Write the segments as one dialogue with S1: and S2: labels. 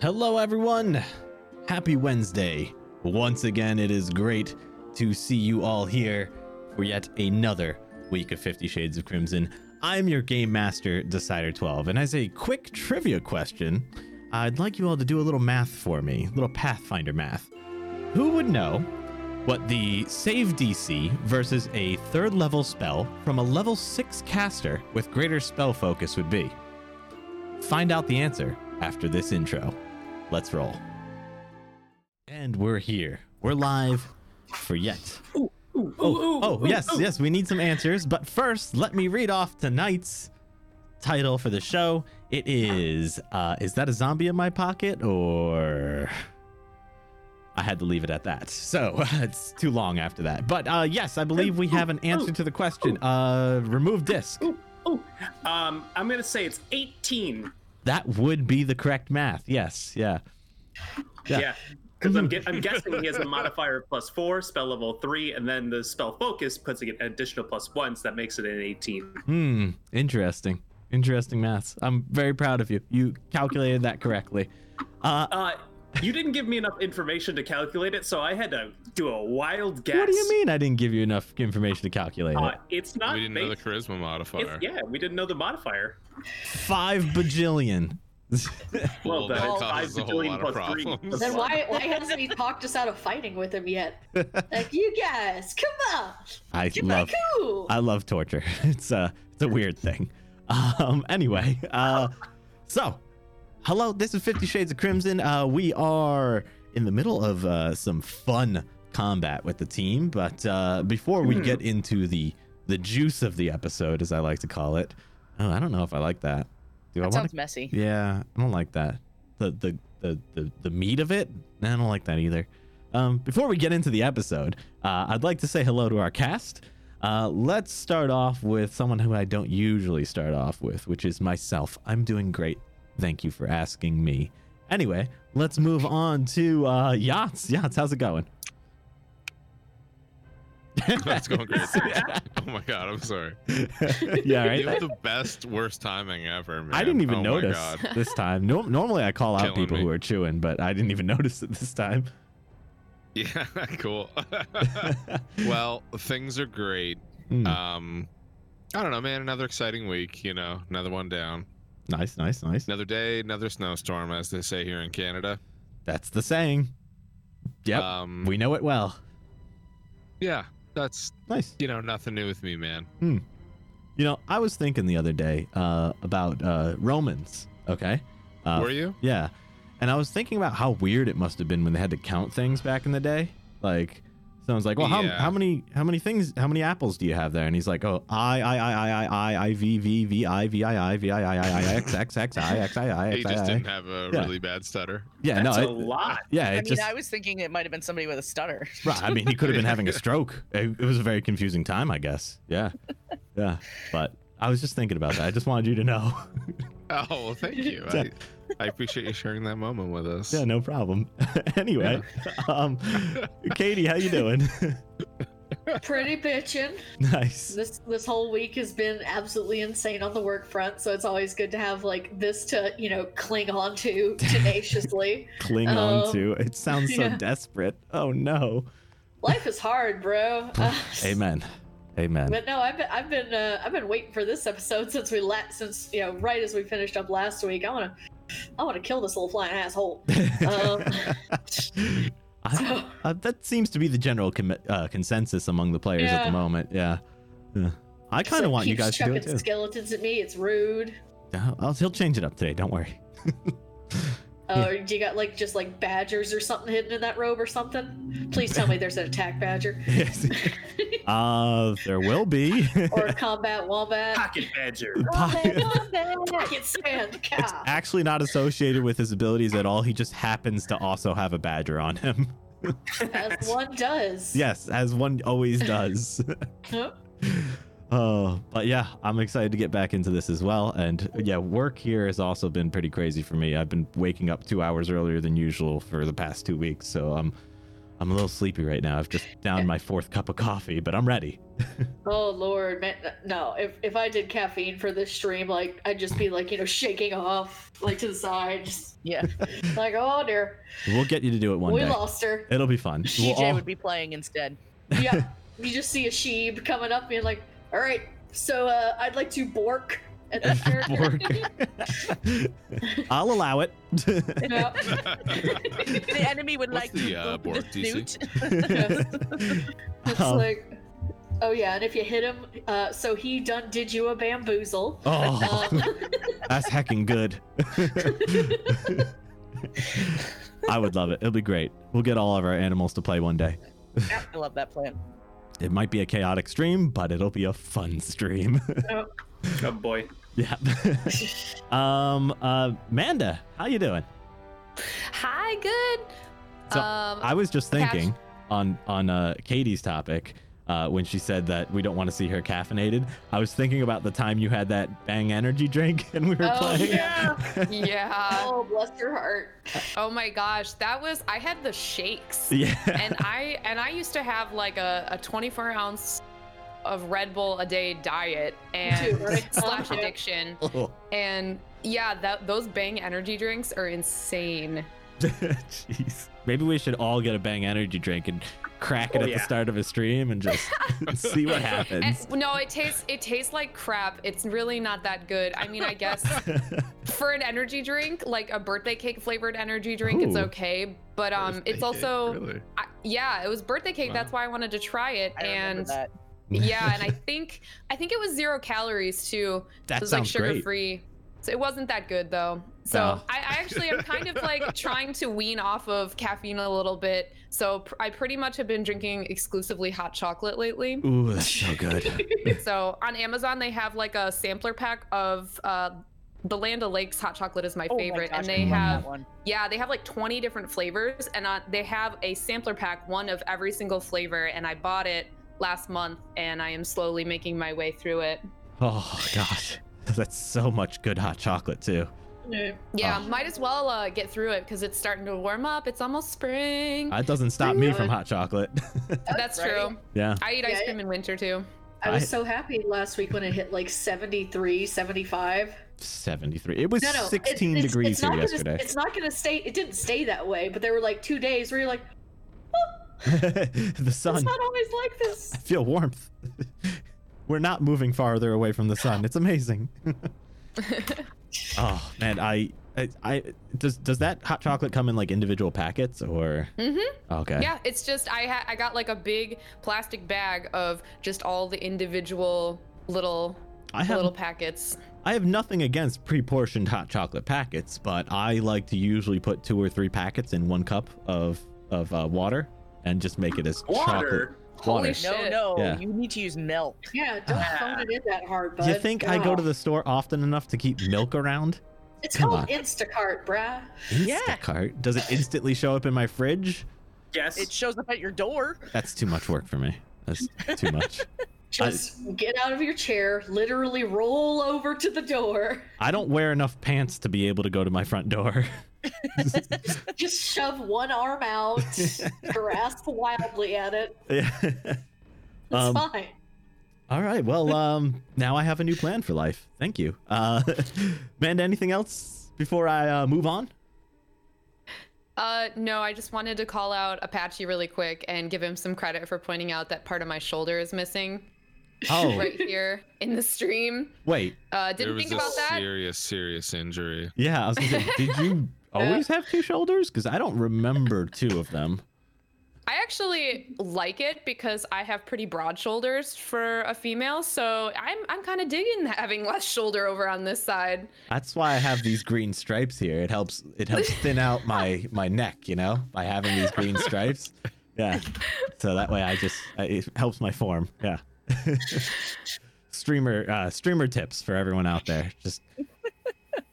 S1: Hello, everyone. Happy Wednesday. Once again, it is great to see you all here for yet another week of 50 Shades of Crimson. I'm your game master, Decider12, and as a quick trivia question, I'd like you all to do a little math for me, a little Pathfinder math. Who would know what the save DC versus a third level spell from a level 6 caster with greater spell focus would be? Find out the answer after this intro. Let's roll. And we're here. We're live for yet. oh, oh, yes, yes, we need some answers. But first, let me read off tonight's title for the show. It is uh, Is that a zombie in my pocket? Or. I had to leave it at that. So it's too long after that. But uh, yes, I believe we have an answer to the question. Uh, remove disc.
S2: Oh, um, I'm gonna say it's 18.
S1: That would be the correct math. Yes. Yeah. Yeah.
S2: Yeah, because I'm, gue- I'm guessing he has a modifier of plus four, spell level three, and then the spell focus puts it an additional plus one, so that makes it an 18.
S1: Hmm. Interesting. Interesting maths. I'm very proud of you. You calculated that correctly. Uh,
S2: Uh, you didn't give me enough information to calculate it, so I had to do a wild guess.
S1: What do you mean I didn't give you enough information to calculate
S2: Uh,
S1: it?
S2: it's not.
S3: we didn't know the
S2: based-
S3: charisma modifier.
S2: it's- yeah, we didn't know the modifier.
S1: Five bajillion.
S2: Well,
S3: Well,
S2: the
S3: that
S4: well,
S2: five
S3: causes a whole
S2: bajillion
S3: lot of
S2: plus three.
S3: problems.
S4: Then why why hasn't he talked us out of fighting with him yet? Like you guys, come on,
S1: I
S4: get
S1: love.
S4: back cool.
S1: I love torture. It's a it's a weird thing. Um. Anyway. Uh. So, hello. This is Fifty Shades of Crimson. Uh. We are in the middle of uh, some fun combat with the team, but uh, before
S5: Hmm.
S1: we get into the the juice of the episode, as I like to call it. Oh, I don't know if I like that. Do I
S5: That
S1: want
S5: sounds messy.
S1: Yeah, I don't like that. The the the the, the meat of it, nah, I don't like that either. Um, before we get into the episode, uh, I'd like to say hello to our cast. Uh, let's start off with someone who I don't usually start off with, which is myself. I'm doing great. Thank you for asking me. Anyway, let's move on to uh, Yachts. Yachts, how's it going?
S3: That's going great. oh my god, I'm sorry.
S1: yeah, right.
S3: You have the best worst timing ever, man.
S1: I didn't even
S3: oh
S1: notice
S3: My god.
S1: this time. No, normally I call out
S3: Killing
S1: people
S3: me.
S1: who are chewing, but I didn't even notice it this time.
S3: Yeah, cool. well, things are great.
S1: Hmm.
S3: Um, I don't know, man. Another exciting week. You know, another one down.
S1: nice, nice, nice.
S3: Another day, another snowstorm, as they say here in Canada.
S1: That's the saying. Yep.
S3: Um,
S1: we know it well.
S3: yeah, that's
S1: Nice.
S3: you know nothing new with me, man.
S1: You know, I was thinking the other day uh, about uh, Romans, okay? Uh,
S3: Were you?
S1: Yeah. And I was thinking about how weird it must have been when they had to count things back in the day. Like, someone's like, well, how,
S3: Yeah.
S1: how many how many things, how many apples do you have there? And he's like, oh, I, I, I, I, I, I, I, V, V, V, I, V, I, I, V, I, I, I, I, X, X, X, I, X, I, I,
S3: He
S1: X, I,
S3: just
S1: I.
S3: didn't have a
S1: Yeah.
S3: really bad stutter.
S1: Yeah, no.
S2: That's a
S1: it-
S2: lot.
S1: Yeah,
S5: I
S1: it
S5: mean,
S1: just.
S5: I was thinking it might have been somebody with a stutter.
S1: Right. I mean, he could have been having a stroke. It, it was a very confusing time, I guess. Yeah. Yeah. But I was just thinking about that. I just wanted you to know.
S3: Oh, well, thank you. I, I appreciate you sharing that moment with us.
S1: yeah, no problem. anyway, um, Katie, how you doing?
S4: Pretty bitchin'.
S1: nice.
S4: This this whole week has been absolutely insane on the work front, so it's always good to have like this to you know cling on to tenaciously.
S1: Cling on
S4: Um,
S1: to. It sounds so
S4: yeah.
S1: desperate. Oh no.
S4: Life is hard, bro. Uh,
S1: Amen. Amen.
S4: But no, I've been I've been uh, I've been waiting for this episode since we la- since you know right as we finished up last week. I wanna I wanna kill this little flying asshole. Um,
S1: I-
S4: so.
S1: uh, that seems to be the general com- uh, consensus among the players at the
S4: Yeah.
S1: moment. Yeah. yeah. I kind
S4: So
S1: of
S4: it
S1: want you
S4: keeps
S1: guys to do it
S4: chucking
S1: too.
S4: skeletons at me. It's rude.
S1: Yeah, I'll, he'll change it up today. Don't worry.
S4: Oh, or do you got like just like badgers or something hidden in that robe or something? Please tell me there's an attack badger
S1: Yes. uh, there will be.
S4: or a combat wombat.
S2: Pocket badger.
S1: Pocket-
S4: Pocket sand
S1: It's
S4: cow.
S1: actually not associated with his abilities at all. He just happens to also have a badger on him.
S4: as one does.
S1: yes, as one always does.
S4: Huh?
S1: Oh, but yeah, I'm excited to get back into this as well. And yeah, work here has also been pretty crazy for me. I've been waking up two hours earlier than usual for the past two weeks, so I'm I'm a little sleepy right now. I've just downed my fourth cup of coffee, but I'm ready.
S4: Oh lord, man, no. If if I did caffeine for this stream, like I'd just be like, you know, shaking off, like to the side, just
S5: Yeah,
S4: like, oh dear,
S1: We'll get you to do it one
S4: we
S1: day.
S4: lost her.
S1: It'll be fun. We'll
S5: DJ
S1: all-
S5: would be playing instead.
S4: Yeah, you just see a sheeb coming up, being like, all right, so uh, I'd like to bork at that character.
S1: Borg. I'll allow it.
S4: Yeah.
S5: The enemy would
S3: What's
S5: like
S3: the,
S5: to
S3: uh,
S5: boop
S3: board
S5: the
S3: DC?
S5: snoot.
S4: It's
S1: Um,
S4: like, oh yeah, and if you hit him, uh, so he done did you a bamboozle.
S1: oh,
S4: Um,
S1: that's hecking good. I would love it. It'll be great. We'll get all of our animals to play one day.
S5: Yeah, I love that plan.
S1: It might be a chaotic stream, but it'll be a fun stream.
S2: Oh boy.
S1: yeah. um, uh, Manda, how you doing?
S6: Hi, good.
S1: So,
S6: um,
S1: I was just
S6: Cash-
S1: thinking on on uh, Katie's topic uh, when she said that we don't want to see her caffeinated. I was thinking about the time you had that Bang Energy drink and we were
S4: Oh,
S1: playing.
S4: yeah.
S6: yeah.
S4: oh bless your heart.
S6: Oh my gosh, that was I had the shakes.
S1: Yeah.
S6: and I and I used to have like a, a 24 ounce of Red Bull a day diet and
S4: Too, right?
S6: slash
S4: Oh, yeah.
S6: addiction. And yeah, that those Bang energy drinks are insane.
S1: Jeez. Maybe we should all get a Bang Energy drink and crack it
S2: Oh,
S1: at the
S2: yeah.
S1: start of a stream and just see what
S6: And,
S1: happens.
S6: no, it tastes it tastes like crap. It's really not that good. I mean, I guess for an energy drink, like a birthday cake flavored energy drink, it's
S1: Ooh.
S6: okay. But um,
S3: Birthday
S6: it's
S3: cake,
S6: also
S3: really?
S6: I, yeah, it was birthday cake. That's why I wanted to try it.
S5: I remember
S6: and
S5: that.
S6: yeah, and I think I think it was zero calories too.
S1: that
S6: it was like
S1: sounds
S6: sugar
S1: great.
S6: free. So it wasn't that good though. So
S1: Oh.
S6: I, I actually am kind of like trying to wean off of caffeine a little bit. So pr- I pretty much have been drinking exclusively hot chocolate lately.
S1: Ooh, that's so good.
S6: so on Amazon they have like a sampler pack of uh, the Land O'Lakes hot chocolate is my
S5: Oh my
S6: favorite,
S5: gosh,
S6: and
S5: I
S6: they
S1: love
S5: love
S6: have
S5: that one.
S6: yeah, they have like 20 different flavors, and uh, they have a sampler pack, one of every single flavor. And I bought it last month, and I am slowly making my way through it.
S1: Oh gosh, that's so much good hot chocolate too.
S4: Yeah.
S6: Yeah,
S1: Ah.
S6: might as well uh, get through it because it's starting to warm up. It's almost spring.
S1: That doesn't stop me from
S6: Good.
S1: hot chocolate.
S6: That's
S5: Right.
S6: true.
S1: yeah.
S6: I eat
S4: Yeah,
S6: ice
S4: it-
S6: cream in winter too.
S4: I
S1: I-
S4: was so happy last week when it hit like 73, 75.
S1: 73. It was
S4: No, no. it's-
S1: 16
S4: it's- it's
S1: degrees
S4: not
S1: here
S4: gonna-
S1: yesterday.
S4: It's not going to stay. It didn't stay that way, but there were like two days where you're like,
S1: the
S4: it's
S1: sun.
S4: not always like this.
S1: I feel warmth. We're not moving farther away from the sun. It's amazing. oh man, I, I, I does does that hot chocolate come in like individual packets or?
S6: hmm
S4: Mm-hmm.
S1: Okay.
S6: Yeah, it's just I ha- I got like a big plastic bag of just all the individual little
S1: I have
S6: little packets.
S1: I have nothing against pre-portioned hot chocolate packets, but I like to usually put two or three packets in one cup of of uh, water and just make it as chocolate.
S2: Water.
S1: Water.
S6: Holy sh-
S5: No,
S6: Shit.
S5: no,
S1: Yeah.
S5: you need to use milk.
S4: Yeah, don't phone it in that hard, bud.
S1: Do Ah. you think I go
S4: God.
S1: to the store often enough to keep milk around?
S4: It's
S1: Come
S4: called
S1: on.
S4: Instacart, bruh.
S5: Yeah.
S1: Instacart. Does it instantly show up in my fridge?
S2: Yes.
S5: It shows up at your door.
S1: That's too much work for me. That's too much.
S4: Just get out of your chair, literally roll over to the door,
S1: I don't wear enough pants to be able to go to my front door.
S4: just shove one arm out, grasp wildly at it.
S1: Yeah.
S4: It's
S1: Um,
S4: fine.
S1: All right. Well, um, now I have a new plan for life. Thank you. Uh, Amanda, anything else before I uh, move on?
S6: Uh, no, I just wanted to call out Apache really quick and give him some credit for pointing out that part of my shoulder is missing
S1: Oh,
S6: right here in the stream.
S1: wait.
S6: Uh,
S3: there
S6: didn't
S3: was
S6: think
S3: a
S6: about that.
S3: serious, serious injury.
S1: Yeah, I was gonna say, did you always have two shoulders? Because I don't remember two of them.
S6: I actually like it because I have pretty broad shoulders for a female, so I'm I'm kind of digging having less shoulder over on this side.
S1: That's why I have these green stripes here. It helps. It helps thin out my my neck, you know, by having these green stripes. Yeah. So that way, I just I- it helps my form. Yeah. streamer uh, streamer tips for everyone out there. Just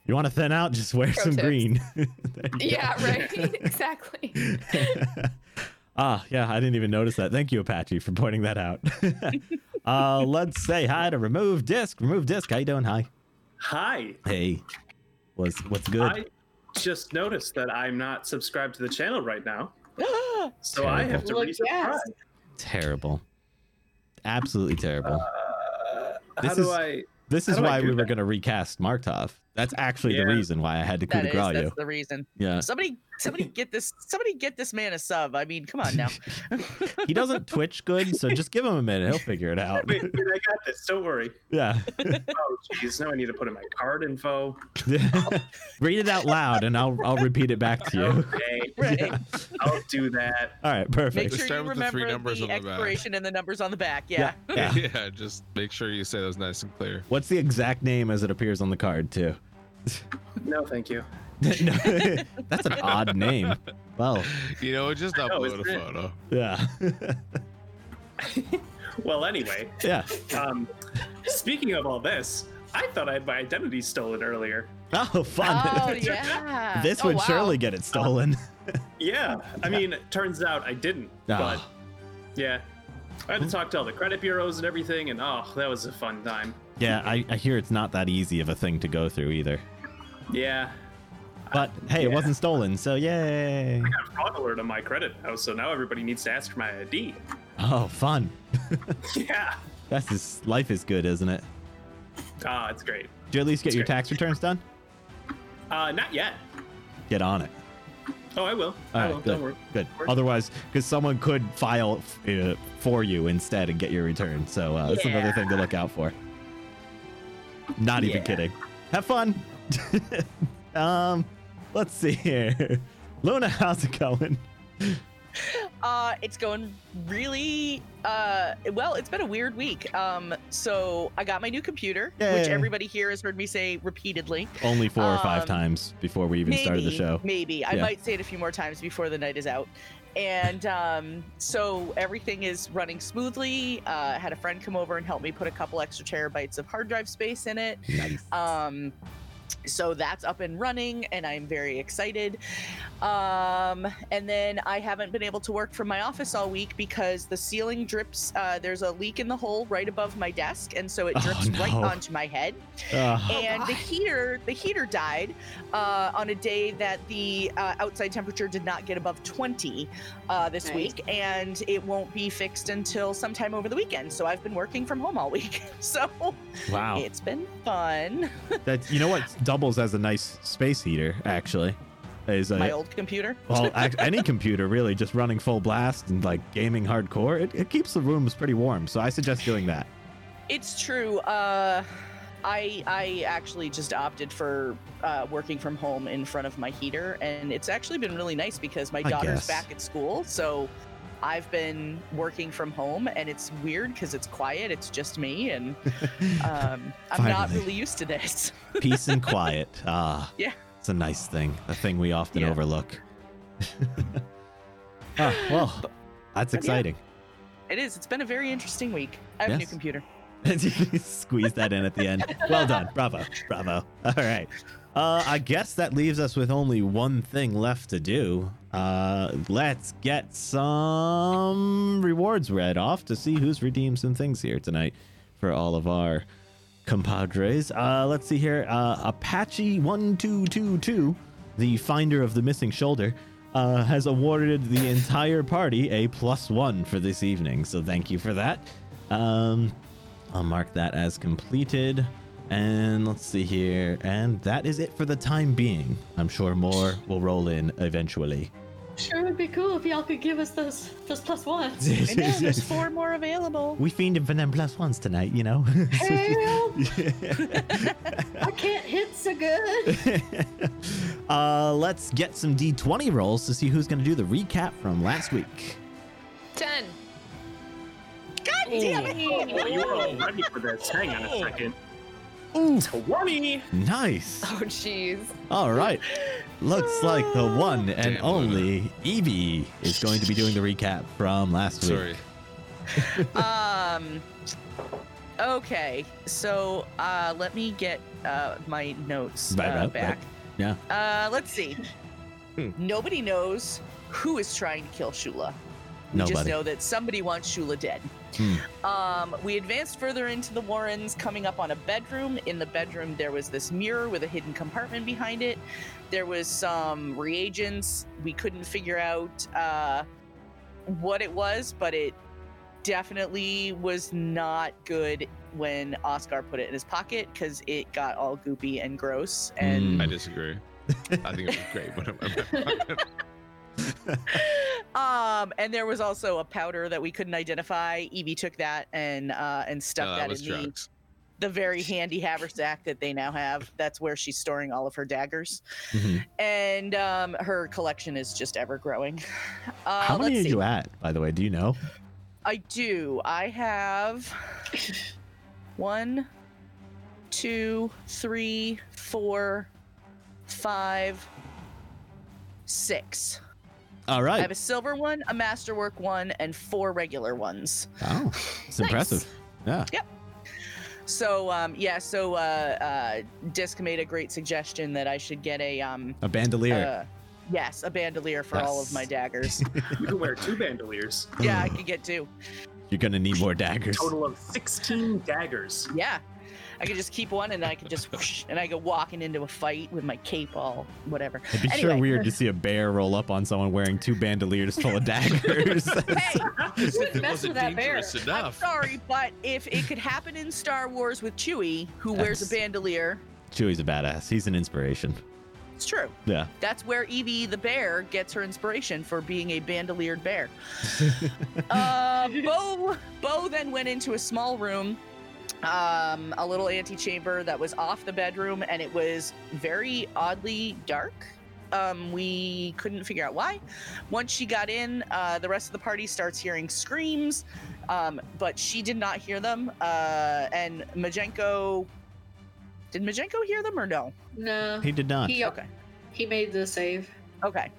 S1: you want to thin out, just wear
S6: Pro
S1: some
S6: tips.
S1: green. There you go.
S6: Yeah, right. exactly.
S1: ah, yeah. I didn't even notice that. Thank you, Apache, for pointing that out. uh, let's say hi to remove disc. Remove disc. How you doing? Hi.
S2: Hi.
S1: Hey, what's what's good?
S2: I just noticed that I'm not subscribed to the channel right now, so I have to
S4: Look,
S2: resubscribe.
S4: yes.
S1: Terrible. absolutely terrible.
S2: Uh,
S1: This
S2: how do
S1: is-
S2: I?
S1: This
S2: how
S1: is
S2: do I
S1: why
S2: do
S1: we were
S2: that?
S1: going to recast Markov. That's actually the
S2: Yeah.
S1: reason why I had to coup
S5: That
S1: de
S5: is.
S1: grace you.
S5: That's the Uh. reason.
S1: Yeah.
S5: Somebody, somebody get this. Somebody get this man a sub. I mean, come on now.
S1: He doesn't twitch good, so just give him a minute. He'll figure it out.
S2: Wait, wait, I got this. Don't worry.
S1: Yeah.
S2: Oh, jeez. Now I need to put in my card info.
S1: Read it out loud and I'll I'll repeat it back to you.
S2: Okay,
S5: Right.
S1: Yeah.
S2: I'll do that.
S1: All right,
S5: Make
S1: perfect.
S3: Just
S5: sure you
S3: start with the
S5: remember
S3: three numbers on the back.
S5: expiration and the numbers on the back. Yeah.
S1: Yeah.
S3: Yeah. just make sure you say those nice and clear.
S1: What's the exact name as it appears on the card too?
S2: No, thank you.
S1: No, that's an odd name. Well,
S3: You know, just
S2: know,
S3: upload
S2: isn't
S3: a
S2: it?
S3: photo.
S1: yeah,
S2: Well, anyway,
S1: yeah.
S2: um, speaking of all this, I thought I had my identity stolen earlier.
S1: Oh, fun.
S5: Oh yeah.
S1: this
S6: Oh,
S1: would
S6: wow.
S1: surely get it stolen.
S2: Yeah, I mean, turns out I didn't. But
S1: Ah,
S2: yeah, I had to talk to all the credit bureaus and everything, and oh, that was a fun time.
S1: yeah, I, I hear it's not that easy of a thing to go through either.
S2: Yeah,
S1: But hey, it
S2: Yeah.
S1: wasn't stolen, so yay!
S2: I got fraud alert on my credit now, so now everybody needs to ask for my ID.
S1: Oh, fun.
S2: Yeah,
S1: That's is life is good, isn't it?
S2: ah, it's great.
S1: Did you at least get your tax returns done?
S2: Uh, not yet.
S1: Get on it.
S2: Oh, I will.
S1: All
S2: I
S1: right,
S2: will.
S1: good.
S2: Don't worry.
S1: Good.
S2: Work.
S1: Otherwise, because someone could file uh, for you instead and get your return. So uh, that's another thing to look out for. Not even
S2: Yeah.
S1: kidding. Have fun. um, let's see here. Luna, how's it going?
S5: Uh, it's going really uh well. It's been a weird week. Um, so I got my new computer, which
S1: Yay.
S5: everybody here has heard me say repeatedly.
S1: Only four or five
S5: Um,
S1: times before we even started the show.
S5: Maybe I
S1: Yeah.
S5: might say it a few more times before the night is out. And um, so everything is running smoothly. Uh, had a friend come over and help me put a couple extra terabytes of hard drive space in it.
S1: Nice.
S5: Um, so that's up and running, and I'm very excited. Um, and then I haven't been able to work from my office all week because the ceiling drips. Uh, there's a leak in the hole right above my desk, and so it
S1: Oh,
S5: drips right
S1: no.
S5: onto my head
S1: Ah,
S5: and the heater the heater died uh, on a day that the uh, outside temperature did not get above 20 uh, this
S4: Nice.
S5: week and it won't be fixed until sometime over the weekend so i've been working from home all week so
S1: wow.
S5: it's been fun
S1: That you know what doubles as a nice space heater actually is a
S5: my old computer
S1: well, act- any computer really, just running full blast and like gaming hardcore, it, it keeps the rooms pretty warm. So I suggest doing that.
S5: it's true uh, I, I actually just opted for uh, working from home in front of my heater, and it's actually been really nice because my
S1: I
S5: daughter's
S1: guess.
S5: back at school, so I've been working from home, and it's weird because it's quiet. It's just me, and um, I'm not
S1: Finally.
S5: really used to this.
S1: Peace and quiet. Ah,
S5: Yeah.
S1: it's a nice thing, a thing we often
S5: Yeah.
S1: overlook. ah, well, that's exciting.
S5: It is. It's been a very interesting week. I have a new
S1: Yes.
S5: computer.
S1: Squeeze that in at the end. Well done, bravo, bravo. All right. Uh, I guess that leaves us with only one thing left to do. Uh, let's get some rewards read off to see who's redeemed some things here tonight for all of our compadres. Uh, let's see here. Uh, Apache one two two two, the finder of the missing shoulder, uh, has awarded the entire party a plus one for this evening. So thank you for that. Um, I'll mark that as completed. And let's see here. And that is it for the time being. I'm sure more will roll in eventually.
S4: Sure would be cool if y'all could give us those those plus ones.
S5: And now there's four more available.
S1: we fiending for them plus ones tonight, you know?
S4: Help! I can't hit so good.
S1: uh, let's get some d20 rolls to see who's going to do the recap from last week.
S6: Ten.
S5: God damn it!
S2: Oh, you were all ready for this. Hang on a second.
S1: Oh. Ooh,
S2: Twenty.
S1: nice.
S6: Oh jeez.
S1: All right. Looks like the one and
S3: Damn,
S1: only Evie is going to be doing the recap from last week.
S3: Sorry.
S5: um okay so uh let me get uh my notes
S1: Right,
S5: uh,
S1: right, right.
S5: back
S1: Yeah.
S5: uh let's see
S3: Hmm.
S5: nobody knows who is trying to kill shula we just
S1: Nobody.
S5: know that somebody wants shula dead
S1: Hmm.
S5: um we advanced further into the warrens coming up on a bedroom in the bedroom there was this mirror with a hidden compartment behind it there was some reagents we couldn't figure out uh what it was but it definitely was not good when Oscar put it in his pocket because it got all goopy and gross.
S1: Hmm,
S5: And
S3: I disagree. I think it was great. But I'm- uh,
S5: um, and there was also a powder that we couldn't identify. Evie took that and uh, and stuck
S3: no, Oh, that
S5: that,
S3: was
S5: in the,
S3: drugs.
S5: the very handy haversack that they now have. That's where she's storing all of her daggers,
S1: Mm-hmm.
S5: and um, her collection is just ever growing. Uh,
S1: How many
S5: let's
S1: are
S5: see.
S1: you at, by the way? Do you know?
S5: I do. I have one, two, three, four, five, six.
S1: All
S5: I
S1: right.
S5: have a silver one, a masterwork one, and four regular ones.
S1: Oh, it's impressive. Yeah.
S5: So um, yeah, so uh, uh, Disc made a great suggestion that I should get a um,
S1: A bandolier.
S5: uh, yes, a bandolier for all of my
S1: Yes.
S5: daggers.
S2: You can wear two bandoliers.
S5: yeah, I could get two.
S1: You're going to need more daggers.
S2: Total of 16 daggers.
S5: Yeah. I could just keep one and I could just whoosh, and I go walking into a fight with my cape all whatever.
S1: It'd be sure
S5: Anyway.
S1: weird to see a bear roll up on someone wearing two bandoliers full of daggers.
S5: Hey,
S3: It
S4: mess
S3: wasn't
S4: with that bear.
S3: dangerous
S5: I'm
S3: enough.
S5: sorry, but if it could happen in Star Wars with Chewie, who wears a
S1: Yes.
S5: bandolier,
S1: Chewie's a badass. He's an inspiration.
S5: it's true.
S1: Yeah.
S5: That's where Evie the bear gets her inspiration for being a bandoliered bear. uh, Bo, Bo then went into a small room, um, a little antechamber that was off the bedroom, and it was very oddly dark. Um, we couldn't figure out why. Once she got in, uh, the rest of the party starts hearing screams, um, but she did not hear them. Uh, and Majenko, did Majenko hear them or no? Oh,
S4: No.
S1: He did not.
S4: He,
S5: Okay.
S4: he made the save.
S5: Okay.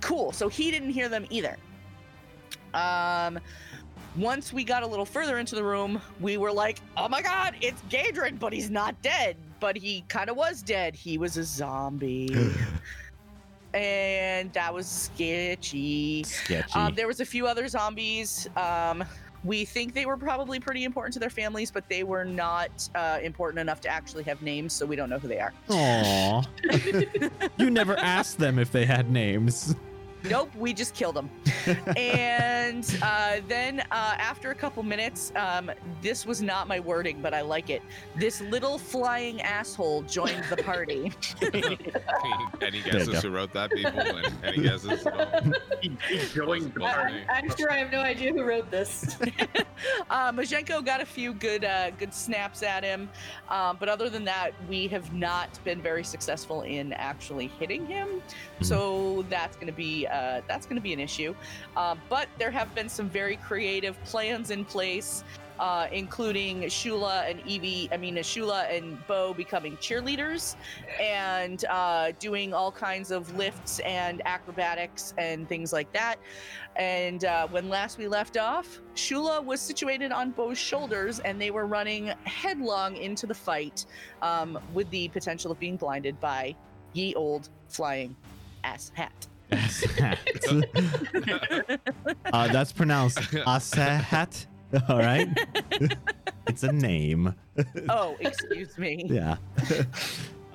S5: Cool. So he didn't hear them either. Um once we got a little further into the room, we were like, "Oh my god, it's Gadrin, but he's not dead, but he kind of was dead. He was a zombie." and that was sketchy.
S1: Sketchy.
S5: Um, there was a few other zombies. Um, we think they were probably pretty important to their families, but they were not uh, important enough to actually have names, so we don't know who they are.
S1: Aw. you never asked them if they had names.
S5: Nope, we just killed him. and uh, then uh, after a couple minutes, um, this was not my wording, but I like it. This little flying asshole joined the party.
S3: Any
S1: you go.
S3: guesses who wrote that, people? And any guesses? Well,
S2: Going
S3: Possible.
S2: dark.
S4: I, I, am sure I have no idea who wrote this.
S5: uh, Majenko got a few good uh, good snaps at him, um, but other than that, we have not been very successful in actually hitting him. So that's going to be uh, that's going to be an issue. Uh, but there have been some very creative plans in place, uh, including Shula and Evie. I mean, uh, Shula and Bo becoming cheerleaders and uh, doing all kinds of lifts and acrobatics and things like that. And uh, when last we left off, Shula was situated on Bo's shoulders, and they were running headlong into the fight, um, with the potential of being blinded by ye old flying ass hat.
S1: uh, that's pronounced Asahat. All right. it's a name.
S5: Oh, excuse me.
S1: Yeah.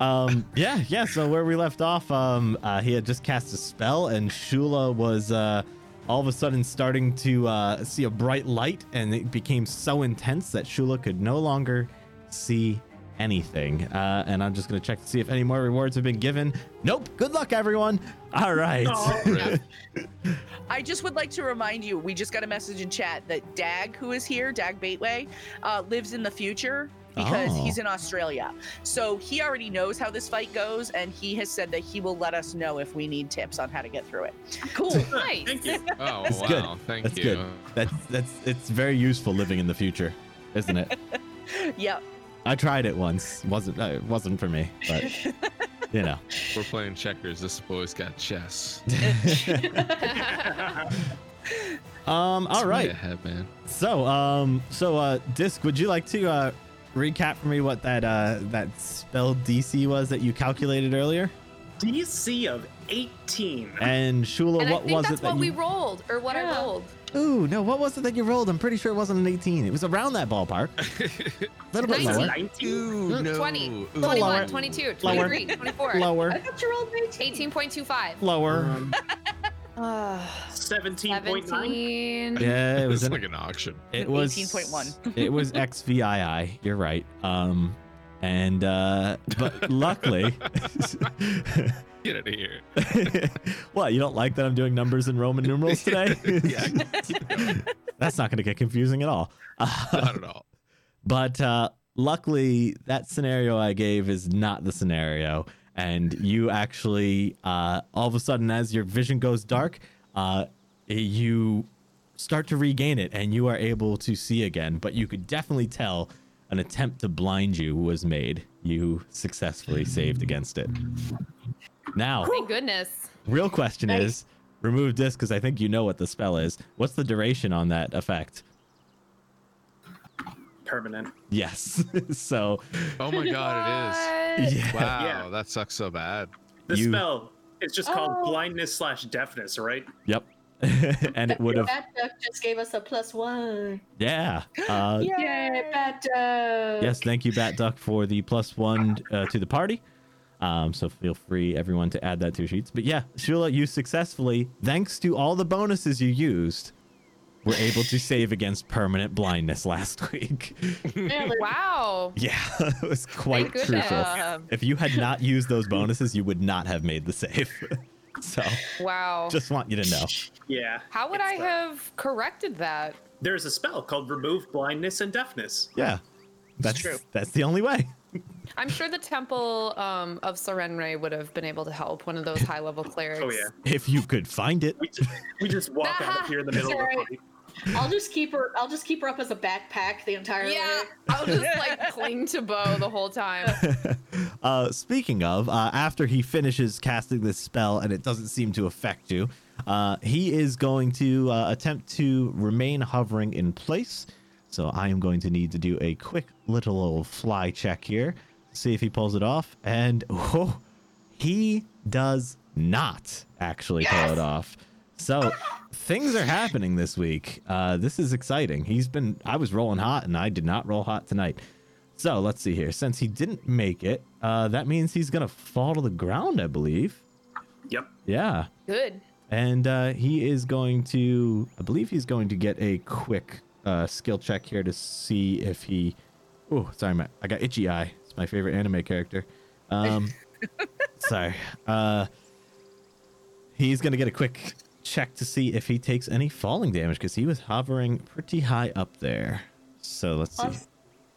S1: um yeah yeah so where we left off um uh, he had just cast a spell and shula was uh all of a sudden starting to uh see a bright light and it became so intense that shula could no longer see anything uh and i'm just gonna check to see if any more rewards have been given nope good luck everyone all right
S2: Aw.
S3: right.
S5: I just would like to remind you we just got a message in chat that Dag, who is here, Dag Baitway, uh, lives in the future because
S1: Oh.
S5: he's in Australia. So he already knows how this fight goes, and he has said that he will let us know if we need tips on how to get through it.
S6: Cool. Nice.
S2: Thank you.
S3: Oh
S1: That's good.
S3: wow! Thank
S1: That's
S3: you.
S1: good. that's that's it's very useful living in the future isn't it
S5: yep.
S1: i tried it once wasn't uh, it wasn't for me but you know
S3: We're playing checkers. This boy's got chess.
S1: um all right
S3: Ahead, man.
S1: So, um, so uh, Disc, would you like to uh, recap for me what that uh, that spell DC was that you calculated earlier?
S2: DC of 18.
S1: And Shula,
S6: and
S1: what
S6: I think
S1: was
S6: that's
S1: it
S6: what
S1: that
S6: we
S1: you?
S6: rolled, or what
S4: Yeah.
S6: I rolled.
S1: Ooh, no, what was it that you rolled? I'm pretty sure it wasn't an 18. It was around that ballpark. A little bit
S2: Is it
S1: lower.
S2: 19?
S3: Ooh, no.
S6: 20,
S3: Ooh.
S6: 21, 22,
S1: Lower.
S6: 23, 24.
S1: Lower.
S4: I thought you rolled 18.
S6: 18.25.
S1: Lower.
S2: Um,
S6: Ah,
S2: 17.9.
S6: 17.
S1: Yeah, it was
S3: it's
S1: an
S3: like an auction.
S1: it
S5: an
S1: was
S5: 18.1.
S1: it was XVII. You're right. Um, and uh, but luckily,
S3: Get out of here.
S1: what you don't like that I'm doing numbers and Roman numerals today?
S3: Yeah.
S1: That's not going to get confusing at all.
S3: Not at all.
S1: But uh, luckily, that scenario I gave is not the scenario. And you actually, uh, all of a sudden, as your vision goes dark, uh, you start to regain it and you are able to see again. But you could definitely tell an attempt to blind you was made. You successfully saved against it. Now,
S6: Thank goodness.
S1: real question
S4: Nice.
S1: is remove this because I think you know what the spell is. What's the duration on that effect?
S2: Permanent.
S1: Yes. so,
S3: Oh my god, it is.
S6: What?
S1: yeah.
S3: Wow,
S2: Yeah.
S3: that sucks so bad.
S2: The
S1: You-
S2: spell is just called
S6: Oh.
S2: blindness slash deafness, right?
S1: Yep. and it
S4: That-
S1: would have,
S4: That duck just gave us a plus one.
S1: yeah. Uh,
S4: Yay, bad duck.
S1: Yes, thank you, Bat Duck, for the plus one uh, to the party. Um, so feel free, everyone, to add that to your sheets. But yeah, Shula, you successfully, thanks to all the bonuses you used, were able to save against permanent blindness last week.
S4: Really?
S6: Wow.
S1: yeah, it was quite
S6: goodness.
S1: crucial.
S5: Um,
S1: If you had not used those bonuses, you would not have made the save. so
S6: Wow.
S1: just want you to know.
S2: Yeah.
S6: How would
S2: It's
S6: I
S2: the-
S6: have corrected that?
S2: There's a spell called remove blindness and deafness.
S1: Yeah, that's
S5: true.
S1: That's the only way.
S6: I'm sure the Temple um, of Serenre would have been able to help one of those high level clerics.
S2: Oh yeah.
S1: If you could find it.
S2: We just, we just walk out of here in the middle of the
S4: Sorry.
S2: party.
S4: I'll just keep her. I'll just keep her up as a backpack the entire.
S6: Yeah,
S4: way.
S6: I'll just like cling to Bo the whole time.
S1: Uh, speaking of, uh, after he finishes casting this spell and it doesn't seem to affect you, uh, he is going to uh, attempt to remain hovering in place. So I am going to need to do a quick little old fly check here, see if he pulls it off. And oh, he does not actually pull it off. So things are happening this week. Uh, this is exciting. He's been, I was rolling hot and I did not roll hot tonight. So let's see here. Since he didn't make it, uh, that means he's gonna fall to the ground, I believe.
S2: Yep.
S1: Yeah,
S6: Good.
S1: and uh, he is going to. I believe he's going to get a quick uh, skill check here to see if he. Oh, sorry, Matt. I got itchy eye. It's my favorite anime character. Um, sorry. Uh, he's gonna get a quick check to see if he takes any falling damage because he was hovering pretty high up there. So let's see.
S4: Os-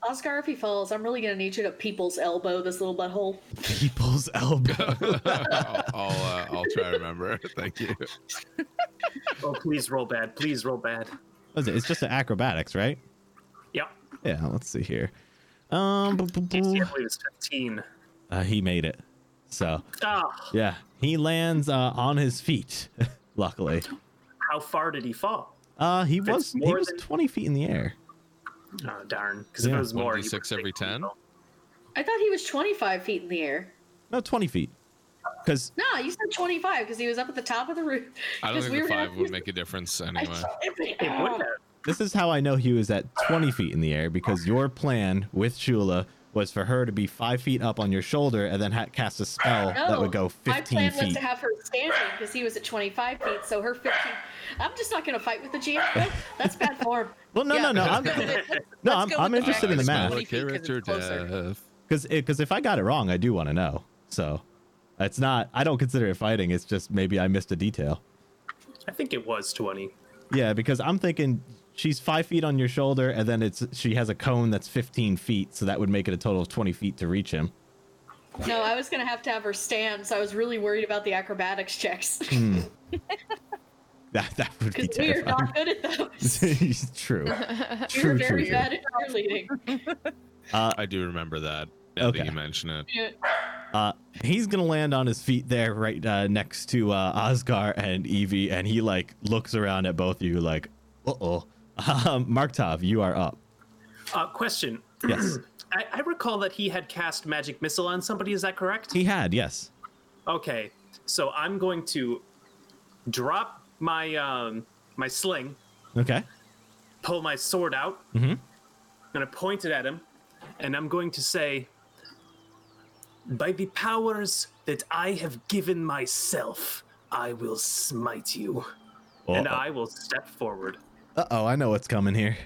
S4: Oscar, if he falls, I'm really gonna need you to people's elbow this little butthole.
S1: People's elbow.
S3: I'll, I'll, uh, I'll try to remember. Thank you.
S2: Oh, please roll bad. Please roll bad.
S1: What is it? It's just an acrobatics, right?
S2: Yep.
S1: Yeah, let's see here. Um, bu- bu- bu-
S2: It was 15.
S1: uh, he made it. So
S2: Ah,
S1: yeah, he lands uh, on his feet. luckily,
S2: how far did he fall?
S1: uh, he
S2: That's
S1: was he
S2: more
S1: was
S2: than-
S1: twenty feet in the air.
S2: Oh, darn. Because if
S1: Yeah.
S2: it was more, you
S3: 1d6
S2: would've
S3: every
S2: taken
S3: 10?
S2: it.
S4: I thought he was 25 feet in the air.
S1: No, twenty feet. Because
S4: No, you said 25 because he was up at the top of the roof.
S3: I don't
S4: 'Cause
S3: think
S4: we
S3: the
S4: were
S3: five
S4: gonna-
S3: would make a difference
S4: I
S3: anyway.
S2: It would have.
S1: this is how I know he was at twenty feet in the air because your plan with Shula was for her to be five feet up on your shoulder and then ha- cast a spell that would go
S4: my
S1: fifteen
S4: plan was
S1: feet.
S4: to have her standing because he was at 25 feet, so her 15. I'm just not gonna fight with the GM. That's bad form.
S1: well, no,
S5: Yeah.
S1: no, no. I'm, no, I'm,
S5: go
S1: I'm
S5: with the
S1: interested in the
S5: fact that
S1: math.
S5: it's 20 feet 'cause it's closer.
S1: because because if I got it wrong, I do want to know. So it's not. I don't consider it fighting. It's just maybe I missed a detail.
S2: I think it was 20.
S1: Yeah, because I'm thinking she's five feet on your shoulder, and then it's she has a cone that's 15 feet, so that would make it a total of 20 feet to reach him.
S4: No, I was gonna have to have her stand, so I was really worried about the acrobatics checks
S1: That that would be
S4: because we are
S1: terrifying.
S4: not good at those.
S1: true.
S4: We
S1: True.
S4: were
S1: True.
S4: very
S1: true.
S4: bad at cheerleading.
S3: I do remember that. Now
S1: Okay.
S3: that you mention it.
S1: Uh, he's gonna land on his feet there, right uh, next to uh, Osgar and Evie, and he like looks around at both of you, like, uh oh. Um, Marktov, you are up.
S2: Uh, question.
S1: Yes,
S2: I, I recall that he had cast magic missile on somebody. Is that correct?
S1: he had. Yes.
S2: Okay, so I'm going to drop my um, my sling,
S1: Okay.
S2: pull my sword out.
S1: Mhm.
S2: I'm gonna point it at him, and I'm going to say, "By the powers that I have given myself, I will smite you. And I will step forward.
S1: Uh oh, I know what's coming here.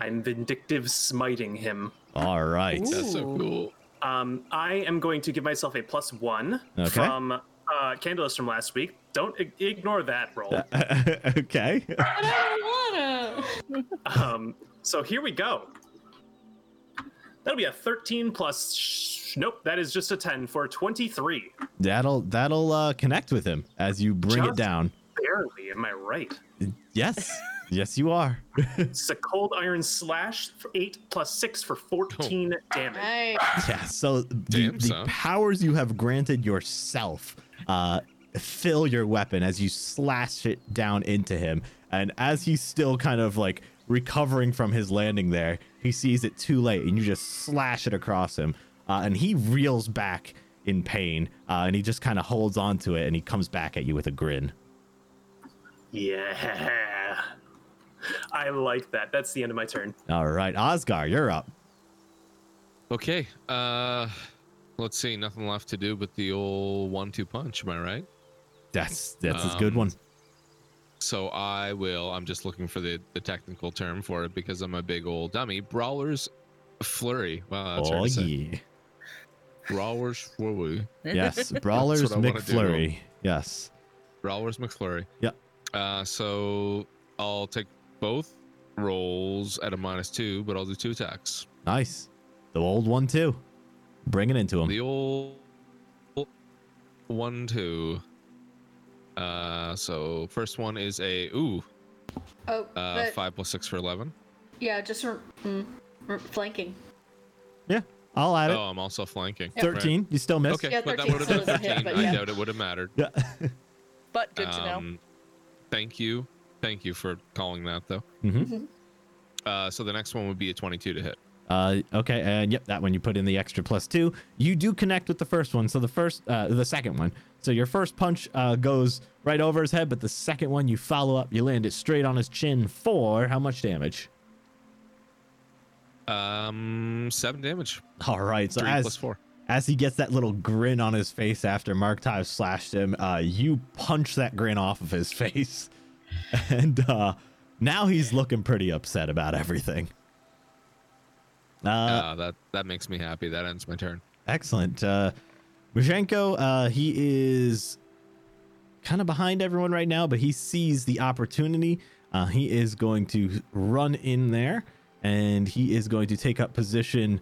S2: I'm vindictive smiting him.
S1: All right.
S5: Ooh.
S3: That's so cool.
S2: Um, I am going to give myself a plus one
S1: Okay.
S2: from uh, Candlelist from last week. Don't ig- ignore that roll.
S1: okay.
S4: I don't wanna.
S2: um, so here we go. That'll be a 13 plus. Sh- nope, that is just a 10 for 23.
S1: That'll that'll uh, connect with him as you bring it
S2: Just-
S1: down.
S2: Barely, am I right?
S1: Yes. yes, you are.
S2: It's a cold iron slash, for 8 plus 6 for 14 damage.
S4: Nice.
S1: Yeah. So the,
S3: Damn,
S1: the
S3: son.
S1: powers you have granted yourself uh, fill your weapon as you slash it down into him, and as he's still kind of like recovering from his landing there, he sees it too late, and you just slash it across him, uh, and he reels back in pain, uh, and he just kind of holds onto it, and he comes back at you with a grin.
S2: Yeah. I like that. That's the end of my turn.
S1: All right, Osgar, you're up.
S3: Okay. Uh, let's see. Nothing left to do but the old one-two punch. Am I right?
S1: That's that's a good
S3: Um,
S1: one.
S3: So I will. I'm just looking for the, the technical term for it because I'm a big old dummy. Brawler's flurry. Wow, that's
S1: Oh
S3: hard to say.
S1: yeah.
S3: Brawler's flurry.
S1: Yes, Brawlers
S3: what I wanna do.
S1: McFlurry. Yes.
S3: Brawler's McFlurry.
S1: Yep.
S3: Uh, so I'll take both rolls at a minus two, but I'll do two attacks.
S1: Nice. The old one too. Bring it into him.
S3: The old one two. Uh, so first one is a ooh
S4: Oh,
S3: uh,
S4: but
S3: five plus six for eleven.
S4: yeah, just rem- mm, rem- flanking.
S1: yeah. I'll add it.
S3: Oh, I'm also flanking. Right.
S1: Thirteen. You still missed.
S3: Okay,
S4: Yeah,
S3: but that
S4: 13
S3: would have been
S4: still doesn't hit,
S3: 13.
S4: but
S3: I
S4: yeah.
S3: doubt it would have mattered.
S1: Yeah.
S5: But good to know.
S3: Um, Thank you. Thank you for calling that, though.
S1: Mhm.
S5: Mm-hmm.
S3: Uh, so the next one would be a 22 to hit.
S1: Uh, okay, and yep, that one you put in the extra plus two. You do connect with the first one, so the first, uh, the second one. So your first punch uh, goes right over his head, but the second one you follow up, you land it straight on his chin for how much damage?
S3: Um, seven damage.
S1: All right, so
S3: Three
S1: as
S3: plus four.
S1: As he gets that little grin on his face after Mark Tive slashed him, uh, you punch that grin off of his face. And uh, now he's looking pretty upset about everything. Uh,
S3: Uh, that that makes me happy. That ends my turn.
S1: excellent. Uh, Majenko, uh, he is kind of behind everyone right now, but he sees the opportunity. Uh, he is going to run in there and he is going to take up position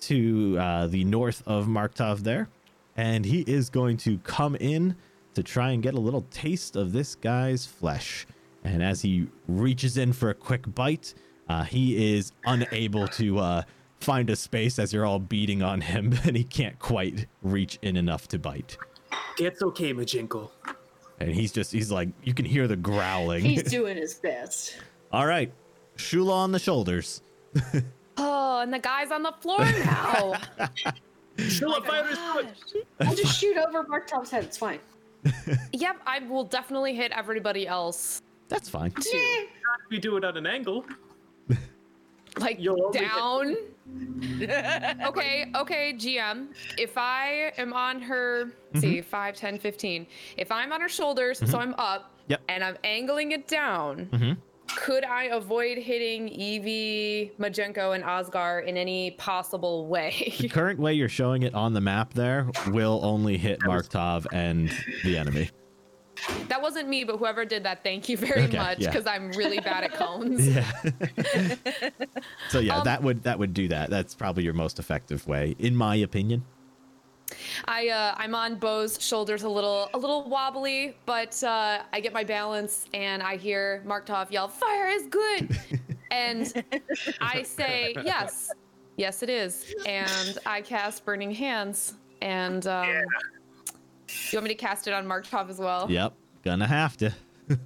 S1: to uh, the north of Marktov there. And he is going to come in to try and get a little taste of this guy's flesh. And as he reaches in for a quick bite, uh, he is unable to uh, find a space as you're all beating on him, and he can't quite reach in enough to bite
S2: It's okay, Majinkle.
S1: and he's just he's like you can hear the growling
S4: He's doing his best.
S1: all right shula on the shoulders
S6: Oh, and the guy's on the floor now.
S2: Shula fighters do it.
S4: We'll just shoot over Bartov's head. It's fine.
S6: yep, I will definitely hit everybody else.
S1: that's fine
S4: Yeah.
S2: We do it on an angle.
S6: Like
S2: You'll only hit-
S6: down. okay, okay, GM. If I am on her, let's see,
S1: Mm-hmm.
S6: 5, 10, 15. If I'm on her shoulders, so I'm up,
S1: Yep.
S6: and I'm angling it down,
S1: Mhm.
S6: could I avoid hitting Evie, Majenko, and Osgar in any possible way?
S1: the current way you're showing it on the map there will only hit marktov and the enemy
S6: that wasn't me, but whoever did that, thank you very
S1: Okay,
S6: much,
S1: yeah.
S6: because I'm really bad at cones.
S1: yeah so yeah
S6: Um,
S1: that would that would do that that's probably your most effective way in my opinion
S6: I uh, I'm on Bo's shoulders a little a little wobbly, but uh, I get my balance and I hear Marktov yell, "Fire is good," and I say, "Yes, yes, it is." And I cast Burning Hands. And um, you want me to cast it on Marktov as well?
S1: yep gonna have to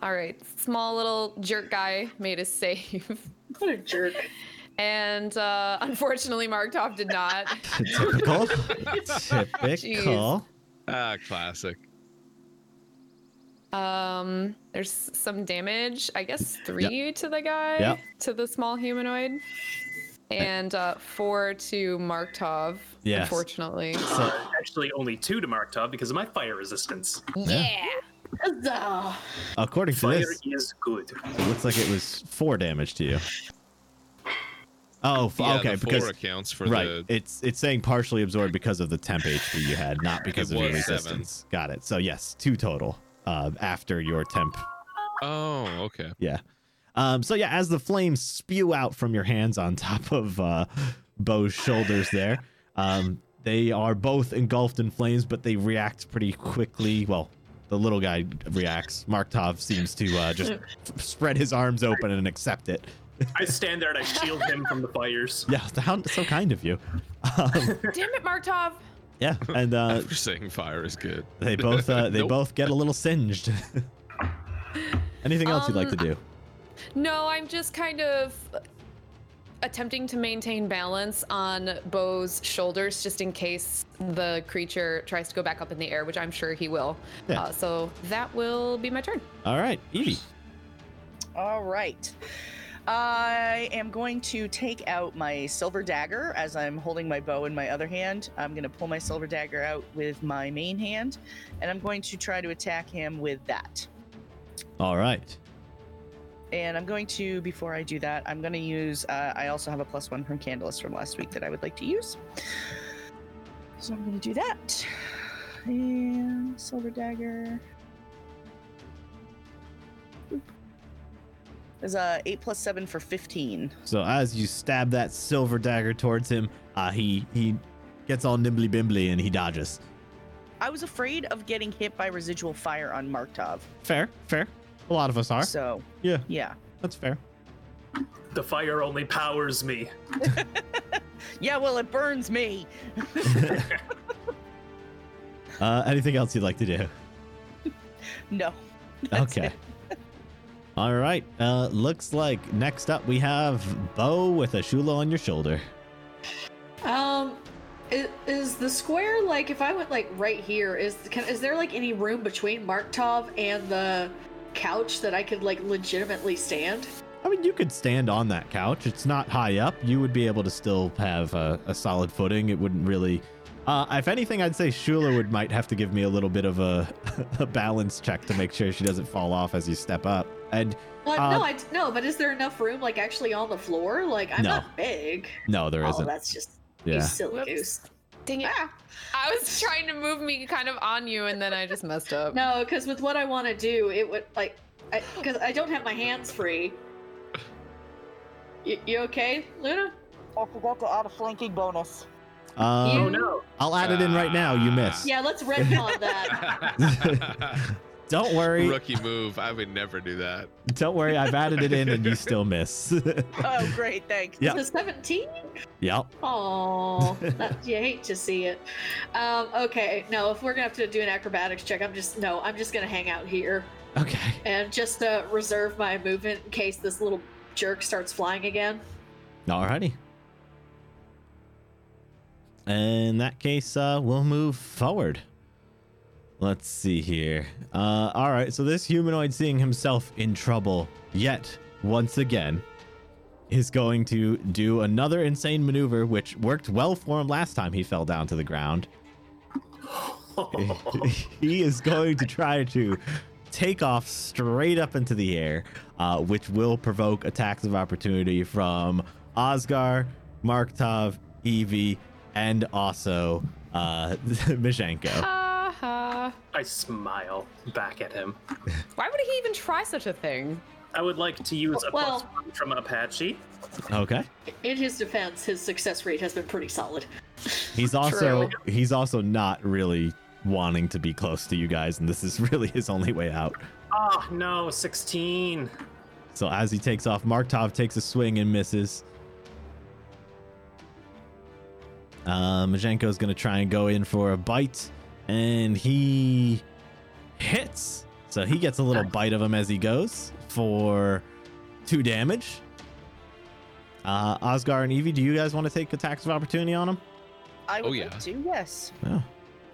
S6: All right, small little jerk guy made his save,
S4: What a jerk.
S6: and uh, unfortunately, Marktov did not.
S1: typical typical
S3: Ah, classic.
S6: Um, there's some damage. I guess three to the guy,
S1: Yep.
S6: to the small humanoid. and uh, four to Marktov.
S1: Yes.
S6: Unfortunately.
S1: So,
S2: Uh, Actually, only two to Marktov because of my fire resistance.
S1: Yeah.
S4: Huzzah.
S1: according to
S2: Fire
S1: this,
S2: is good.
S1: it looks like it was four damage to you. Oh, f-
S3: Yeah,
S1: okay,
S3: the four
S1: because
S3: accounts for
S1: right,
S3: the
S1: it's it's saying partially absorbed because of the temp HP you had, not because
S3: It
S1: of your
S3: was seven.
S1: resistance. Got it. So yes, two total uh, after your temp
S3: oh okay
S1: Yeah. Um, so yeah, as the flames spew out from your hands on top of uh, Bo's shoulders, there, um, they are both engulfed in flames, but they react pretty quickly. Well, the little guy reacts. Marktov seems to uh, just f- spread his arms open and accept it.
S2: I stand there and I shield him from the fires.
S1: Yeah, how, so kind of you. Um,
S6: Damn it, Marktov.
S1: yeah, and uh,
S3: After saying fire is good
S1: they both uh, they
S3: Nope.
S1: both get a little singed. Anything else you'd like to
S6: Um,
S1: do?
S6: No, I'm just kind of attempting to maintain balance on Bo's shoulders just in case the creature tries to go back up in the air, which I'm sure he will.
S1: Yeah.
S6: Uh, so that will be my turn.
S1: All right, Evie.
S5: All right. I am going to take out my silver dagger as I'm holding my bow in my other hand. I'm going to pull my silver dagger out with my main hand, and I'm going to try to attack him with that.
S1: All right.
S5: And I'm going to, before I do that, I'm going to use, uh, I also have a plus one from Candlelist from last week that I would like to use. So I'm going to do that. And Silver Dagger. Boop. Is a 8 plus 7 for 15.
S1: So as you stab that silver dagger towards him, uh, he he gets all nimbly bimbly and he dodges.
S5: I was afraid of getting hit by residual fire on Marktov.
S1: Fair, fair. A lot of us are.
S5: So,
S1: Yeah,
S5: yeah.
S1: that's fair.
S2: The fire only powers me.
S5: Yeah, well, it burns me.
S1: Uh, anything else you'd like to do?
S5: No. That's
S1: Okay.
S5: it.
S1: All right. Uh, looks like next up we have Bo with a shula on your shoulder.
S4: Um, is, is the square like if I went like right here? Is can, is there like any room between Marktov and the couch that I could like legitimately stand?
S1: I mean, you could stand on that couch. It's not high up. You would be able to still have a, a solid footing. It wouldn't really. Uh, if anything, I'd say Shula would might have to give me a little bit of a, a balance check to make sure she doesn't fall off as you step up. And
S4: Well,
S1: Uh,
S4: no, I no, but is there enough room like actually on the floor? Like I'm
S1: No.
S4: not big.
S1: no, there
S4: oh,
S1: not
S4: that's just you
S1: Yeah.
S4: silly
S6: Whoops.
S4: goose.
S6: Dang it.
S4: Ah.
S6: I was trying to move me kind of on you and then I just messed up.
S4: No, because with what I want to do, it would like because I, don't have my hands free. You, you okay, Luna?
S5: I forgot to add a flanking bonus.
S1: Um,
S2: Oh no.
S1: I'll add it in right now. You miss.
S4: Yeah, let's retcon that.
S1: Don't worry.
S3: rookie move I would never do that
S1: Don't worry. I've added it in and you still miss.
S5: Oh, great. Thanks.
S1: Yeah.
S4: It's a 17?
S1: yep.
S4: Oh, you hate to see it. Um, okay, no, if we're gonna have to do an acrobatics check, I'm just no, I'm just gonna hang out here
S1: Okay.
S4: and just uh, reserve my movement in case this little jerk starts flying again.
S1: Alrighty. In that case, uh, we'll move forward. Let's see here. Uh, all right, so this humanoid seeing himself in trouble yet once again is going to do another insane maneuver, which worked well for him last time he fell down to the ground. he is going to try to take off straight up into the air, uh, which will provoke attacks of opportunity from Osgar, Marktov, Evie, and also uh, Mishenko.
S6: Ha ha.
S2: I smile back at him.
S6: Why would he even try such a thing?
S2: I would like to use a plus
S4: Well-
S2: one from Apache.
S1: Okay,
S4: In his defense, his success rate has been pretty solid.
S1: he's also he's also not really wanting to be close to you guys, and this is really his only way out.
S2: Oh no, 16.
S1: So as he takes off, Marktov takes a swing and misses. Uh, Majenko's going to try and go in for a bite, and he hits. So he gets a little bite of him as he goes for two damage. Uh, Osgar and Evie, do you guys want to take attacks of opportunity on him?
S5: I would
S3: Oh, yeah.
S5: like to, yes.
S1: No.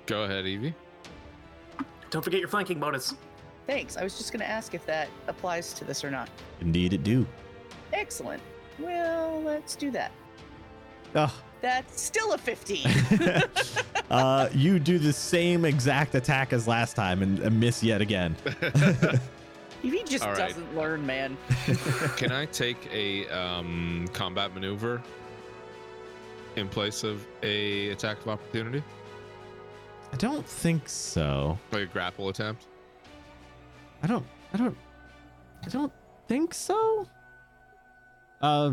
S3: go ahead Evie
S2: Don't forget your flanking bonus.
S5: Thanks. I was just going to ask if that applies to this or not.
S1: Indeed, it do.
S5: Excellent. Well, let's do that.
S1: Oh,
S5: That's still a 15.
S1: uh, you do the same exact attack as last time and uh, miss yet again.
S5: he just
S3: All right.
S5: doesn't learn, man.
S3: Can I take a um, combat maneuver in place of a attack of opportunity,
S1: I don't think so.
S3: like a grapple attempt?
S1: I don't. I don't. I don't think so. Uh,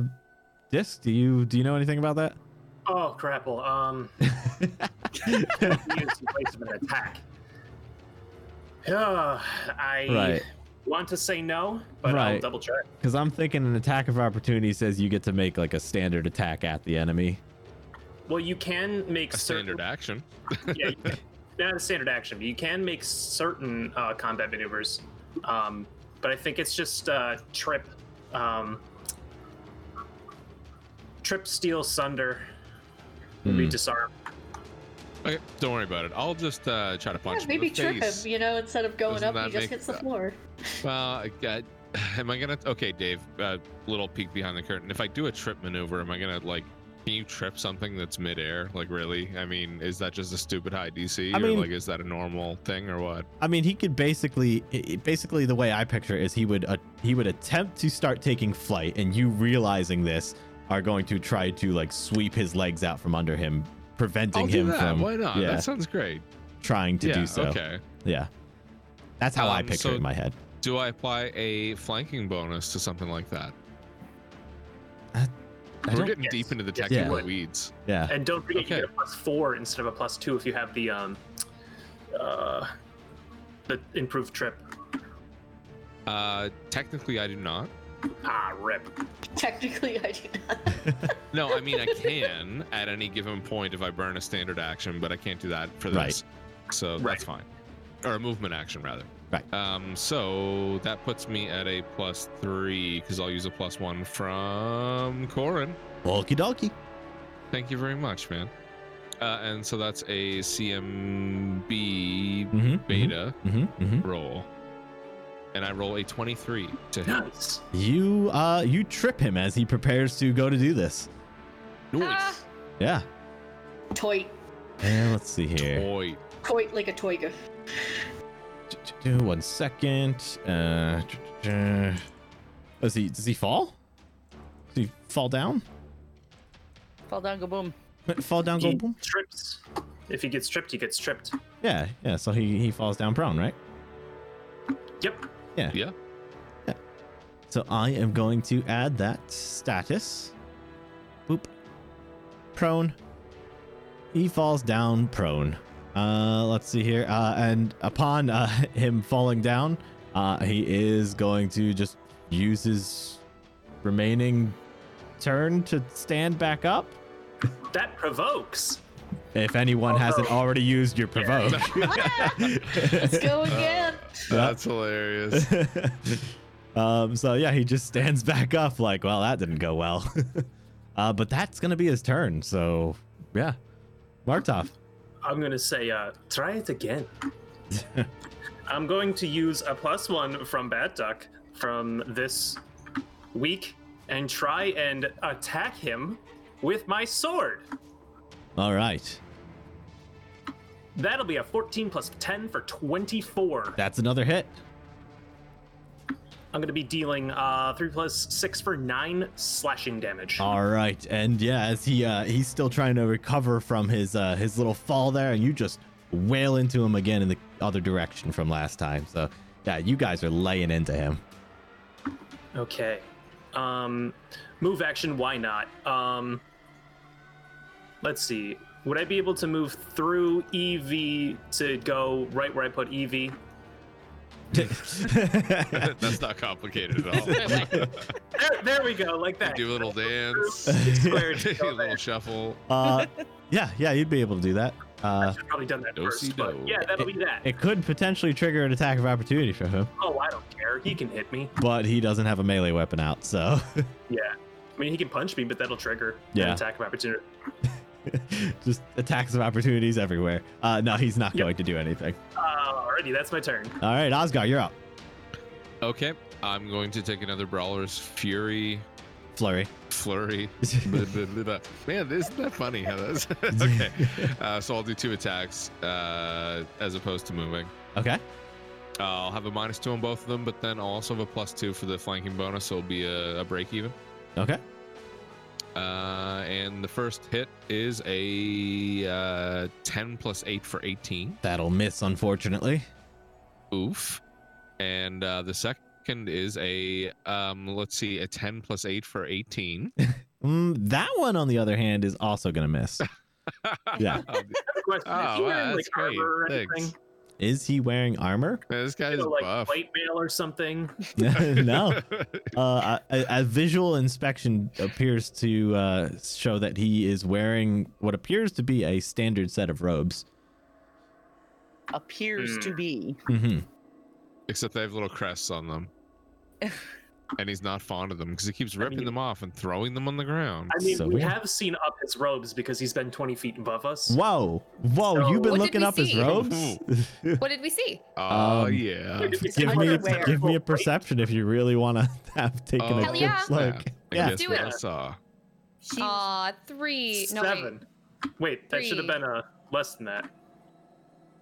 S1: Disc, do you do you know anything about that?
S2: Oh, crapple. Um, use in place of an attack. Ugh, I
S1: Right.
S2: want to say no, but I'll
S1: Right.
S2: double check.
S1: Because I'm thinking an attack of opportunity says you get to make like a standard attack at the enemy.
S2: Well, you can make
S3: A
S2: certain
S3: standard action.
S2: yeah, you can- not a standard action, but you can make certain uh, combat maneuvers. Um, but I think it's just uh, trip, um, trip, steal, sunder. would Be
S1: Hmm.
S2: disarm.
S3: Okay, don't worry about it. I'll just uh, try to punch
S4: Yeah,
S3: him
S4: maybe
S3: in the
S4: trip him,
S3: face.
S4: you know, instead of going
S3: Doesn't
S4: up,
S3: that
S4: he just
S3: make-
S4: hits the floor.
S3: Well, I got- am I gonna? Okay, Dave. Uh, little peek behind the curtain. If I do a trip maneuver, am I gonna like? Can you trip something that's midair? Like really? I mean, is that just a stupid high DC,
S1: I mean-
S3: or like is that a normal thing, or what?
S1: I mean, he could basically, i- i- basically the way I picture it is he would uh, he would attempt to start taking flight, and you realizing this are going to try to like sweep his legs out from under him, preventing
S3: I'll do
S1: him
S3: that.
S1: from
S3: Why not?
S1: yeah,
S3: That sounds great.
S1: trying to
S3: yeah.
S1: do so.
S3: Okay.
S1: Yeah, that's how I
S3: Um,
S1: picture
S3: so-
S1: it in my head.
S3: Do I apply a flanking bonus to something like that?
S1: Uh, I
S3: We're
S1: don't-
S3: getting
S2: Yes.
S3: deep into the
S2: Yes,
S1: you
S3: technical
S2: would.
S3: weeds.
S1: yeah,
S2: And don't forget,
S3: Okay.
S2: you get a plus four instead of a plus two if you have the um, uh, the improved trip.
S3: Uh, technically, I do not.
S2: Ah, rip.
S4: Technically, I do not.
S3: No, I mean I can at any given point if I burn a standard action, but I can't do that for this.
S1: Right.
S3: So
S2: Right.
S3: that's fine. Or a movement action rather.
S1: Right.
S3: Um so that puts me at a plus three, because I'll use a plus one from Corin.
S1: Walkie dokie.
S3: Thank you very much, man. Uh, and so that's a CMB
S1: Mm-hmm.
S3: beta
S1: hmm hmm
S3: roll. And I roll a 23 to hit.
S2: Nice.
S1: You uh you trip him as he prepares to go to do this.
S6: Ah.
S3: Nice.
S1: Yeah.
S4: Toy,
S1: And let's see here.
S3: Toy.
S4: toy like a toy. gift.
S1: Ch- ch- ch- One second. Uh, ch- ch- ch- does he does he fall? Does he fall down?
S5: Fall down, go boom.
S1: Fall down, go
S2: He
S1: boom.
S2: trips. If he gets tripped, he gets tripped.
S1: Yeah, yeah. So he he falls down prone, right?
S2: Yep.
S3: Yeah.
S1: So I am going to add that status. Boop. Prone. He falls down prone. Uh, let's see here. Uh, and upon uh, him falling down, uh, he is going to just use his remaining turn to stand back up.
S2: That provokes.
S1: If anyone hasn't
S2: Oh.
S1: already used your provoke.
S4: Let's go again.
S3: That's hilarious.
S1: um, so yeah, he just stands back up like, well, that didn't go well. uh, but that's gonna be his turn. So yeah, Martov.
S2: I'm gonna say, uh, try it again. I'm going to use a plus one from Bad Duck from this week and try and attack him with my sword.
S1: All right,
S2: That'll be a 14 plus 10 for 24.
S1: that's another hit.
S2: I'm gonna be dealing uh, three plus six for nine slashing damage.
S1: All right, and yeah, as he uh, he's still trying to recover from his uh, his little fall there, and you just wail into him again in the other direction from last time. So yeah, you guys are laying into him.
S2: Okay. Um, move action, why not? Um, let's see. Would I be able to move through EV to go right where I put E EV?
S3: That's not complicated at all.
S2: There, there we go, like that.
S3: do a little dance,
S2: Square to
S3: a
S2: go
S3: little
S2: there.
S3: shuffle.
S1: uh, yeah, yeah, you'd be able to do that. Uh,
S2: I've probably done that first, but
S3: Do-si-do.
S2: yeah, that'll be that.
S1: It could potentially trigger an attack of opportunity for him,
S2: Oh, I don't care. He can hit me.
S1: but he doesn't have a melee weapon out, so
S2: Yeah. I mean, he can punch me, but that'll trigger an
S1: Yeah.
S2: attack of opportunity.
S1: just attacks of opportunities everywhere. Uh, no, he's not
S2: Yep.
S1: going to do anything.
S2: Uh, alrighty, that's my turn.
S1: All right, Osgar, you're up.
S3: Okay, I'm going to take another Brawler's Fury
S1: Flurry.
S3: flurry. Blah, blah, blah, blah. Man, isn't that funny how that's okay? Uh, so I'll do two attacks uh, as opposed to moving.
S1: Okay.
S3: Uh, I'll have a minus two on both of them, but then I'll also have a plus two for the flanking bonus, so it'll be a, a break even.
S1: Okay.
S3: Uh, and the first hit is a uh, 10 plus 8 for 18.
S1: That'll miss, unfortunately.
S3: Oof. And uh, the second is a, um, let's see, a 10 plus 8 for 18.
S1: Mm, that one, on the other hand, is also gonna miss. Yeah.
S2: have a question. Is he
S3: Oh, wow,
S2: wearing like
S3: that's great.
S2: armor or
S3: Thanks.
S2: anything?
S1: Is he wearing armor?
S3: Man, this guy
S2: You
S3: is
S2: know, like
S3: buff.
S2: plate mail or something?
S1: no. Uh, a, a visual inspection appears to uh, show that he is wearing what appears to be a standard set of robes.
S5: Appears to
S2: Hmm.
S5: be.
S1: hmm
S3: Except they have little crests on them. and he's not fond of them because he keeps ripping
S2: mean-
S3: them off and throwing them on the ground.
S2: I mean,
S1: So
S2: we
S1: weird.
S2: have seen up his robes because he's been 20 feet above us.
S1: Whoa, whoa!
S2: So-
S1: You've been
S6: What
S1: looking
S6: did we
S1: up his
S6: see?
S1: robes.
S6: What did we see?
S3: Oh,
S1: Um,
S3: yeah.
S2: Did we see
S1: give me, a,
S5: Underwear.
S1: give me a
S2: Wait,
S1: perception if you really want to have taken
S3: Oh,
S1: a
S6: Hell
S1: good
S6: yeah.
S1: look.
S3: I
S1: Yeah.
S3: guess
S6: Do
S3: what
S6: it.
S3: I saw.
S5: She
S6: Aw, three. No, wait.
S2: Seven. Wait, that should have
S6: Three.
S2: been uh, less than that.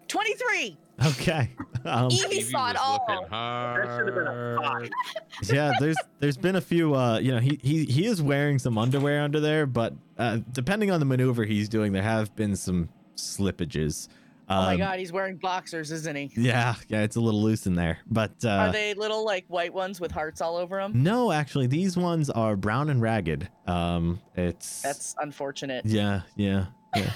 S5: 23.
S1: Okay. Um,
S5: Evie saw it all.
S3: looking hard.
S2: That should have been
S1: Uh,
S2: a five.
S1: yeah, there's there's been a few. Uh, you know, he he he is wearing some underwear under there, but uh, depending on the maneuver he's doing, there have been some slippages. Um,
S5: oh my god, he's wearing boxers, isn't he?
S1: Yeah, yeah, it's a little loose in there, but uh,
S5: Are they little like white ones with hearts all over them?
S1: no, actually, these ones are brown and ragged. Um, it's
S5: That's unfortunate.
S1: yeah, yeah, yeah.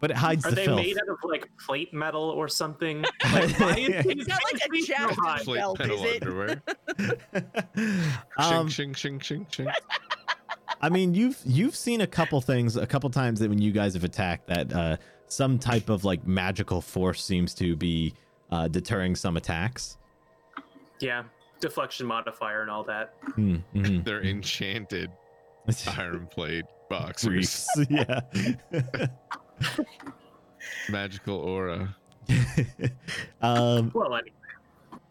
S1: but it hides
S2: Are
S1: the
S2: they
S1: filth.
S2: made out of like plate metal or something? Like, why is
S5: It's not like a
S2: his
S5: jacket.
S2: hide?
S3: Plate
S5: Belt,
S3: metal
S5: is it?
S3: underwear.
S1: um,
S3: shing, shing, shing, shing, shing.
S1: I mean, you've you've seen a couple things, a couple times that when you guys have attacked, that uh, some type of like magical force seems to be uh, deterring some attacks.
S2: Yeah, deflection modifier and all that.
S1: Hmm, mhm.
S3: They're enchanted iron plate boxers.
S1: Freaks, yeah.
S3: Magical aura.
S1: um,
S2: Well, anyway,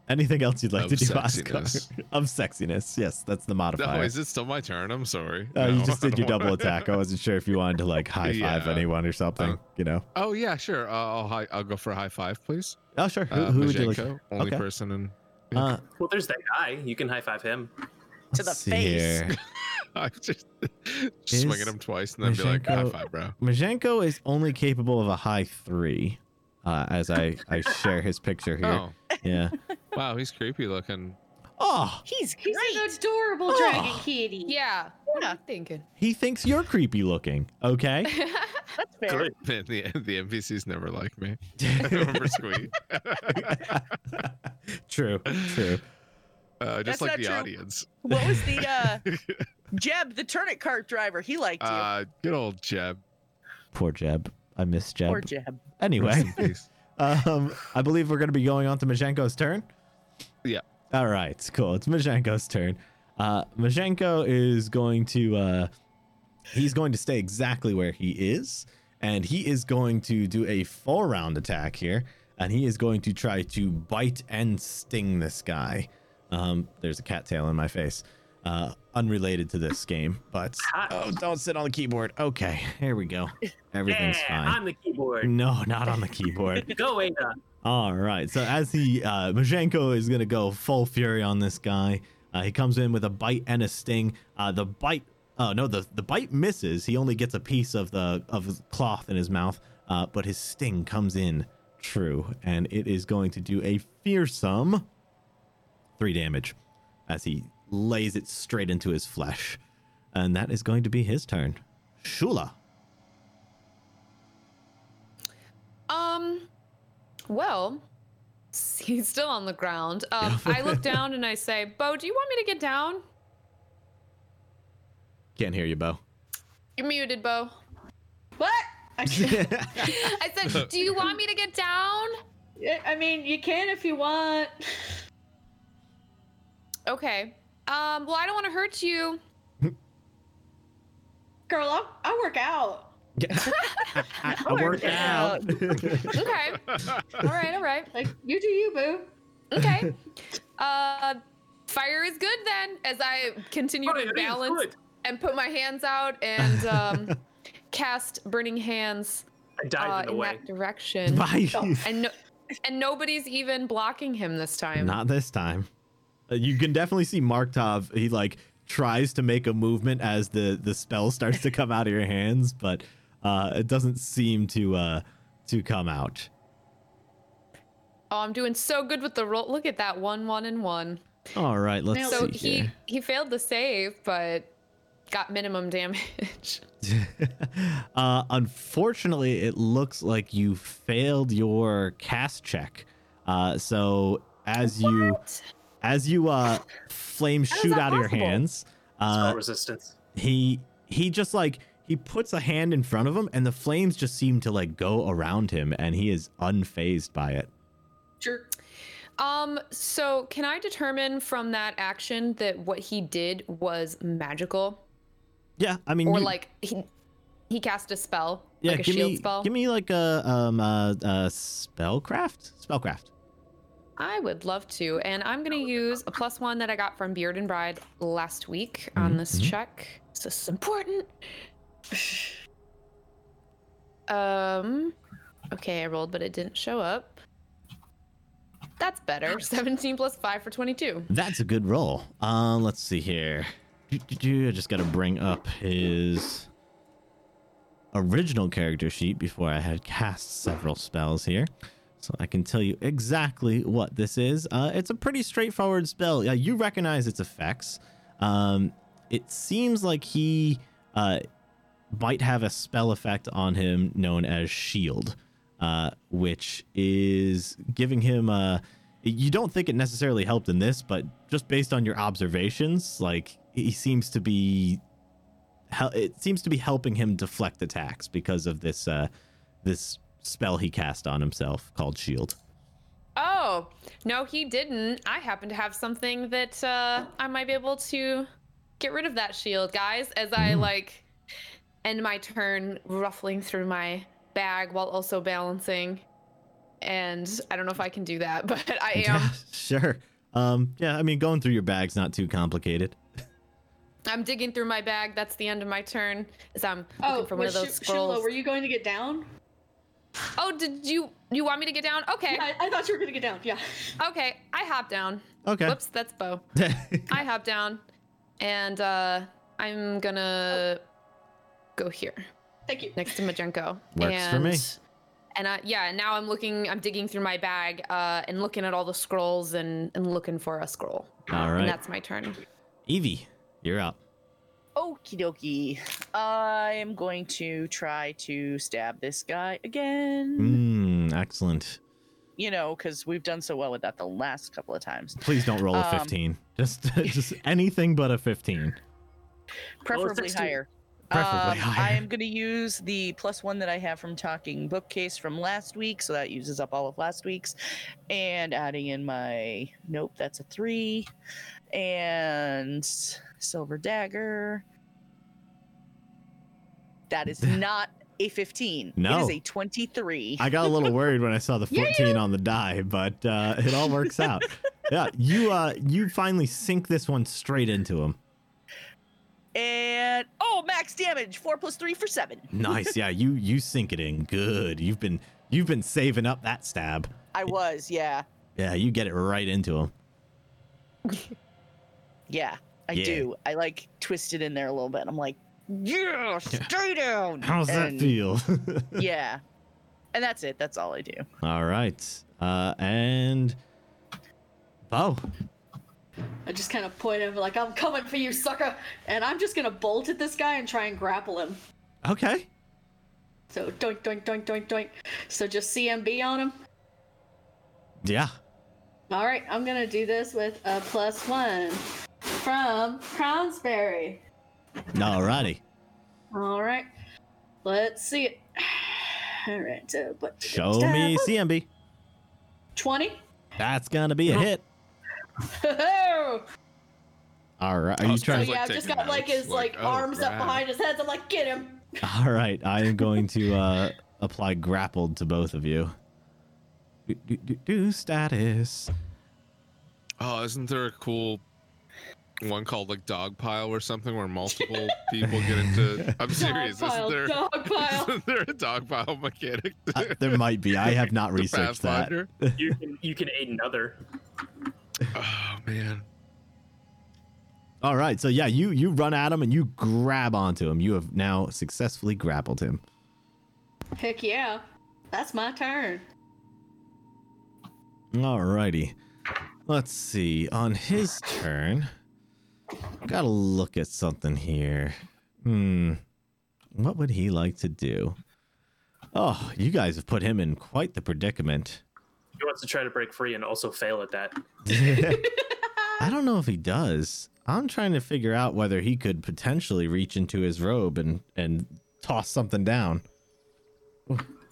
S1: anything else you'd like
S3: Of
S1: to do,
S3: sexiness.
S1: Oscar? Of sexiness, yes, that's the modifier.
S3: No, is it still my turn? I'm sorry.
S1: Uh,
S3: No,
S1: you just
S3: I
S1: did your
S3: don't
S1: double
S3: wanna-
S1: attack. I wasn't sure if you wanted to like high five
S3: Yeah.
S1: anyone or something.
S3: Uh,
S1: you know?
S3: Oh yeah, sure. Uh, I'll hi- I'll go for a high five, please.
S1: Oh, sure. Who,
S3: Uh,
S1: who would you like?
S3: Majenko, only
S1: okay.
S3: person in.
S1: Uh,
S2: well, there's that guy. You can high five him.
S5: To
S1: let's see
S5: the face.
S1: here.
S3: I just
S1: Is
S3: swinging him twice and then be like, high
S1: Majenko-
S3: five, bro.
S1: Majenko is only capable of a high three. Uh, as I, I share his picture here.
S3: Oh,
S1: Yeah.
S3: wow, he's creepy looking.
S1: Oh,
S5: He's
S4: He's
S5: great.
S4: an adorable dragon kitty.
S6: Yeah. What am I thinking?
S1: he thinks you're creepy looking. Okay.
S5: That's fair.
S2: Good.
S3: Man, the the NPCs never like me. Over Squeak.
S1: true. True.
S3: Uh, just
S5: That's
S3: like
S5: not
S3: the
S5: true.
S3: audience.
S5: What was the uh Jeb, the turnip cart driver? He liked you.
S3: Uh, good old Jeb.
S1: Poor Jeb. I miss Jeb.
S5: Poor Jeb.
S3: Rest
S1: Anyway,
S3: in peace.
S1: um, I believe we're going to be going on to Majenko's turn.
S3: Yeah.
S1: All right. Cool. It's Majenko's turn. Uh, Majenko is going to. Uh, he's going to stay exactly where he is, and he is going to do a full round attack here, and he is going to try to bite and sting this guy. Um, there's a cattail in my face. Uh, unrelated to this game, but
S2: Hot.
S1: oh, don't sit on the keyboard. Okay, here we go. Everything's
S2: yeah,
S1: fine. Mm.
S2: on the keyboard.
S1: No, not on the keyboard.
S2: Go, uh, Ada.
S1: All right. So as he uh Majenko is gonna go full fury on this guy. Uh, he comes in with a bite and a sting. Uh, the bite, oh no, the the bite misses. He only gets a piece of the of the cloth in his mouth. Uh, but his sting comes in true, and it is going to do a fearsome three damage as he lays it straight into his flesh, and that is going to be his turn. Shula.
S6: Um, well, s- he's still on the ground. Um,
S1: Yeah.
S6: I look down and I say, Bo, do you want me to get down?
S1: Can't hear you, Bo.
S6: You're muted, Bo.
S4: What? I,
S6: I said, do you want me to get down?
S4: I mean, you can if you want.
S6: Okay. Um, well, I don't want to hurt you.
S4: Girl, I, I work out.
S1: I worked out.
S6: Okay. all right, all right.
S4: Like, you do you, boo.
S6: Okay. Uh, fire is good then, as I continue
S2: Fire
S6: to
S2: is
S6: balance
S2: good.
S6: and put my hands out and um, cast burning hands
S2: I dive
S6: uh,
S2: in the
S6: in
S2: way.
S6: that direction.
S1: Bye.
S6: And no, and nobody's even blocking him this time.
S1: Not this time. Uh, You can definitely see Marktov. He like tries to make a movement as the the spell starts to come out of your hands, but uh, it doesn't seem to uh, to come out.
S6: oh, I'm doing so good with the roll. Look at that one, one, and one.
S1: All right, let's
S6: So
S1: see
S6: he
S1: here.
S6: he failed the save, but got minimum damage.
S1: uh, unfortunately, it looks like you failed your cast check. Uh, so as you as you uh, flames
S6: How is
S1: shoot
S6: that
S1: out of your
S6: possible?
S1: hands, uh,
S2: Spell resistance.
S1: he he just like he puts a hand in front of him and the flames just seem to like go around him and he is unfazed by it
S4: Sure.
S6: Um, so can I determine from that action that what he did was magical?
S1: yeah i mean
S6: Or
S1: you-
S6: like he he cast a spell,
S1: yeah
S6: like a
S1: give
S6: shield
S1: me
S6: spell.
S1: give me like a um uh, uh spellcraft spellcraft
S6: I would love to, and I'm gonna use a plus one that I got from Beard and Bride last week on
S1: Mhm,
S6: this
S1: mhm.
S6: check. So This is important. um, okay, I rolled, but it didn't show up. That's better. 17 plus five for 22.
S1: that's a good roll uh let's see here Do, do, do. i just gotta bring up his original character sheet before i had cast several spells here so i can tell you exactly what this is uh it's a pretty straightforward spell yeah you recognize its effects um it seems like he uh might have a spell effect on him known as shield E uh which is giving him a you don't think it necessarily helped in this but just based on your observations like he seems to be hel- it seems to be helping him deflect attacks because of this uh this spell he cast on himself called shield
S6: Oh, no, he didn't. I happen to have something that uh, I might be able to get rid of that shield, guys, as I
S1: Mm.
S6: like end my turn ruffling through my bag while also balancing. And I don't know if I can do that, but I am.
S1: sure um yeah i mean going through your bag's not too complicated
S6: I'm digging through my bag. That's the end of my turn. As I'm
S4: Oh,
S6: looking for one of
S4: was
S6: those
S4: Sh-
S6: scrolls.
S4: Shula, were you going to get down?
S6: oh, did you you want me to get down? Okay,
S4: I, I thought you were going to get down. Yeah.
S6: okay. I hop down.
S1: okay
S6: Whoops, that's Bo. I hop down, and uh, I'm gonna go here
S4: Thank you.
S6: next to Majenko.
S1: Works
S6: and,
S1: for me.
S6: And I, yeah, and now I'm looking. I'm digging through my bag uh, and looking at all the scrolls and and looking for a scroll.
S1: all
S6: And
S1: right
S6: that's my turn.
S1: evie you're up
S5: Okie dokie. I am going to try to stab this guy again.
S1: mm, excellent
S5: You know, because we've done so well with that the last couple of times.
S1: please don't roll a
S5: Um,
S1: 15 just just anything but a 15
S5: Preferably
S2: 16.
S5: higher.
S1: Preferably higher.
S5: I am going to use the plus one that I have from Talking Bookcase from last week. So that uses up all of last week's. And adding in my. Nope, that's a three. And Silver Dagger. That is not a 15. It
S1: No.
S5: is a 23.
S1: I got a little worried when I saw the 14 on the die, but uh, it all works out. yeah, you uh, you finally sink this one straight into him.
S5: And oh, max damage, four plus three for seven.
S1: Nice. Yeah, you you sink it in. Good. You've been you've been saving up that stab.
S5: I was, yeah,
S1: Yeah, you get it right into him.
S5: yeah, I
S1: Yeah.
S5: do. I like twisted in there a little bit. I'm like, yeah, stay down.
S1: How's that
S5: And-
S1: feel?
S5: yeah, and that's it. That's all I do.
S1: all right. Uh, and oh, Bo.
S4: I just kind of point at him like, I'm coming for you, sucker. And I'm just going to bolt at this guy and try and grapple him.
S1: Okay.
S4: So doink, doink, doink, doink, doink. So just CMB on him.
S1: Yeah.
S4: All right, I'm gonna do this with a plus one from Crownsberry.
S1: Alrighty.
S4: All right, let's see it. All right, uh, what?
S1: Show me CMB.
S4: Oh, Twenty.
S1: That's gonna be a hit.
S4: Oh,
S1: All right. Are
S3: Oh,
S1: you
S3: it's
S1: trying?
S3: like
S4: yeah, I've just
S3: taking
S4: got like
S3: notes,
S4: his like,
S3: oh,
S4: arms
S3: crap.
S4: up behind his head. I'm like, get him.
S1: All right, I am going to uh, apply grappled to both of you. Do, do, do, do status.
S3: Oh, isn't there a cool one called like dog pile or something where multiple people get into i'm serious
S6: Dog pile,
S3: isn't there
S6: dog pile.
S3: isn't there a dog pile mechanic
S1: Uh, there might be. I have not
S3: to
S1: researched that.
S3: Pathfinder?
S2: You can you can aid another.
S3: oh man
S1: All right. So yeah, you you run at him and you grab onto him. You have now successfully grappled him.
S4: Heck yeah. That's my turn.
S1: Alrighty. Let's see. On his turn, gotta look at something here. Hmm. What would he like to do? Oh, you guys have put him in quite the predicament.
S2: He wants to try to break free and also fail at that.
S1: I don't know if he does. I'm trying to figure out whether he could potentially reach into his robe and and toss something down.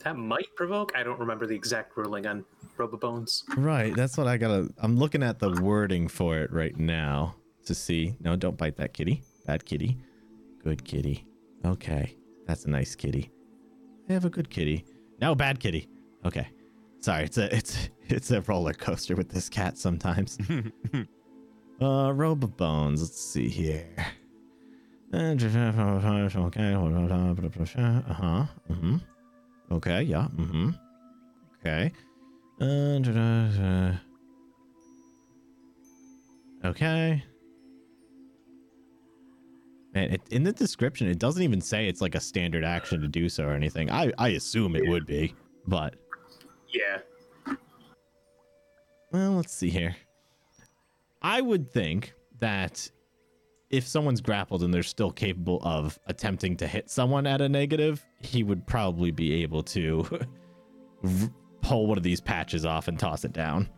S2: That might provoke. I don't remember the exact ruling on Robobones.
S1: Right, that's what I gotta. I'm looking at the wording for it right now to see. No, don't bite that kitty. Bad kitty. Good kitty. Okay, that's a nice kitty. I have a good kitty. No, bad kitty. Okay, sorry. It's a it's it's a roller coaster with this cat sometimes. uh, Robobones. Let's see here. Uh huh. Mm-hmm. Okay. Yeah. Mm-hmm. Okay. Uh, da, da, da. Okay. Man, it, in the description, it doesn't even say it's like a standard action to do so or anything. I, I assume it would be, but
S2: Yeah.
S1: well, let's see here. I would think that if someone's grappled and they're still capable of attempting to hit someone at a negative, he would probably be able to r- pull one of these patches off and toss it down.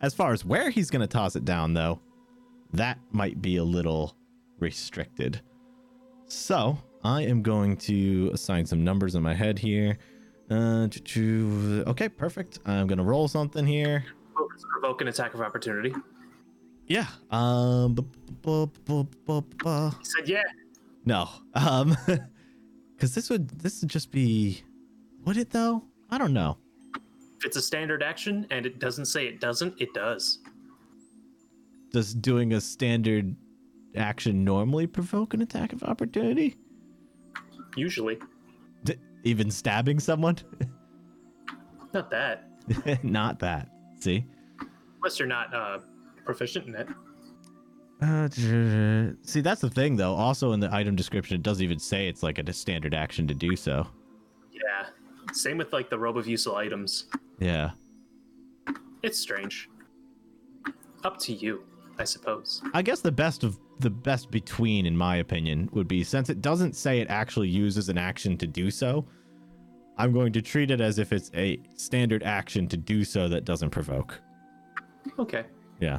S1: As far as where he's going to toss it down, though, that might be a little restricted. So I am going to assign some numbers in my head here. Uh, choo- choo. okay, perfect. I'm going to roll something here.
S2: Focus, provoke an attack of opportunity.
S1: Yeah. Um. bu- bu- bu- bu- bu-
S2: He said, "Yeah,
S1: No. Um. Because this would this would just be, would it though? I don't know.
S2: if it's a standard action and it doesn't say it doesn't, it does."
S1: Does doing a standard action normally provoke an attack of opportunity?
S2: Usually,
S1: D- even stabbing someone?
S2: not that
S1: Not that. See.
S2: unless you're not uh, proficient in it.
S1: Uh, see, that's the thing though. Also in the item description, it doesn't even say it's like a standard action to do so.
S2: Yeah. Same with like the robe of useful items.
S1: Yeah.
S2: It's strange. Up to you, I suppose.
S1: I guess the best of the best between, in my opinion, would be since it doesn't say it actually uses an action to do so. I'm going to treat it as if it's a standard action to do so that doesn't provoke.
S2: Okay.
S1: Yeah.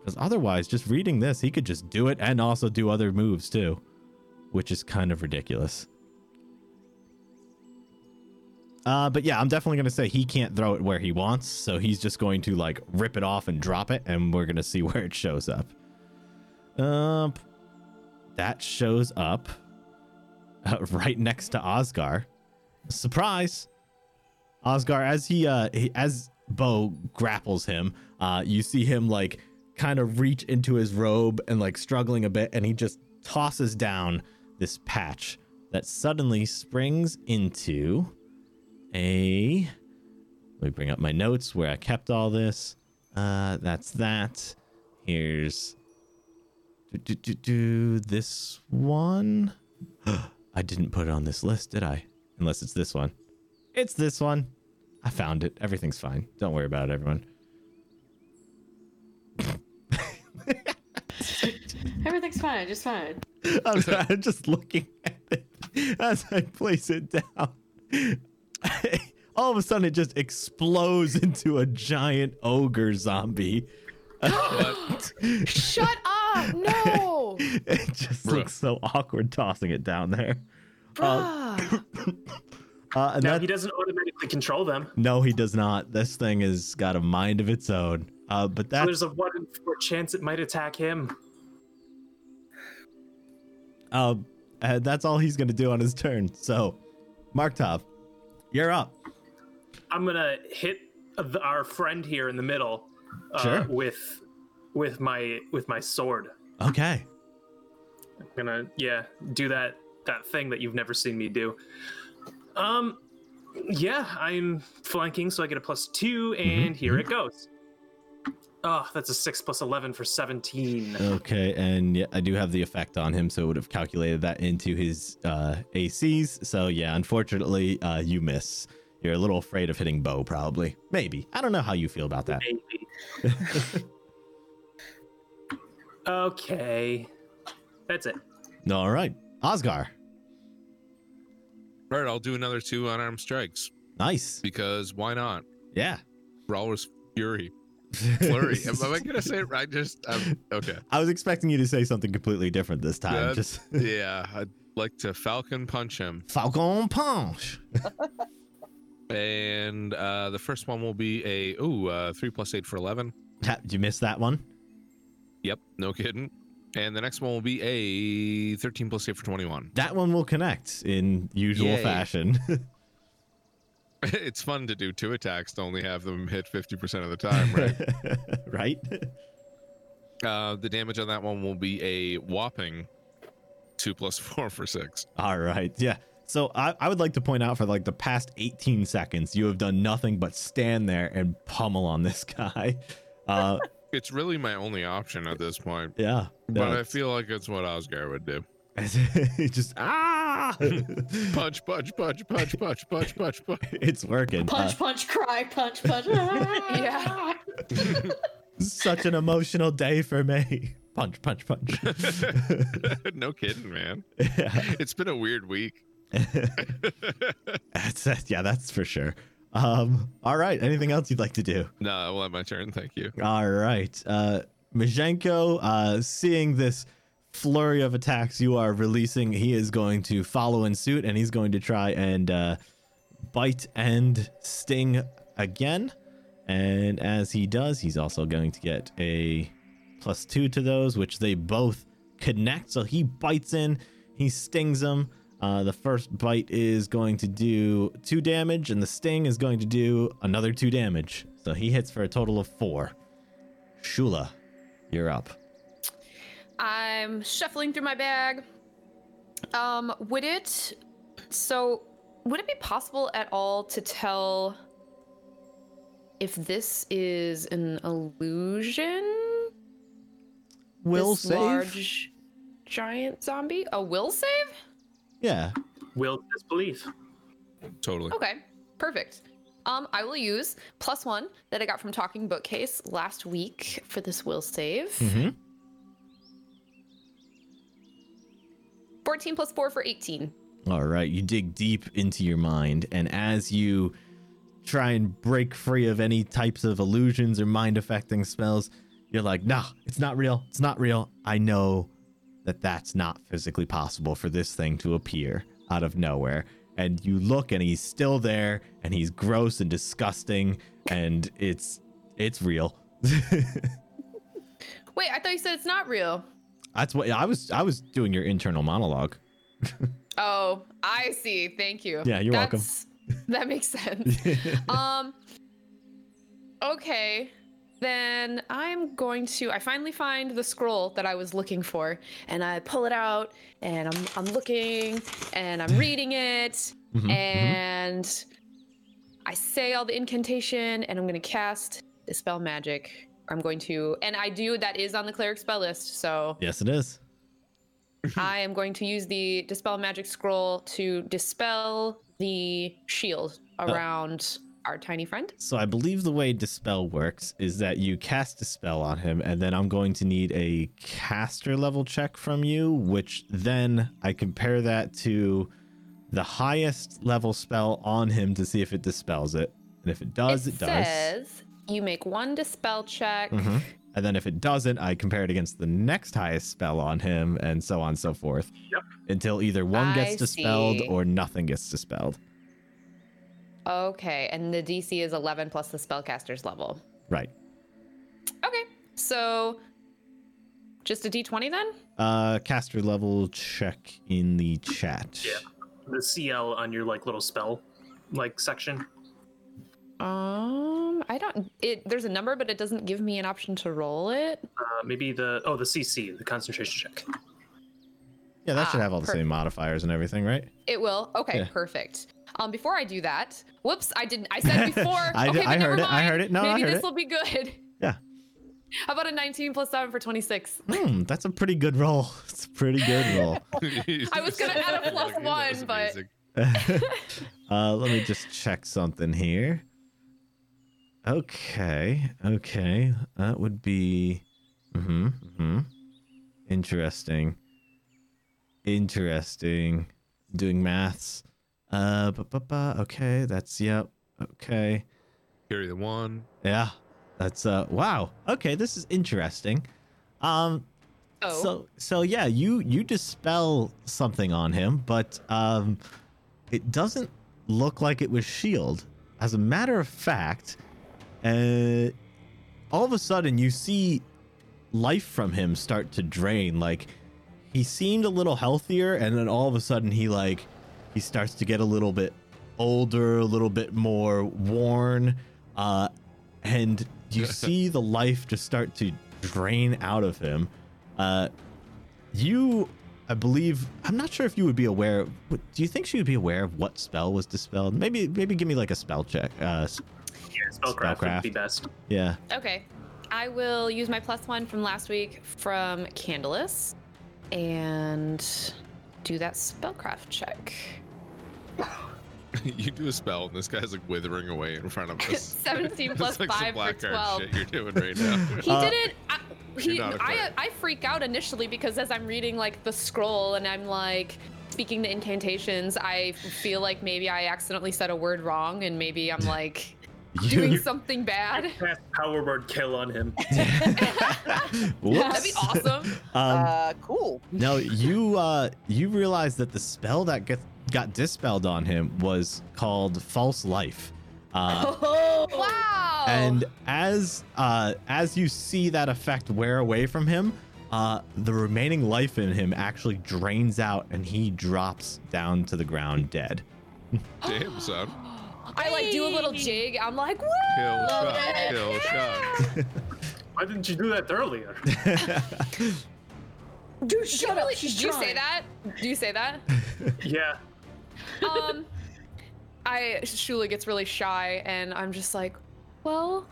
S1: Because otherwise, just reading this, he could just do it and also do other moves too, which is kind of ridiculous. Uh, but yeah, I'm definitely going to say he can't throw it where he wants, so he's just going to like rip it off and drop it, and we're going to see where it shows up. Um, that shows up uh, right next to Osgar. Surprise! Osgar, as he uh he, as Bo grapples him, uh you see him like kind of reach into his robe and like struggling a bit and he just tosses down this patch that suddenly springs into a let me bring up my notes where I kept all this. Uh that's that. Here's do, do, do, do, this one. I didn't put it on this list, did I? Unless it's this one. It's this one. I found it. Everything's fine. Don't worry about it, everyone.
S4: Everything's fine, just fine.
S1: I'm, sorry, I'm just looking at it as I place it down. All of a sudden, it just explodes into a giant ogre zombie.
S6: Shut up! No,
S1: It just
S3: Bruh.
S1: looks so awkward tossing it down there.
S6: bruh.
S1: Uh, and
S2: Now
S1: that,
S2: he doesn't automatically control them.
S1: no, he does not. This thing has got a mind of its own. Uh, but
S2: So
S1: that
S2: there's a one in four chance it might attack him.
S1: Uh, uh, that's all he's gonna do on his turn. So, Marktov, you're up.
S2: I'm gonna hit the, our friend here in the middle uh,
S1: Sure.
S2: with with my with my sword.
S1: Okay.
S2: I'm gonna yeah do that that thing that you've never seen me do. Um, yeah, I'm flanking, so I get a plus two, and here it goes. Oh, that's a six plus eleven for seventeen.
S1: Okay, and yeah, I do have the effect on him, so it would have calculated that into his uh, ACs. So yeah, unfortunately, uh, you miss. You're a little afraid of hitting bow, probably. Maybe. I don't know how you feel about that.
S2: Maybe. okay, that's it.
S1: All right, Osgar.
S3: All right, I'll do another two unarmed strikes
S1: Nice.
S3: because why not?
S1: Yeah.
S3: Brawler's Fury. Flurry. Am, am I going to say it right? Just, um, okay.
S1: I was expecting you to say something completely different this time.
S3: Yeah.
S1: Just
S3: Yeah, I'd like to Falcon Punch him.
S1: Falcon Punch.
S3: And uh, the first one will be a, ooh, uh, three plus eight for 11.
S1: Ha- Did you miss that one?
S3: Yep, no kidding. And the next one will be a 13 plus 8 for 21.
S1: That one will connect in usual
S3: Yay.
S1: fashion.
S3: it's fun to do two attacks to only have them hit 50% of the time, right?
S1: right?
S3: uh, the damage on that one will be a whopping 2 plus 4 for 6.
S1: All right. Yeah. So I, I would like to point out for like the past 18 seconds, you have done nothing but stand there and pummel on this guy. Uh,
S3: It's really my only option at this point.
S1: yeah.
S3: But
S1: yeah.
S3: I feel like it's what Osgar would do.
S1: just ah,
S3: Punch, punch, punch, punch, punch, punch, punch, punch.
S1: it's working.
S4: Punch, punch, cry, punch, punch. yeah.
S1: Uh, such an emotional day for me. Punch, punch, punch.
S3: no kidding, man.
S1: yeah.
S3: It's been a weird week.
S1: That's, that's- yeah, that's for sure. Um, all right. Anything else you'd like to do?
S3: No, I will have my turn. Thank you.
S1: All right. Uh Majenko, uh seeing this flurry of attacks you are releasing, he is going to follow in suit and he's going to try and uh bite and sting again. And as he does, he's also going to get a plus two to those, which they both connect. So he bites in, he stings him. Uh, the first bite is going to do two damage, and the sting is going to do another two damage. So he hits for a total of four. Shula, you're up.
S6: I'm shuffling through my bag. Um, would it so would it be possible at all to tell if this is an illusion? this large giant zombie? A will save?
S1: Yeah.
S2: Will disbelief.
S3: Totally.
S6: Okay, perfect. Um, I will use plus one that I got from Talking Bookcase last week for this will save.
S3: Mm-hmm.
S1: Mhm.
S6: 14 plus four for 18.
S1: All right, you dig deep into your mind, and as you try and break free of any types of illusions or mind affecting spells, you're like, nah, it's not real. It's not real. I know that that's not physically possible for this thing to appear out of nowhere. And you look, and he's still there, and he's gross and disgusting, and it's it's real.
S6: Wait, I thought you said it's not real.
S1: That's what I was. I was doing your internal monologue.
S6: Oh, I see. Thank you.
S1: Yeah, you're welcome.
S6: welcome. That makes sense. um okay then i'm going to i finally find the scroll that i was looking for and i pull it out and i'm, I'm looking and i'm reading it
S1: Mhm,
S6: and i say all the incantation and i'm going to cast dispel magic i'm going to and i do that is on the cleric spell list so
S1: yes, it is. Hmm.
S6: i am going to use the dispel magic scroll to dispel the shield
S1: Uh.
S6: around our tiny friend
S1: So I believe the way dispel works is that you cast a spell on him, and then I'm going to need a caster level check from you, which then I compare that to the highest level spell on him to see if it dispels it. And if it does, it, does.
S6: says you make one dispel check.
S1: Mhm. And then if it doesn't, I compare it against the next highest spell on him, and so on and so forth.
S2: Yep.
S1: Until either one gets
S6: I
S1: dispelled
S6: see.
S1: or nothing gets dispelled.
S6: Okay, and the DC is 11 plus the spellcaster's level.
S1: Right.
S6: Okay, so just a D20 then?
S1: Uh, caster level check in the chat.
S2: Yeah. The CL on your like little spell like section.
S6: Um, I don't. It there's a number, but it doesn't give me an option to roll it.
S2: Uh, maybe the oh the CC the concentration check.
S1: Yeah, that should
S6: Ah,
S1: have all the
S6: perfect.
S1: same modifiers and everything, right?
S6: It will. Okay,
S1: Yeah.
S6: perfect. Um, before I do that, whoops, I didn't. I said before.
S1: I d-
S6: okay,
S1: I
S6: but never
S1: heard it, I
S6: mind.
S1: heard it. No, I
S6: maybe
S1: heard
S6: this
S1: it.
S6: will be good.
S1: Yeah.
S6: How about a 19 plus seven for 26?
S1: Hmm, that's a pretty good roll. It's a pretty good roll.
S6: I was gonna add a plus
S3: That
S6: one,
S3: was
S6: but-
S3: amazing.
S1: uh, let me just check something here. Okay, okay, that would be, hmm, hmm, interesting, interesting. Doing maths. Uh, ba ba ba. Okay, that's yep. Okay.
S3: carry the one.
S1: Yeah, that's uh wow. Okay, this is interesting. Um
S6: Oh,
S1: so so yeah, you you dispel something on him, but um it doesn't look like it was shield. E As a matter of fact, uh all of a sudden you see life from him start to drain like he seemed a little healthier and then all of a sudden he like he starts to get a little bit older a little bit more worn uh and you see the life just start to drain out of him uh you i believe i'm not sure if you would be aware but do you think she would be aware of what spell was dispelled maybe maybe give me like a spell check uh s-
S2: Yeah, spellcraft,
S1: Spellcraft.
S2: would be best.
S1: yeah
S6: okay. I will use my plus one from last week from Candelas and do that spellcraft check.
S3: you do a spell, and this guy's like withering away in front of us.
S6: 17
S3: It's
S6: plus
S3: like some
S6: five for
S3: black card
S6: 12.
S3: Shit you're doing right now.
S6: He
S1: Uh,
S6: didn't. I, he,
S3: You're not a
S6: I,
S3: cleric.
S6: I freak out initially because as I'm reading like the scroll and I'm like speaking the incantations, I feel like maybe I accidentally said a word wrong and maybe I'm like doing
S1: you
S6: something bad.
S2: Cast power word kill on him.
S6: That'd be
S1: whoops
S6: awesome.
S1: um
S5: uh, cool.
S1: No, you uh you realize that the spell that get, got dispelled on him was called false life. Uh,
S4: Oh,
S6: Wow.
S1: and as uh as you see that effect wear away from him, uh the remaining life in him actually drains out and he drops down to the ground dead.
S3: Damn, son.
S6: I like do a little jig. I'm like, woo!
S3: Kill
S6: Love
S3: shot.
S6: it.
S3: Kill shot.
S2: Why didn't you do that earlier?
S4: Dude,
S6: Did
S4: shut
S6: you
S4: up.
S6: really-
S4: She's
S6: did you say
S4: trying.
S6: that? Do you say that?
S2: yeah.
S6: um, I Shula gets really shy, and I'm just like, well,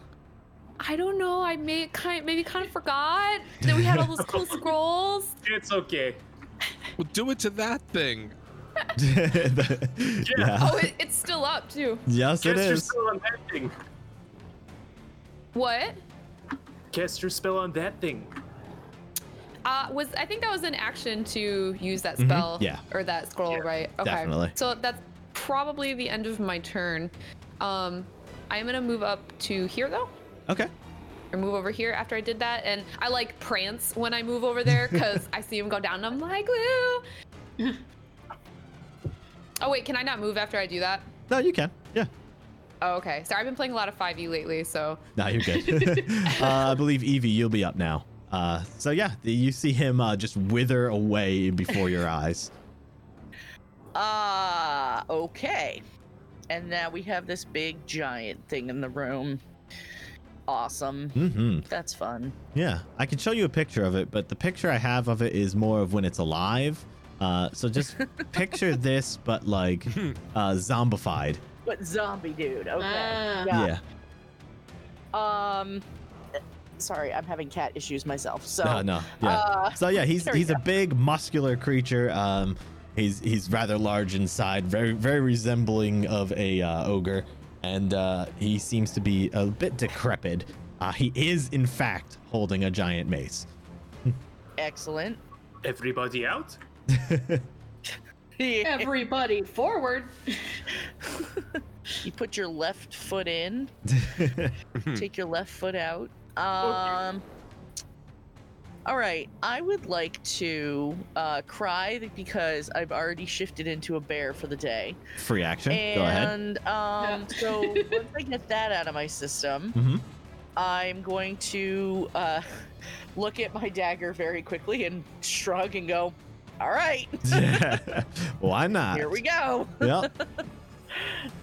S6: I don't know. I may kind maybe kind of forgot that we had all those cool scrolls.
S2: It's okay.
S3: Well, do it to that thing.
S1: yeah.
S6: Oh, it, it's still up too.
S1: Yes, it
S2: Cast your
S1: is.
S2: spell on that thing.
S6: What?
S2: Cast your spell on that thing.
S6: Uh, was I think that was an action to use that
S1: Mhm,
S6: spell?
S1: yeah.
S6: Or that scroll,
S2: Yeah,
S6: right? Okay.
S1: definitely.
S6: So that's probably the end of my turn. Um, I'm gonna move up to here though.
S1: Okay.
S6: or move over here after I did that. And I like prance when I move over there because I see him go down and I'm like, woo. oh, wait, can I not move after I do that?
S1: No, you can. Yeah.
S6: Oh, okay. Sorry, I've been playing a lot of 5e lately, so.
S1: No, you're good. uh, I believe Evie, you'll be up now. Uh, so yeah, you see him uh, just wither away before your eyes.
S5: Ah, okay. And now we have this big giant thing in the room. Awesome.
S1: hmm
S5: That's fun.
S1: Yeah, I can show you a picture of it, but the picture I have of it is more of when it's alive. Uh, so just picture this, but like uh, zombified.
S5: But zombie dude. Okay.
S4: Ah.
S1: Yeah.
S5: Um, sorry, I'm having cat issues myself. So.
S1: No, no. Yeah.
S5: Uh,
S1: so yeah, he's
S5: there we
S1: he's a big muscular creature. Um, he's he's rather large inside, very very resembling of a uh, ogre, and uh, he seems to be a bit decrepit. Uh, he is in fact holding a giant mace.
S5: excellent.
S2: Everybody out?
S5: you
S4: Everybody forward.
S5: put your left foot in.
S1: Hmm.
S5: take your left foot out. Um. All right, I would like to uh, cry because I've already shifted into a bear for the day.
S1: Free action. Go ahead.
S5: And um, so once I get that out of my system,
S1: Mhm.
S5: I'm going to uh, look at my dagger very quickly and shrug and go, "All right,
S1: Why not?
S5: here we go."
S1: Yep.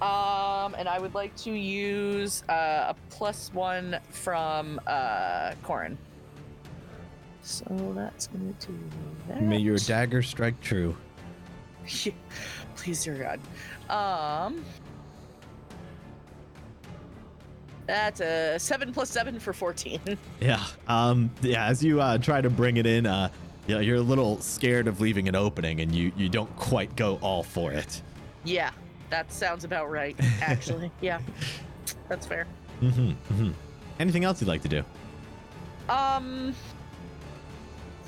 S5: Um, and I would like to use uh, a plus one from uh, Corin. So that's going to do that.
S1: May your dagger strike true.
S5: Please, dear God. Um, that's a seven plus seven for fourteen.
S1: Yeah. Um. Yeah. As you uh, try to bring it in, uh, you know, you're a little scared of leaving an opening, and you you don't quite go all for it.
S5: yeah, that sounds about right. Actually, yeah, that's fair.
S1: Mm-hmm. mm-hmm. Anything else you'd like to do?
S5: Um.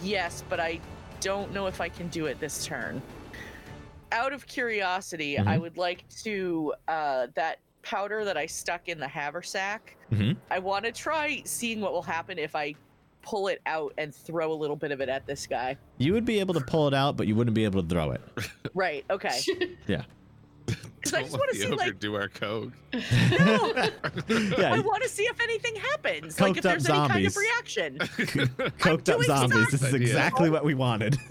S5: Yes, but I don't know if I can do it this turn. Out of curiosity, I
S1: Mhm.
S5: would like to uh, that powder that I stuck in the haversack.
S1: Mhm.
S5: I want to try seeing what will happen if I pull it out and throw a little bit of it at this guy.
S1: You would be able to pull it out, but you wouldn't be able to throw it.
S5: Right. Okay. Because I
S3: Don't
S5: just
S3: let
S5: wanna
S3: the
S5: see,
S3: ogre
S5: like-
S3: do our coke.
S5: No, I
S1: yeah.
S5: want to see if anything happens. like
S1: Coked
S5: if there's
S1: up
S5: any kind of
S1: zombies.
S5: reaction.
S1: Coked up
S5: doing
S1: zombies. This is
S3: exactly-
S1: exactly what we wanted.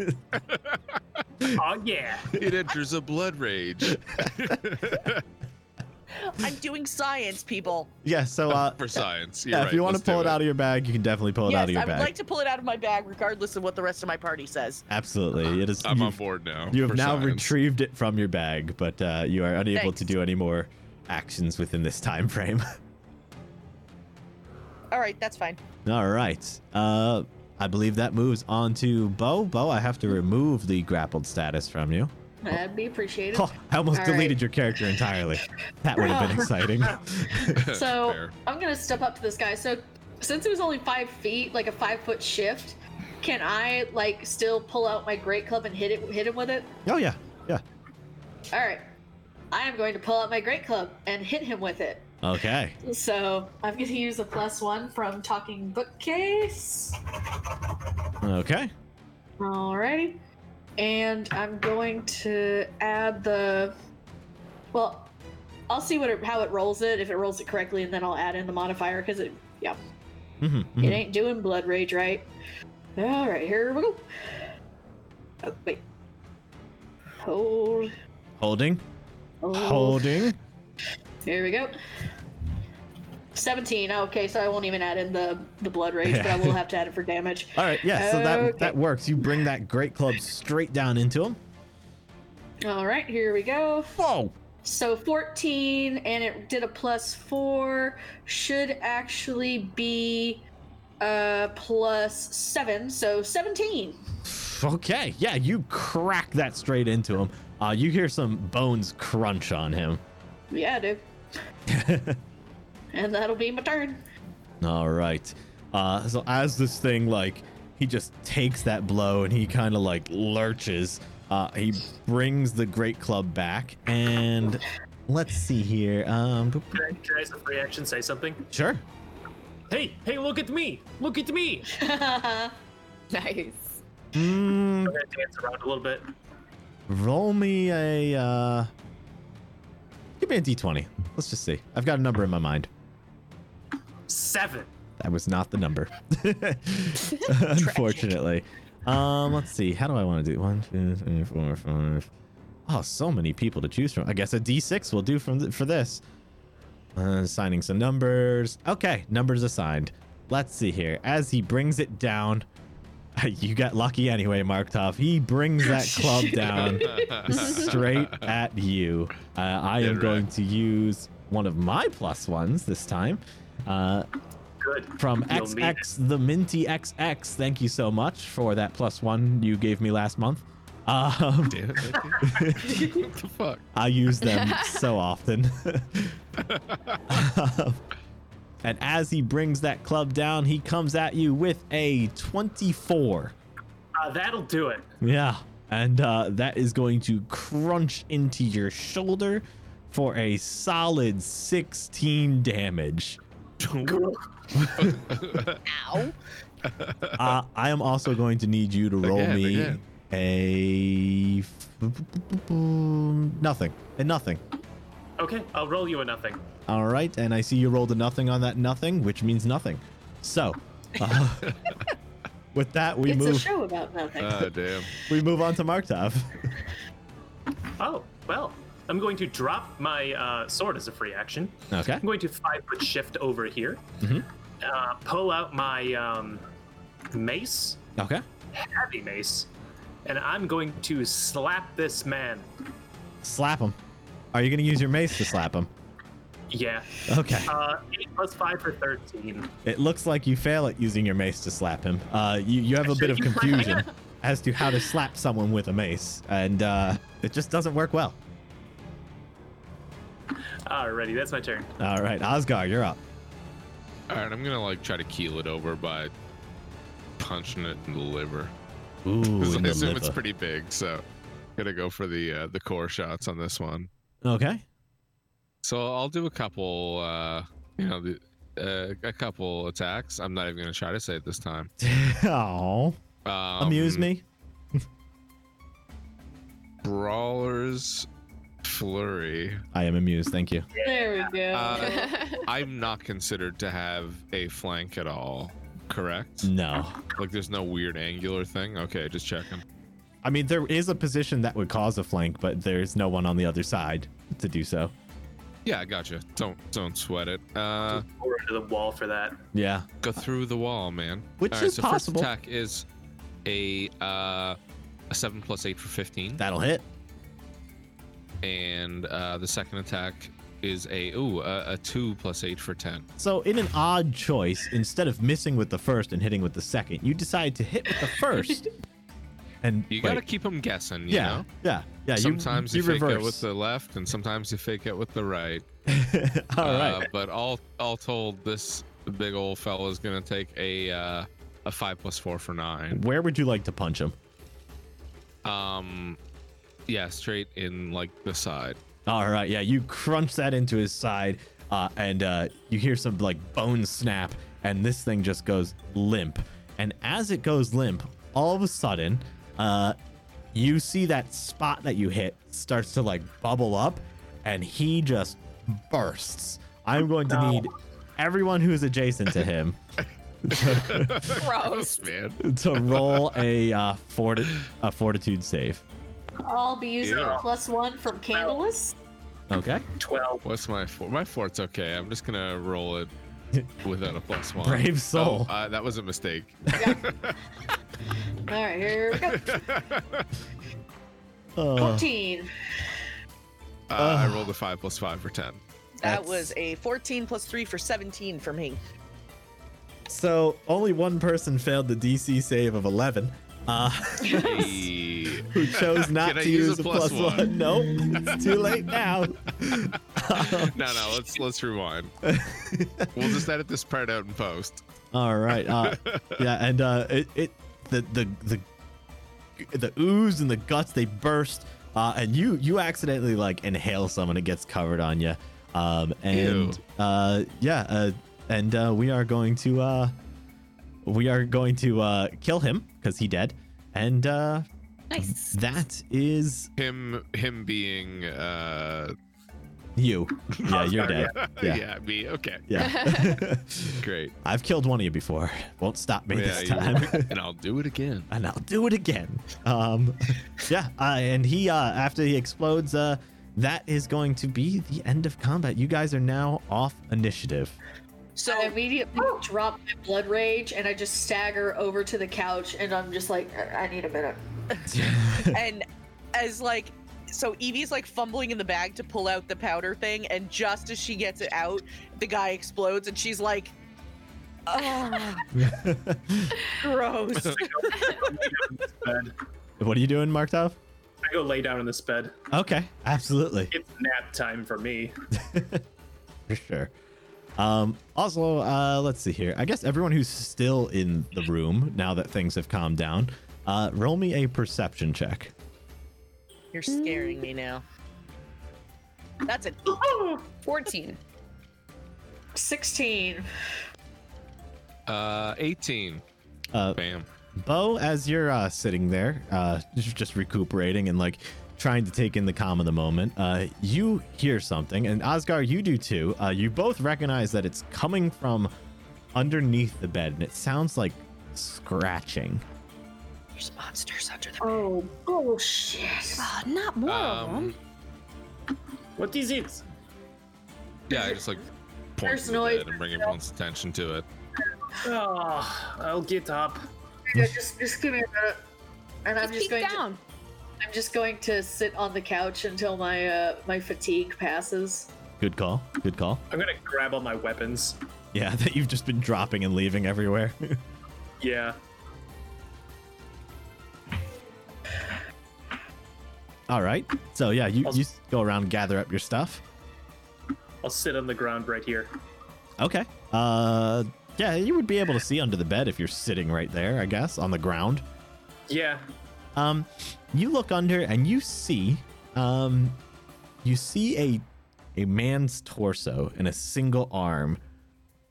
S2: Oh yeah.
S3: It enters a blood rage
S5: I'm doing science, people.
S1: yeah. So, uh,
S3: for science. You're
S1: yeah, if
S3: right,
S1: you want to
S3: let's do
S1: pull it out of your bag, you can definitely pull it
S5: yes,
S1: out of your
S5: I would
S1: bag.
S5: like to pull it out of my bag, regardless of what the rest of my party says.
S1: Absolutely. It is.
S3: I'm on
S1: you've-
S3: board now.
S1: You have
S3: for
S1: now
S3: science.
S1: retrieved it from your bag, but uh, you are unable
S5: Thanks.
S1: to do any more actions within this time frame.
S5: All right, that's fine.
S1: All right. Uh, I believe that moves on to Bo. Bo, I have to remove the grappled status from you.
S4: That'd be appreciated.
S1: Oh, I almost
S4: All
S1: deleted
S4: right.
S1: your character entirely. That would have been exciting.
S4: So
S3: Fair.
S4: I'm gonna step up to this guy. So since it was only five feet, like a five foot shift, can I like still pull out my great club and hit it, hit him with it?
S1: Oh yeah.
S4: All right, I am going to pull out my great club and hit him with it.
S1: Okay.
S4: So I'm gonna use a plus one from talking bookcase.
S1: Okay.
S4: Alrighty. And I'm going to add the. Well, I'll see what it, how it rolls it, if it rolls it correctly, and then I'll add in the modifier because it, yeah,
S1: hmm
S4: it ain't doing blood rage right. Alright, here we go. Oh, wait. Hold.
S1: Holding.
S4: Hold.
S1: Holding.
S4: Here we go. 17. Okay, so I won't even add in the, the blood rage, but I will have to add it for damage.
S1: All right. Yeah. So that
S4: Okay.
S1: that works. You bring that great club straight down into him.
S4: Alright, here we go.
S1: Whoa.
S4: So 14, and it did a plus 4, should actually be uh, plus 7, so 17.
S1: Okay. Yeah. You crack that straight into him. Uh, you hear some bones crunch on him.
S4: Yeah, dude. and that'll be my turn.
S1: All right. Uh, so as this thing like he just takes that blow and he kind of like lurches. Uh, he brings the great club back and let's see here. Um, boop, boop.
S2: Can I, can I, as a free action, say something?
S1: sure.
S2: Hey, hey, look at me! Look at me!
S6: Nice.
S1: Mm,
S2: I'm gonna dance around a little bit.
S1: roll me a. Uh, give me a d20. Let's just see. I've got a number in my mind.
S2: Seven.
S1: That was not the number, unfortunately. Um, let's see. How do I want to do one, two, three, four, five? Oh, so many people to choose from. I guess a D6 will do from th- for this. Uh, assigning some numbers. Okay, numbers assigned. Let's see here. As he brings it down, you got lucky anyway, Marktov. He brings that club down Um, straight at you. Uh, I am
S3: Did right.
S1: going to use one of my plus ones this time. Uh,
S2: Good.
S1: from
S2: You'll need it.
S1: XX the Minty XX. Thank you so much for that plus one you gave me last month. Um,
S3: Damn it, Mickey. what the fuck?
S1: I use them so often. Um, and as he brings that club down, he comes at you with a 24.
S2: Uh, that'll do it.
S1: Yeah. And uh, that is going to crunch into your shoulder for a solid 16 damage.
S5: Ow.
S1: uh, I am also going to need you to roll
S3: Again,
S1: me
S3: again.
S1: a f- nothing and nothing.
S2: Okay, I'll roll you a nothing.
S1: All right, and I see you rolled a nothing on that nothing, which means nothing. So, uh, with that, we
S4: it's a
S1: move
S4: show about nothing.
S3: Ah, damn.
S1: we move on to Marktov.
S2: Oh, well, I'm going to drop my uh, sword as a free action.
S1: Okay.
S2: I'm going to five foot shift over here,
S1: Mhm.
S2: uh, pull out my um, mace,
S1: Okay.
S2: heavy mace, and I'm going to slap this man.
S1: Slap him. Are you gonna use your mace to slap him?
S2: Yeah.
S1: Okay.
S2: Uh, 8 plus 5 for 13.
S1: It looks like you fail at using your mace to slap him. Uh, you, you have a bit of confusion as to how to slap someone with a mace, and uh, it just doesn't work well.
S2: Alrighty, that's my turn.
S1: All right, Osgar, you're up.
S3: All right, I'm gonna like try to keel it over by punching it in the liver.
S1: Ooh,
S3: 'Cause
S1: in
S3: I
S1: the
S3: assume it's
S1: liver.
S3: pretty big, so gonna go for the uh, the core shots on this one.
S1: okay.
S3: So I'll do a couple, uh, you know, the, uh, a couple attacks. I'm not even gonna try to say it this time.
S1: Aw,
S3: Um,
S1: amuse me.
S3: Brawler's flurry.
S1: I am amused. Thank you.
S4: There we go.
S3: Uh,
S4: Oh.
S3: I'm not considered to have a flank at all. Correct?
S1: No,
S3: Like, there's no weird angular thing. Okay, just checking.
S1: I mean there is a position that would cause a flank, but there's no one on the other side to do so.
S3: Yeah, I gotcha. Don't don't sweat it. Uh,
S2: Over to the wall for that.
S1: Yeah.
S3: go through the wall, man.
S1: Which
S3: All right,
S1: is
S3: so
S1: possible.
S3: First attack is a uh, a seven plus eight for fifteen,
S1: That'll hit.
S3: and uh, the second attack is a ooh a, a two plus eight for ten.
S1: So, in an odd choice, instead of missing with the first and hitting with the second, you decide to hit with the first. And
S3: You
S1: wait,
S3: gotta keep them guessing. You
S1: yeah,
S3: Know?
S1: yeah, yeah. you-
S3: sometimes
S1: you,
S3: you, fake
S1: reverse.
S3: it with the left, and sometimes you fake it with the right.
S1: All right.
S3: Uh, but all all told, this big old fellow is gonna take a uh, a five plus four for nine.
S1: Where would you like to punch him?
S3: Um, yeah, straight in like the side.
S1: All right, yeah, you crunch that into his side, uh, and uh, you hear some like bone snap, and this thing just goes limp. And as it goes limp, all of a sudden, uh, you see that spot that you hit starts to like bubble up, and he just bursts. I'm going to
S2: No.
S1: need everyone who is adjacent to him
S6: Gross.
S3: Man,
S1: to roll a uh, forti- a fortitude save.
S4: I'll be using
S3: yeah.
S4: a plus one from Candlemas.
S1: Okay,
S2: 12.
S3: what's my four? My four's okay. I'm just gonna roll it without a plus one.
S1: brave soul.
S3: Oh, uh, that was a mistake.
S4: All right, here we go.
S1: Uh,
S4: Fourteen.
S3: Uh, I rolled a five plus five for ten.
S5: That
S1: That's-
S5: was a 14 plus 3 for 17 for me.
S1: So only one person failed the DC save of 11, uh,
S3: Hey.
S1: who chose not
S3: Can I
S1: to
S3: use
S1: use
S3: a
S1: a
S3: plus
S1: plus one. Nope, it's too late now.
S3: no, no, let's let's rewind. we'll just edit this part out and post.
S1: All right, uh, yeah, and uh, it, it the the the the ooze and the guts they burst, uh, and you you accidentally like inhale some and it gets covered on you, um, and uh, yeah, uh, and uh, we are going to uh, we are going to uh, kill him because he dead, and uh,
S6: Nice.
S1: that is
S3: Him him being uh
S1: You. Yeah, you're
S2: sorry,
S1: dead. Yeah.
S3: yeah, me. Okay.
S1: Yeah.
S3: Great.
S1: I've killed one of you before. Won't stop me
S3: Oh, Yeah,
S1: this
S3: you-
S1: time.
S3: and I'll do it again.
S1: and I'll do it again. Um yeah, uh, and he uh after he explodes uh that is going to be the end of combat. You guys are now off initiative.
S5: So
S4: I immediately drop my blood rage and I just stagger over to the couch and I'm just like, I I need a minute.
S5: and as like so Evie's like fumbling in the bag to pull out the powder thing and just as she gets it out the guy explodes and she's like "Ugh, gross
S1: what are you doing, Markov?
S2: I go lay down in this bed.
S1: Okay, absolutely.
S2: It's nap time for me.
S1: for sure. Um, also, uh, let's see here. I guess everyone who's still in the room now that things have calmed down, uh, roll me a perception check.
S5: you're scaring me now that's it
S6: 14.
S4: Sixteen.
S3: Uh 18.
S1: Uh,
S3: Bam.
S1: Bo, as you're uh, sitting there, uh, just just recuperating and like trying to take in the calm of the moment, uh, you hear something, and Osgar, you do too. Uh, you both recognize that it's coming from underneath the bed, and it sounds like scratching.
S5: there's monsters under the
S4: Oh bullshit.
S6: Oh, not more of
S3: Um
S6: them.
S2: What is it?
S3: Yeah, I just like point
S4: There's
S3: to the
S4: noise.
S3: bed and bring everyone's attention to it.
S2: Ah, I'll get up.
S4: Yeah, just, just give me a minute. And I'm just
S6: Just
S4: going
S6: peek
S4: to,
S6: down.
S4: I'm just going to sit on the couch until my uh, my fatigue passes.
S1: Good call. Good call.
S2: I'm gonna grab all my weapons.
S1: Yeah, that you've just been dropping and leaving everywhere.
S2: Yeah.
S1: All right. So yeah, you,
S2: I'll-
S1: you go around gather up your stuff.
S2: I'll sit on the ground right here.
S1: Okay. Uh, yeah, you would be able to see under the bed if you're sitting right there, I guess, on the ground.
S2: Yeah.
S1: Um, you look under and you see, um, you see a a man's torso and a single arm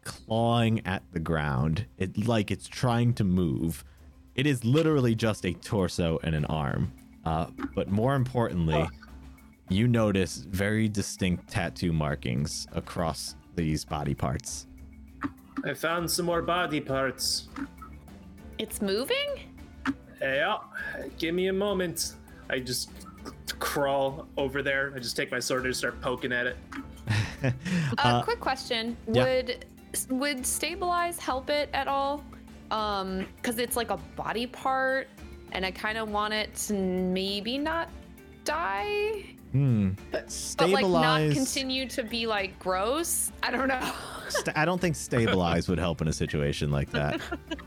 S1: clawing at the ground. It like it's trying to move. It is literally just a torso and an arm. Uh, but more importantly, you notice very distinct tattoo markings across these body parts.
S2: I found some more body parts. Eh,
S6: It's moving?
S2: Yeah. Give me a moment. I just crawl over there. I just take my sword and just start poking at it.
S6: Uh,
S1: Uh,
S6: quick question.
S1: yeah.
S6: Would would stabilize help it at all? Um, because it's like a body part, and I kind of want it to maybe not die,
S1: Hmm.
S6: but like not
S1: Stabilize-
S6: continue to be like gross. I don't know.
S1: St- I don't think stabilize would help in a situation like that.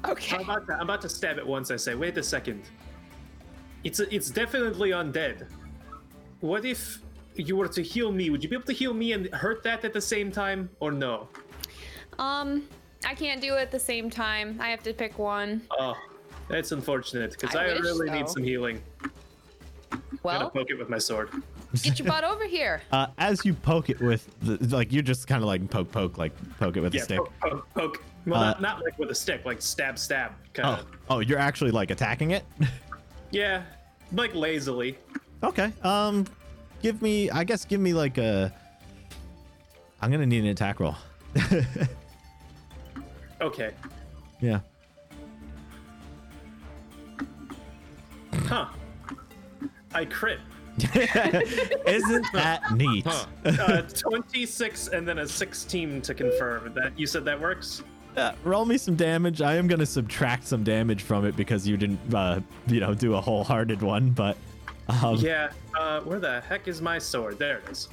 S6: okay.
S2: I'm about to, I'm about to stab it once. I say, wait a second. It's it's definitely undead. What if you were to heal me? Would you be able to heal me and hurt that at the same time, or no?
S6: Um, I can't do it at the same time. I have to pick one.
S2: Oh, that's unfortunate because
S6: I
S2: I,
S6: wish
S2: really need
S6: so.
S2: some healing. I'm gonna
S6: Well,
S2: poke it with my sword.
S6: get your butt over here.
S1: Uh, as you poke it with, the, like you just kind of like poke, poke, like poke it with
S2: Yeah,
S1: a stick.
S2: poke, poke, poke. Well,
S1: Uh,
S2: not, not like with a stick, like stab, stab. Kind
S1: Oh,
S2: of.
S1: oh, you're actually like attacking it.
S2: Yeah, like lazily.
S1: okay. Um, give me, I guess, give me like a. I'm gonna need an attack roll.
S2: Okay.
S1: yeah.
S2: Huh. I crit.
S1: Isn't that neat?
S3: Huh.
S2: Uh, 26 and then a 16 to confirm. That you said that works?
S1: Uh, roll me some damage. I am gonna subtract some damage from it because you didn't, uh, you know, do a wholehearted one. But um,
S2: Yeah. Uh, where the heck is my sword? There it is.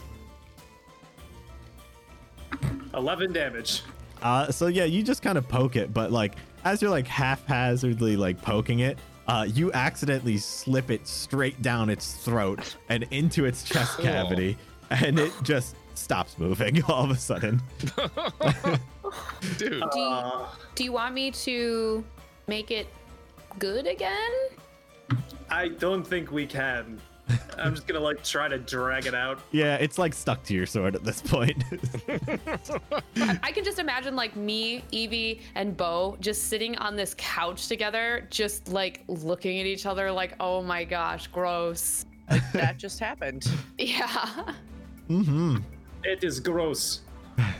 S2: 11 damage.
S1: Uh, so yeah, you just kind of poke it, but like as you're like haphazardly like poking it, uh, you accidentally slip it straight down its throat and into its chest
S3: Oh.
S1: cavity, and it just stops moving all of a sudden.
S3: Dude,
S6: Do you,
S2: Uh,
S6: do you want me to make it good again?
S2: I don't think we can. I'm just gonna like try to drag it out.
S1: Yeah, it's like stuck to your sword at this point.
S6: I can just imagine like me, Evie, and Bo just sitting on this couch together, just like looking at each other, like, oh my gosh, gross.
S5: that just happened.
S6: Yeah.
S1: mm-hmm.
S2: It is gross. I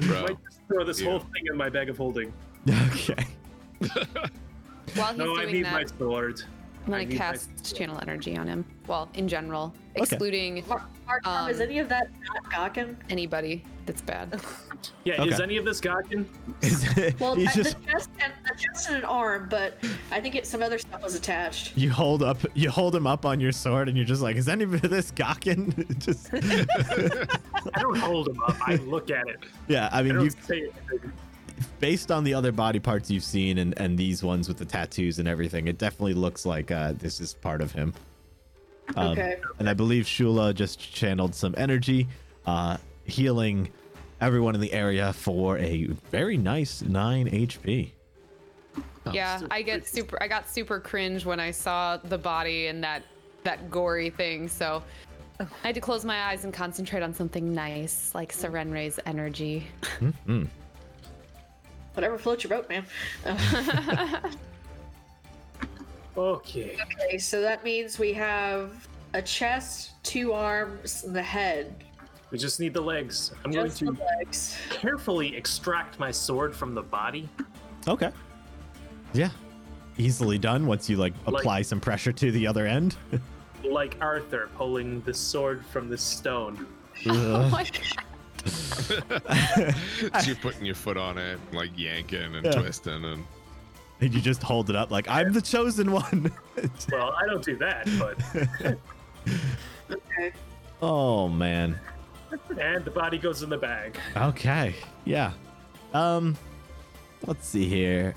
S3: Bro.
S2: might just throw this whole
S3: Ew.
S2: thing in my bag of holding.
S1: Okay.
S6: While he's
S2: no, I
S6: doing
S2: need
S6: that,
S2: my sword.
S6: I'm
S2: I
S6: gonna
S2: need my-
S6: cast channel energy on him. Well, in general, excluding
S4: Mark, Mark Tom, is
S6: Um,
S4: any of that not Gawkin?
S6: anybody that's bad.
S2: Yeah, is
S1: Okay.
S2: any of this Gotkin?
S4: Well,
S1: He's
S4: I-
S1: just
S4: the chest and the chest and an arm, but I think it, some other stuff was attached.
S1: you hold up, you hold him up on your sword, and you're just like, is any of this Gawkin? just
S2: I don't hold them up. I look at it.
S1: yeah. I
S2: I
S1: mean,
S2: don't
S1: you
S2: say anything.
S1: based on the other body parts you've seen and, and these ones with the tattoos and everything, it definitely looks like uh, this is part of him. Um,
S4: Okay.
S1: And I believe Shula just channeled some energy, uh, healing everyone in the area for a very nice 9 HP.
S6: Yeah, I get super. I got super cringe when I saw the body and that that gory thing. So I had to close my eyes and concentrate on something nice, like Serenre's energy.
S4: Whatever floats your boat, man. Uh,
S2: Okay.
S4: okay, so that means we have a chest, two arms, and the head.
S2: We just need the legs. I'm going
S4: Just the
S2: to
S4: legs.
S2: carefully extract my sword from the body.
S1: Okay. Yeah. Easily done once you like apply some pressure to the other end.
S2: like Arthur pulling the sword from the stone.
S6: Oh
S1: Ugh.
S6: my God.
S3: so you're putting your foot on it, and, like yanking and
S1: Yeah.
S3: twisting, and
S1: and you just hold it up like I'm the chosen one.
S2: Well, I don't do that, but
S1: oh man.
S2: and the body goes in the bag.
S1: Okay. Yeah. Um let's see here.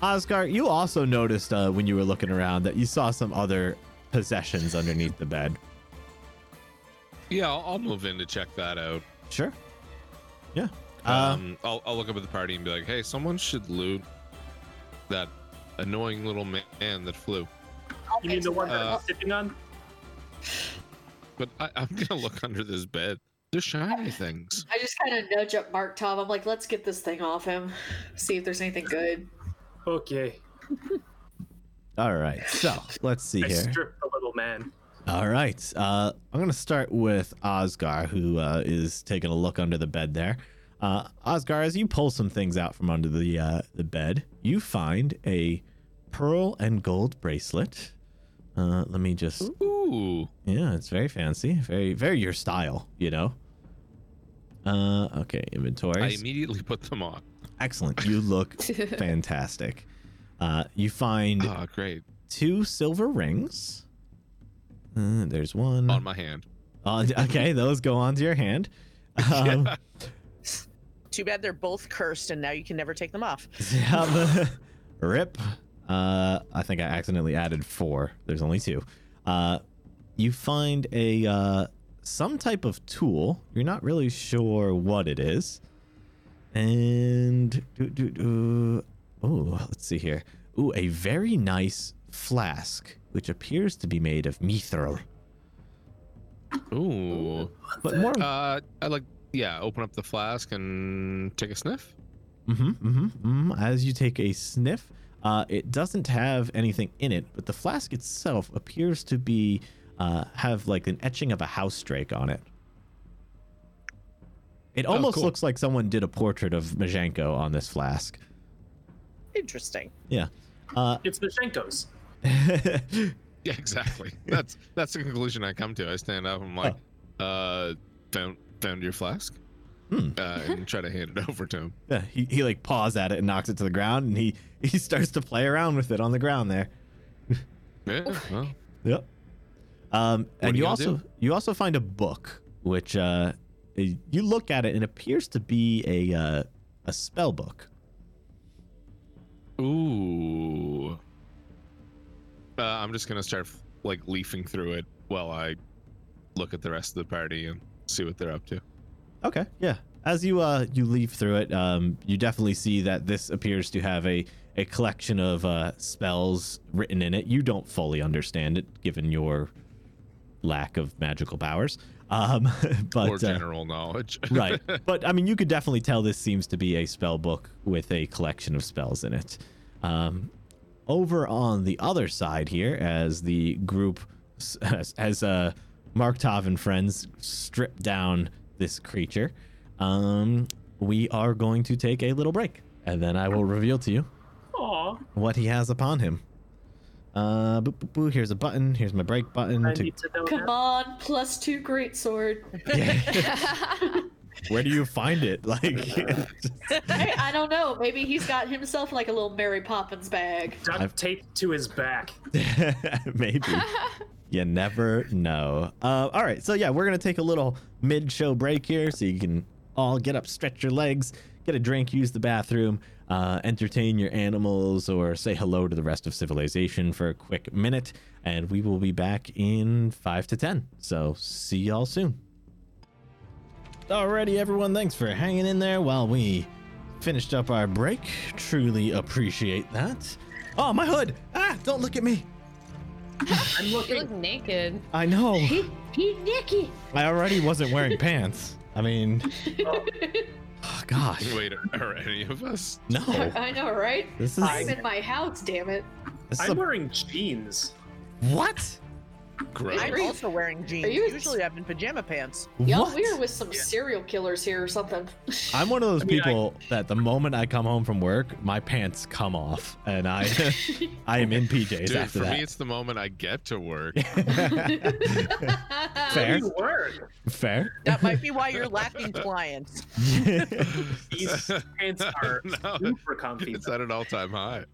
S1: Oscar, you also noticed uh, when you were looking around that you saw some other possessions underneath the bed.
S3: yeah, I'll, I'll move in to check that out.
S1: Sure. Yeah. Um,
S3: Um, I'll, I'll look up at the party and be like, "Hey, someone should loot that annoying little man that flew."
S4: I'll
S2: You
S4: get
S2: mean the
S4: to
S2: one
S4: that.
S2: that I'm
S3: Uh,
S2: sitting on?
S3: But I, I'm gonna look under this bed. They're shiny things.
S4: I just kind of nudge up Mark Tom. I'm like, let's get this thing off him. See if there's anything good.
S2: Okay.
S1: Uh, all right. So let's see
S2: I
S1: here.
S2: stripped the little man.
S1: All right. Uh, I'm going to start with Osgar, who uh, is taking a look under the bed there. Uh, Osgar, as you pull some things out from under the uh, the bed, you find a pearl and gold bracelet. Uh, let me just.
S3: Ooh,
S1: Yeah, it's very fancy. Very, very your style, you know? Uh, okay, inventory.
S3: I immediately put them on.
S1: Excellent. You look fantastic. Uh, you find
S3: Ah, great.
S1: two silver rings. Uh, there's one.
S3: On my hand.
S1: Uh, d- okay, those go onto your hand. Um,
S3: Yeah.
S5: Too bad they're both cursed, and now you can never take them off.
S1: yeah, but- rip. Uh, I think I accidentally added four. There's only two. Uh, you find a uh, some type of tool. You're not really sure what it is. And do, do, do. oh, let's see here. Ooh, a very nice flask, which appears to be made of mithril.
S3: Ooh.
S1: But more.
S3: Uh, I like. Yeah, open up the flask and take a sniff.
S1: Mm-hmm, mm-hmm, mm-hmm. As you take a sniff, uh, it doesn't have anything in it, but the flask itself appears to be uh, have like an etching of a house drake on it. It
S3: Oh,
S1: almost
S3: cool.
S1: looks like someone did a portrait of Majenko on this flask.
S5: Interesting.
S1: Uh,
S2: It's Mashenko's.
S3: Yeah, exactly. That's that's the conclusion I come to. I stand up. I'm like, uh, found found your flask,
S1: Hmm.
S3: uh, and try to hand it over to him.
S1: yeah, he, he like paws at it and knocks it to the ground, and he he starts to play around with it on the ground there.
S3: Yeah. Well,
S1: Yep. Um,
S3: are
S1: and you
S3: you gonna
S1: also
S3: do?
S1: you also find a book, which uh, you look at it and it appears to be a uh, a spell book.
S3: ooh. Uh, I'm just gonna start like leafing through it while I look at the rest of the party and see what they're up to.
S1: Okay, yeah. As you uh, you leaf through it, um, you definitely see that this appears to have a a collection of uh, spells written in it. You don't fully understand it, given your lack of magical powers. Um, but
S3: or
S1: uh,
S3: general knowledge.
S1: right. But I mean, you could definitely tell this seems to be a spell book with a collection of spells in it. Um, over on the other side here, as the group, as, as uh, Mark Tov and friends strip down this creature, um, we are going to take a little break, and then I will reveal to you
S2: Aw,
S1: what he has upon him. Uh, boop, boop, boop. Here's a button. Here's my break button.
S2: I
S1: to-
S2: need to know
S4: Come
S2: that.
S4: on, plus two great sword.
S1: Where do you find it? Like,
S4: Hey, I don't know. Maybe he's got himself like a little Mary Poppins bag.
S2: Duct
S1: I've-
S2: taped to his back.
S1: Maybe. you never know. Uh, all right. So, yeah, we're going to take a little mid show break here so you can all get up, stretch your legs, get a drink, use the bathroom, uh, entertain your animals, or say hello to the rest of civilization for a quick minute. And we will be back in five to 10. So, see y'all soon. Alrighty, everyone. Thanks for hanging in there while we finished up our break. Truly appreciate that. Oh, my hood! Ah, don't look at me.
S2: I'm
S6: You
S2: looking.
S6: look naked.
S1: I know.
S4: He Nicky.
S1: I already wasn't wearing pants. I mean, oh, gosh,
S3: Wait, are any of us?
S1: no.
S4: I know, right?
S1: This is,
S4: I'm in my house, damn it.
S1: this is
S2: I'm
S1: a,
S2: wearing jeans.
S1: what?
S3: Gross.
S5: I'm
S4: Are you-
S5: also wearing jeans.
S4: you-
S5: Usually I'm in pajama pants.
S4: Y'all
S1: What?
S4: weird with some serial killers here or something.
S1: I'm one of those
S2: I mean, I-
S1: people that the moment I come home from work, my pants come off, and I, I am in PJs
S3: Dude,
S1: after
S3: for
S1: that.
S3: me, it's the moment I get to work.
S6: Oh,
S1: Fair.
S2: You work.
S1: Fair.
S5: That might be why you're lacking clients.
S2: These pants are
S3: No.
S2: super comfy.
S3: It's at an all-time high.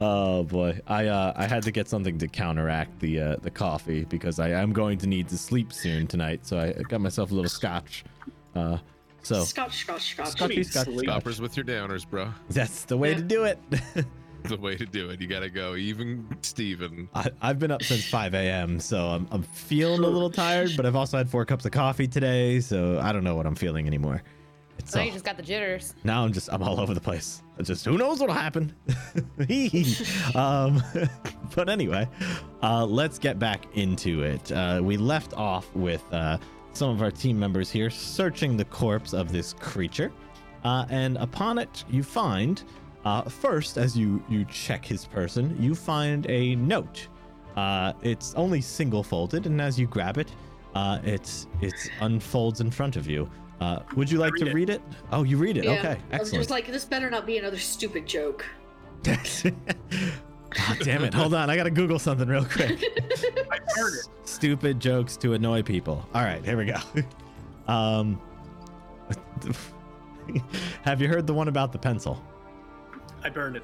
S1: oh boy, I uh, I had to get something to counteract the uh, the coffee because I am going to need to sleep soon tonight. So I got myself a little scotch. Uh, so
S4: Scotch, scotch, scotch.
S1: Scotchy,
S2: need
S1: scotch,
S2: sleep.
S1: scotch.
S3: Stoppers with your downers, bro.
S1: That's the way to do it.
S3: The way to do it. You gotta go. Even Steven.
S1: I, I've been up since 5 a.m., so I'm, I'm feeling a little tired, but I've also had four cups of coffee today, so I don't know what I'm feeling anymore. It's
S6: So
S1: all,
S6: you just got the jitters.
S1: now I'm just I'm all over the place. I just who knows what'll happen. um, but anyway, uh, let's get back into it. Uh, we left off with uh, some of our team members here searching the corpse of this creature, uh, and upon it you find uh, first as you you check his person, you find a note. Uh, it's only single folded, and as you grab it, uh, it it unfolds in front of you. Uh, would you like
S2: Read
S1: to
S2: it.
S1: read it? Oh, you read it.
S4: Yeah.
S1: Okay,
S4: I was just
S1: excellent.
S4: like, this better not be another stupid joke.
S1: God damn it! Hold on, I gotta Google something real quick.
S2: I heard it.
S1: Stupid jokes to annoy people. All right, here we go. Um, have you heard the one about the pencil?
S2: I burned it.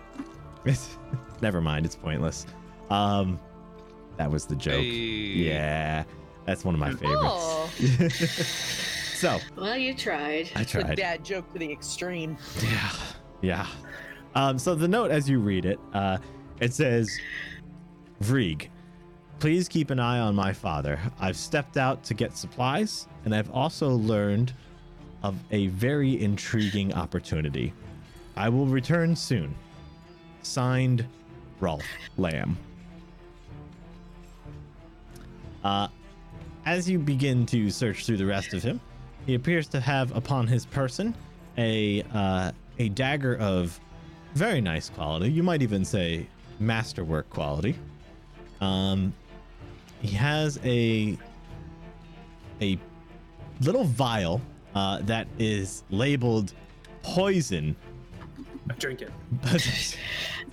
S1: It's, never mind, it's pointless. Um, that was the joke.
S3: Hey.
S1: Yeah, that's one of my favorites.
S6: Oh,
S1: So
S4: Well, you tried.
S1: I
S5: The
S1: tried.
S5: dad joke to the extreme.
S1: Yeah. Yeah. Um, so the note, as you read it, uh, it says, Vrieg, please keep an eye on my father. I've stepped out to get supplies, and I've also learned of a very intriguing opportunity. I will return soon. Signed, Rolf Lamb. Uh, as you begin to search through the rest of him, he appears to have upon his person a uh, a dagger of very nice quality. You might even say masterwork quality. Um, he has a a little vial uh, that is labeled poison.
S2: I drink it.
S1: Um,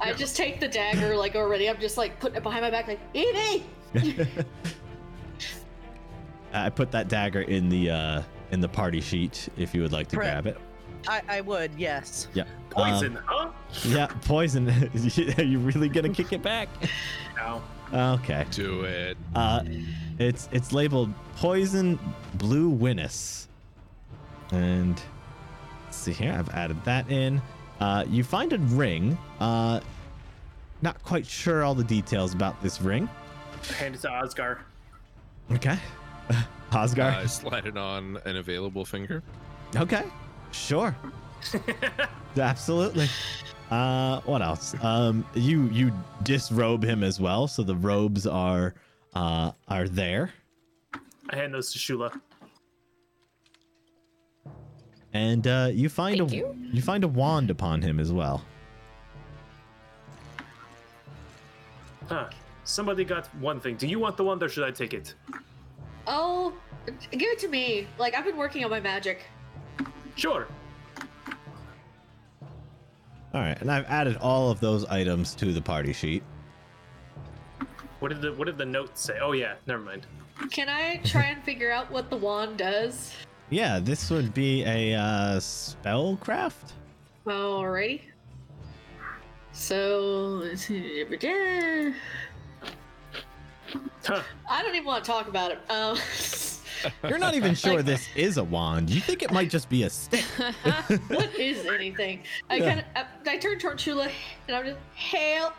S4: I just take the dagger, like, already. I'm just, like, putting it behind my back, like, Edie!
S1: I put that dagger in the uh, in the party sheet if you would like to
S5: Correct.
S1: grab it.
S5: I, I would, yes.
S1: Yeah.
S2: Poison, huh?
S1: Yeah, poison. Are you really gonna kick it back?
S2: No.
S1: Okay.
S3: Do it.
S1: Uh, it's it's labeled poison blue winnis, and let's see here I've added that in. Uh, you find a ring. Uh, not quite sure all the details about this ring.
S2: Hand it to Osgar.
S1: Okay, Osgar.
S3: Uh, slide it on an available finger.
S1: okay, sure, absolutely. Uh, what else? Um, you you disrobe him as well, so the robes are uh are there.
S2: I hand those to Shula.
S1: and uh, you find
S6: Thank
S1: a
S6: you.
S1: you find a wand upon him as well.
S2: Huh. Somebody got one thing. Do you want the wand or should I take it?
S4: Oh, give it to me. Like, I've been working on my magic.
S2: Sure.
S1: All right, and I've added all of those items to the party sheet.
S2: What did the what did the note say? Oh yeah, never mind.
S4: Can I try and figure out what the wand does?
S1: Yeah, this would be a uh, spell craft.
S4: Alrighty. So,
S2: Huh.
S4: I don't even want to talk about it. Um,
S1: You're not even sure this is a wand. You think it might just be a stick.
S4: what is anything? I
S1: Yeah.
S4: kind of I, I turn toward Shula and I'm just hail.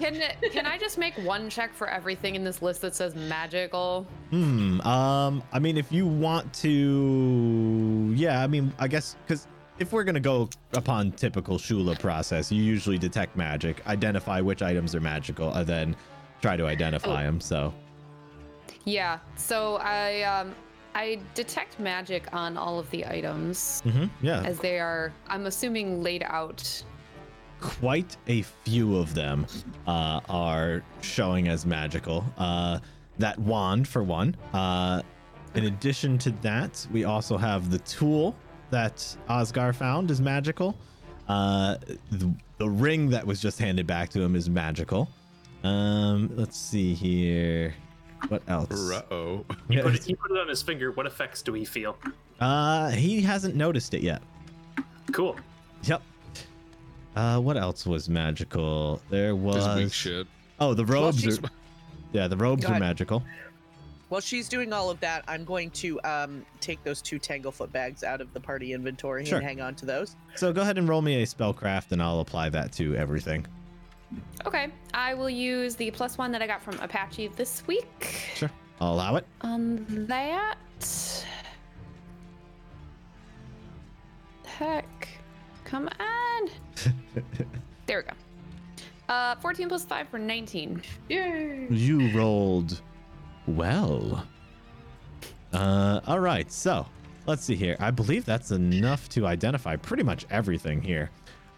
S6: can can I just make one check for everything in this list that says magical?
S1: Hmm. Um. I mean, if you want to, yeah. I mean, I guess because if we're gonna go upon typical Shula process, you usually detect magic, identify which items are magical, and then try to identify them. So.
S6: Yeah. So I um I detect magic on all of the items
S1: hmm Yeah.
S6: as they are I'm assuming laid out
S1: quite a few of them uh, are showing as magical. Uh, that wand, for one. Uh, in addition to that, we also have the tool that Osgar found is magical. Uh, the, the ring that was just handed back to him is magical. Um, let's see here. What else?
S3: oh.
S2: He put, it, he put it on his finger. What effects do we feel?
S1: Uh, he hasn't noticed it yet.
S2: Cool.
S1: Yep. Uh, what else was magical? There
S3: Just weak
S1: was.
S3: shit.
S1: Oh, the robes.
S3: she's-
S1: Are, yeah, the robes
S5: Go
S1: are
S5: ahead.
S1: magical.
S5: While she's doing all of that, I'm going to um, take those two Tanglefoot bags out of the party inventory
S1: Sure.
S5: and hang on to those.
S1: So go ahead and roll me a spellcraft, and I'll apply that to everything.
S6: Okay, I will use the plus one that I got from Apache this week
S1: Sure. I'll allow it.
S6: on that. Heck, come on. there we go. Uh, 14 plus 5 for 19.
S4: Yay!
S1: You rolled well. Uh, all right. So let's see here. I believe that's enough to identify pretty much everything here.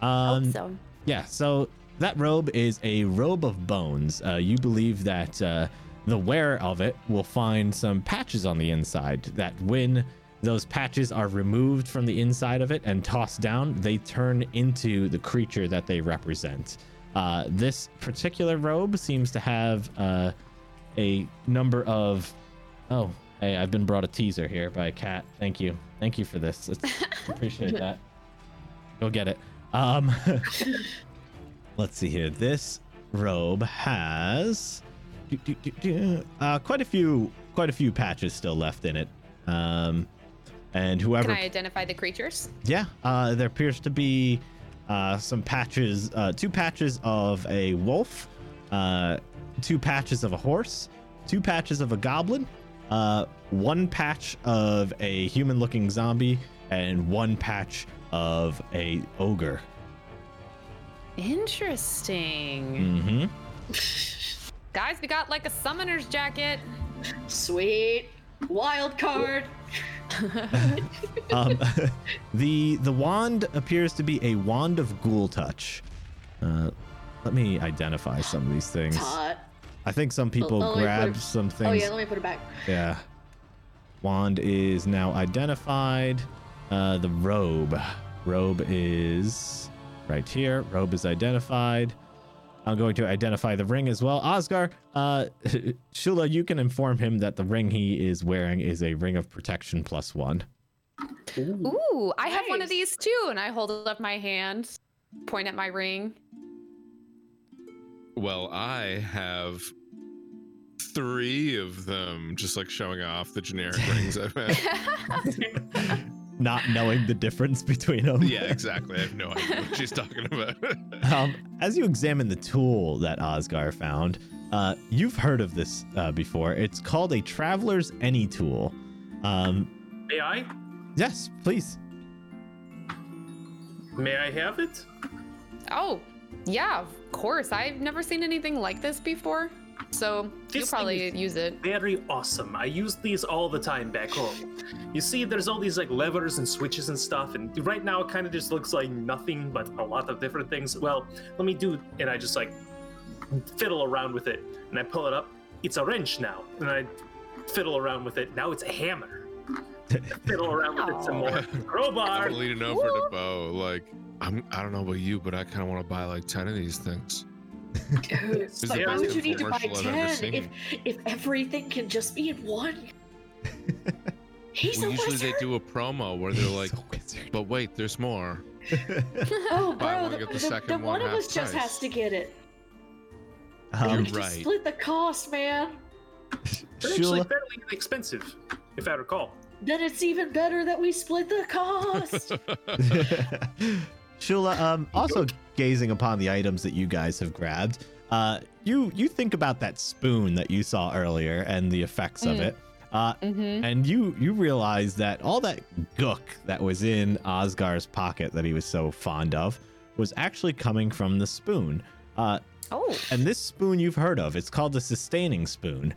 S1: Um,
S6: Hope so.
S1: Yeah, so that robe is a robe of bones. Uh, you believe that uh, the wearer of it will find some patches on the inside, that when those patches are removed from the inside of it and tossed down, they turn into the creature that they represent. Uh, this particular robe seems to have uh, a number of. Oh, hey, I've been brought a teaser here by a cat. Thank you. Thank you for this. It's, appreciate that. Go get it. Um, let's see here. This robe has do, do, do, do, uh, quite a few, quite a few patches still left in it. Um, and
S6: Can
S1: whoever,
S6: I identify the creatures?
S1: yeah, uh, there appears to be uh, some patches, uh, two patches of a wolf, uh, two patches of a horse, two patches of a goblin, uh, one patch of a human-looking zombie, and one patch of a ogre.
S6: Interesting.
S1: Mm-hmm.
S6: Mm. Guys, we got like a summoner's jacket.
S4: Sweet. Wild card.
S1: um, the the wand appears to be a wand of ghoul touch. Uh, let me identify some of these things.
S4: Tot.
S1: I think some people
S4: oh, wait,
S1: grab
S4: wait.
S1: some things.
S4: Oh yeah, let me put it back.
S1: Yeah. Wand is now identified. Uh, the robe. Robe is right here. Robe is identified. I'm going to identify the ring as well. Osgar, uh, Shula, you can inform him that the ring he is wearing is a ring of protection plus one.
S6: Ooh, I have one
S4: Nice.
S6: of these too, and I hold up my hand, point at my ring.
S3: Well, I have three of them, just like showing off the generic rings I've had.
S1: Not knowing the difference between them.
S3: Yeah, exactly. I have no idea what she's talking about.
S1: um, as you examine the tool that Osgar found, uh, you've heard of this uh, before. It's called a Traveler's Any Tool. Um,
S2: May I?
S1: yes, please.
S2: May I have it?
S6: oh, yeah, of course. I've never seen anything like this before, so you'll
S2: This thing
S6: probably
S2: is-
S6: use it.
S2: Very awesome. I used these all the time back home. You see, there's all these like levers and switches and stuff, and right now it kind of just looks like nothing but a lot of different things. Well, let me do, and I just like fiddle around with it, and I pull it up. It's a wrench now, and I fiddle around with it. Now it's a hammer. fiddle around with it some more. Crowbar.
S3: I'm leaning over to Bo, like, I'm, I don't know about you, but I kind of want to buy like 10 of these things.
S4: Dude,
S3: is
S4: but
S2: the
S4: why
S2: best
S4: would you need to buy
S3: infomercial I've ever
S4: ten if if everything can just be in one? He's
S3: Well,
S4: a
S3: usually
S4: wizard.
S3: they do a promo where they're like,
S1: wizard.
S3: but wait, there's more.
S4: Oh,
S3: Buy
S4: bro,
S3: one,
S4: the,
S3: get the
S4: the-
S3: second
S4: the
S3: one
S4: one of
S3: half
S4: us just
S3: price.
S4: has to get it.
S1: Um,
S4: Just
S3: Right.
S4: Split the cost, man.
S2: They're actually
S1: Shula,
S2: fairly inexpensive, if I recall.
S4: Then it's even better that we split the cost.
S1: Shula, um, also gazing upon the items that you guys have grabbed, uh, you you think about that spoon that you saw earlier and the effects of
S6: Mm.
S1: it. Uh,
S6: Mm-hmm.
S1: and you you realize that all that gook that was in Osgar's pocket that he was so fond of was actually coming from the spoon. Uh,
S6: Oh,
S1: and this spoon you've heard of. It's called the sustaining spoon.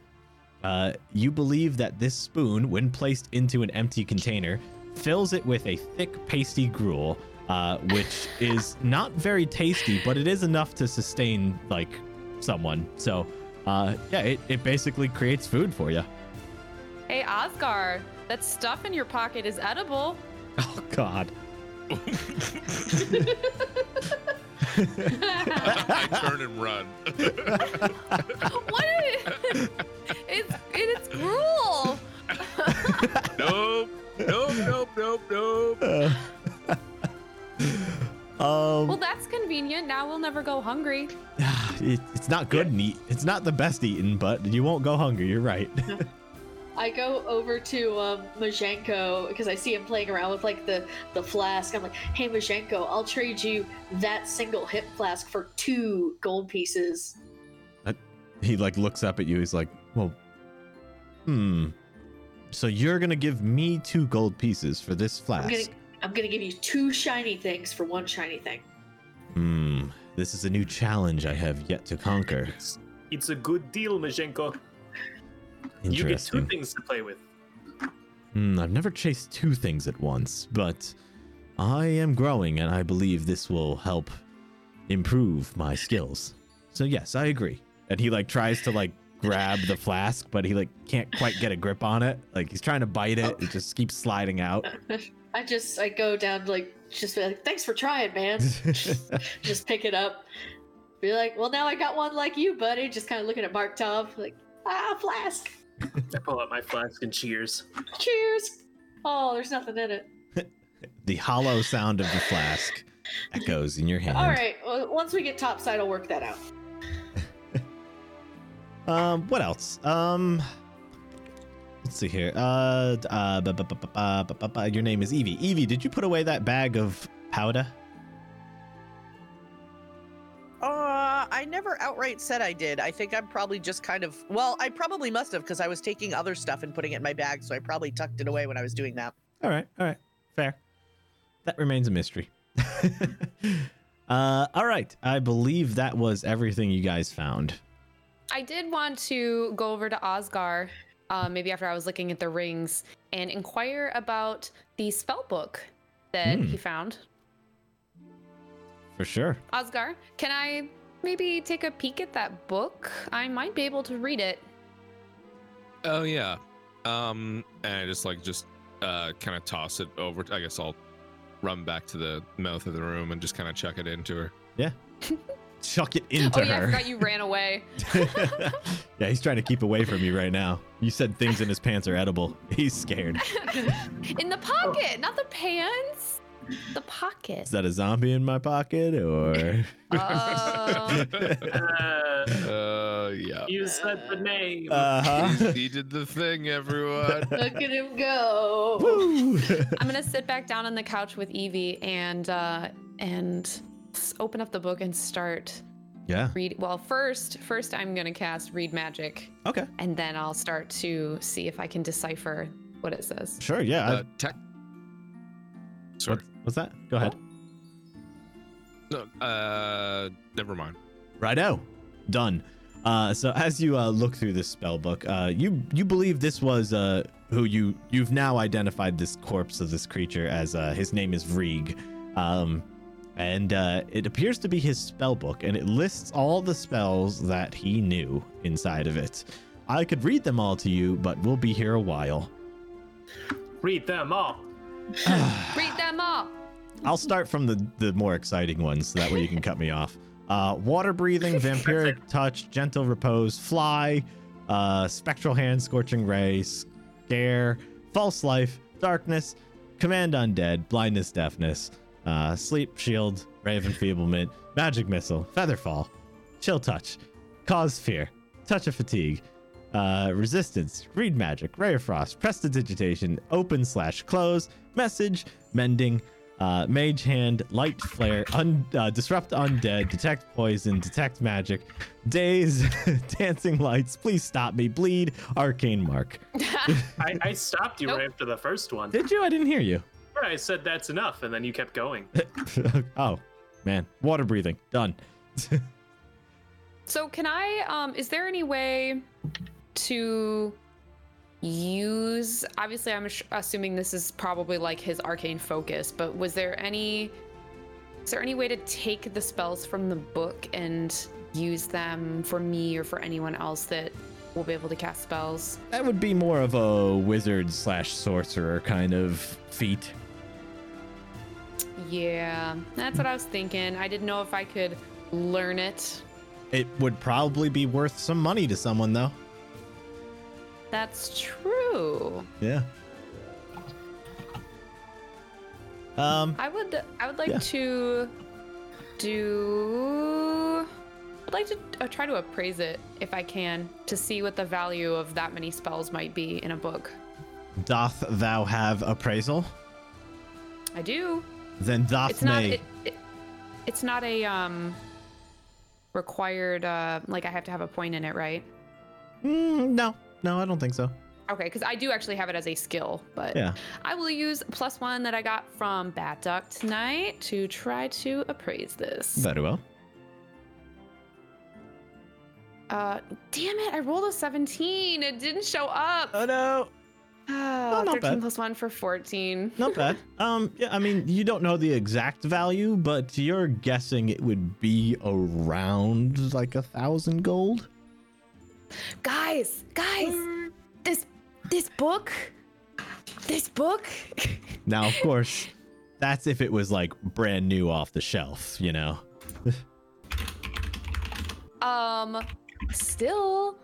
S1: Uh, you believe that this spoon, when placed into an empty container, fills it with a thick, pasty gruel, uh, uh, which is not very tasty, but it is enough to sustain like someone. So, uh, yeah, it, it basically creates food for you.
S6: Hey, Osgar, that stuff in your pocket is edible.
S1: Oh God.
S3: I turn and run.
S6: What? Is, it's it's gruel.
S3: nope. Nope. Nope. Nope. Nope.
S6: Well,
S1: Um,
S6: that's convenient. Now we'll never go hungry.
S1: it, it's not good and eat. It's not the best eaten, but you won't go hungry. You're right.
S4: I go over to um, Majenko because I see him playing around with like the the flask. I'm like, "Hey, Majenko, I'll trade you that single hip flask for two gold pieces."
S1: he like looks up at you. He's like, "Well, hmm. So you're gonna give me two gold pieces for this flask?
S4: I'm gonna I'm gonna give you two shiny things for one shiny thing.
S1: Hmm. This is a new challenge I have yet to conquer.
S2: It's, it's a good deal, Majenko. You get two
S1: Interesting.
S2: things to play with.
S1: Hmm, I've never chased two things at once, but I am growing, and I believe this will help improve my skills. So yes, I agree. And he like tries to like grab the flask, but he like can't quite get a grip on it. Like he's trying to bite it, it just keeps sliding out.
S4: I just I go down to, like just be like, "Thanks for trying, man." just, just pick it up. Be like, "Well, now I got one like you, buddy." Just kind of looking at Mark Tov, like, "Ah, flask.
S2: I pull out my flask and cheers.
S4: Cheers." Oh, there's nothing in it.
S1: The hollow sound of the flask echoes in your hand.
S4: All right. Well, once we get topside, I'll work that out.
S1: Um, what else? Um, let's see here. Uh, d- uh, ba- ba- ba- ba- ba- ba- ba- ba- your name is Evie. Evie, did you put away that bag of powder?
S5: Uh, I never outright said I did. I think I'm probably just kind of well, I probably must have because I was taking other stuff and putting it in my bag, so I probably tucked it away when I was doing that.
S1: All right, all right, fair. That remains a mystery. uh, all right, I believe that was everything you guys found.
S6: I did want to go over to Osgar, uh, maybe after I was looking at the rings, and inquire about the spell book that
S1: Hmm.
S6: he found.
S1: For sure.
S6: Osgar, can I maybe take a peek at that book? I might be able to read it.
S3: Oh yeah. Um, and I just like just uh kind of toss it over. I guess I'll run back to the mouth of the room and just kind of chuck it into her.
S1: Chuck it into
S6: oh yeah, I
S1: her.
S6: forgot you ran away.
S1: yeah, he's trying to keep away from you right now. You said things in his pants are edible. He's scared.
S6: In
S1: Oh.
S6: the pocket, not the pants. The pocket.
S1: Is that a zombie in my pocket or?
S6: Oh.
S2: Uh,
S3: Uh, yeah.
S2: you said
S4: Uh,
S2: the name.
S1: Uh-huh.
S3: he did the thing, everyone.
S4: Look at him go.
S1: Woo!
S6: I'm gonna sit back down on the couch with Evie and uh, and s- open up the book and start
S1: yeah.
S6: read. Well, first, first I'm gonna cast read magic,
S1: Okay.
S6: and then I'll start to see if I can decipher what it says.
S1: Sure. Yeah.
S3: Uh, tech.
S1: I, what,
S3: Sorry.
S1: what's that? Go ahead.
S3: No, uh, never mind.
S6: Oh.
S1: Righto. Done. Uh, so as you uh, look through this spell book, uh, you you believe this was uh, who you you've now identified this corpse of this creature as uh, his name is Vrieg, um, and uh, it appears to be his spell book, and it lists all the spells that he knew inside of it. I could read them all to you, but we'll be here a while.
S2: Read them all.
S6: Read them all.
S1: I'll start from the, the more exciting ones, so that way you can cut me off. Uh, water breathing, vampiric touch, gentle repose, fly, uh, spectral hand, scorching ray, scare, false life, darkness, command undead, blindness, deafness, uh, sleep, shield, ray of enfeeblement, magic missile, feather fall, chill touch, cause fear, touch of fatigue, uh, resistance, read magic, ray of frost, prestidigitation, open slash close, message, mending, uh, mage hand, light flare, un- uh, disrupt undead, detect poison, detect magic, daze, dancing lights, please stop me, bleed, arcane mark.
S2: I, I stopped you
S6: Nope.
S2: right after the first one.
S1: Did you? I didn't hear you.
S2: Where I said that's enough, and then you kept going.
S1: oh, man. Water breathing. Done.
S6: So can I? Um, is there any way to use? Obviously, I'm ass- assuming this is probably like his arcane focus, but was there any Is there any way to take the spells from the book and use them for me or for anyone else that will be able to cast spells?
S1: That would be more of a wizard slash sorcerer kind of feat.
S6: Yeah, that's what I was thinking. I didn't know if I could learn it.
S1: It would probably be worth some money to someone, though.
S6: That's true.
S1: Yeah. Um,
S6: I would I would like
S1: Yeah.
S6: to do I'd like to uh, try to appraise it if I can to see what the value of that many spells might be in a book.
S1: doth thou have appraisal?
S6: I do.
S1: Then doth
S6: It's not
S1: may.
S6: it, it, it's not a um required uh like I have to have a point in it, right?
S1: Mm, no, no, I don't think so.
S6: Okay, cuz I do actually have it as a skill, but
S1: Yeah.
S6: I will use plus 1 that I got from Bat Duck tonight to try to appraise this.
S1: Very well.
S6: Uh, damn it! I rolled a 17. It didn't show up.
S1: Oh no,
S6: Ah,
S1: not
S6: 13
S1: bad.
S6: plus one for 14.
S1: not bad. um, yeah, I mean, you don't know the exact value, but you're guessing it would be around like a thousand gold.
S6: Guys, guys, this this book, this book.
S1: Now, of course, that's if it was like brand new off the shelf, you know.
S6: um, still,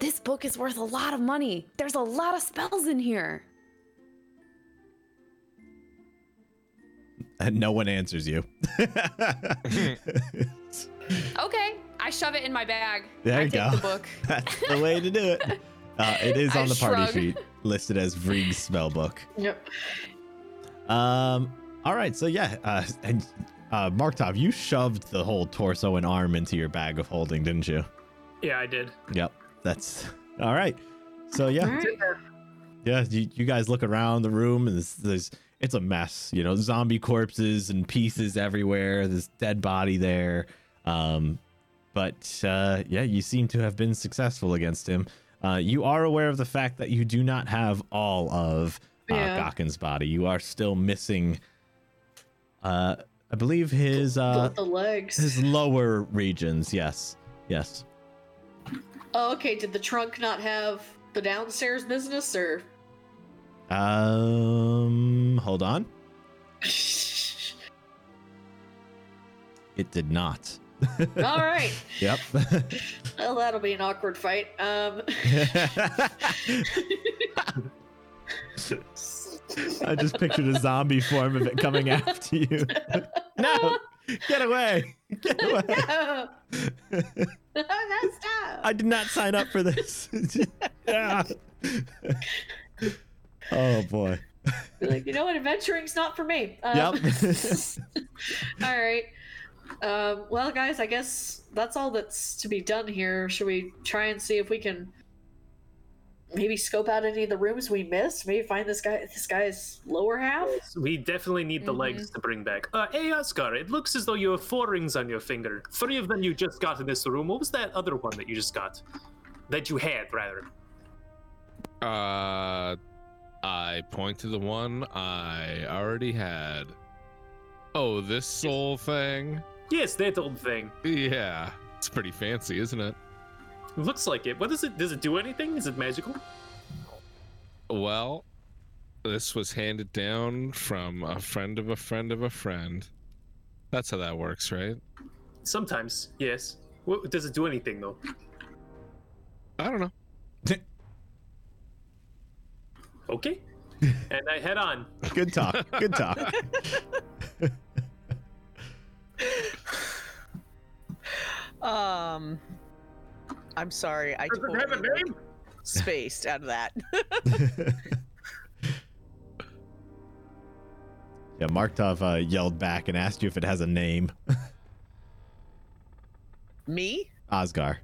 S6: this book is worth a lot of money. There's a lot of spells in here.
S1: And no one answers you.
S6: Okay, I shove it in my bag.
S1: There
S6: I
S1: you
S6: take
S1: go.
S6: the book.
S1: That's the way to do it. Uh, it is
S6: I
S1: on the party
S6: shrug.
S1: sheet, listed as Vrieg's spell book.
S4: Yep.
S1: Um. All right. So yeah. Uh, and uh, Marktov, you shoved the whole torso and arm into your bag of holding, didn't you?
S2: Yeah, I did.
S1: Yep. That's all right. So yeah,
S6: All right.
S1: yeah. You, you guys look around the room, and there's, there's it's a mess. You know, zombie corpses and pieces everywhere. This dead body there. Um. But uh, yeah, you seem to have been successful against him. Uh, you are aware of the fact that you do not have all of uh,
S4: Yeah.
S1: Gawkins' body. You are still missing. Uh, I believe his uh,
S4: the, the legs.
S1: his lower regions. Yes, yes.
S4: Oh, okay. Did the trunk not have the downstairs business or?
S1: Um, hold on. It did not.
S4: All right.
S1: Yep.
S4: Well, that'll be an awkward fight. Um,
S1: I just pictured a zombie form of it coming after you. no, get away, get away.
S4: no. That's not.
S1: I did not sign up for this. Yeah. oh boy.
S4: Like, you know what? Adventuring's not for me. Um,
S1: Yep.
S4: all right. Um, well, guys, I guess that's all that's to be done here. Should we try and see if we can maybe scope out any of the rooms we missed? Maybe find this guy, this guy's lower half.
S2: We definitely need the
S6: Mhm.
S2: legs
S4: Mm-hmm.
S2: to bring back. Uh, hey, Oscar, it looks as though you have four rings on your finger. Three of them you just got in this room. What was that other one that you just got? That you had, rather.
S3: Uh, I point to the one I already had. Oh, this soul thing?
S2: Yes, that old thing.
S3: Yeah. It's pretty fancy, isn't it?
S2: Looks like it. What is it? Does it do anything? Is it magical?
S3: Well, this was handed down from a friend of a friend of a friend. That's how that works, right?
S2: Sometimes, yes. What, does it do anything though?
S3: I don't know.
S2: Okay. and I head on.
S1: Good talk. Good talk.
S5: Um, I'm sorry, I
S2: Does it have a
S5: totally
S2: name?
S5: spaced out of that.
S1: yeah, Marktov uh, yelled back and asked you if it has a name.
S5: Me?
S1: Osgar.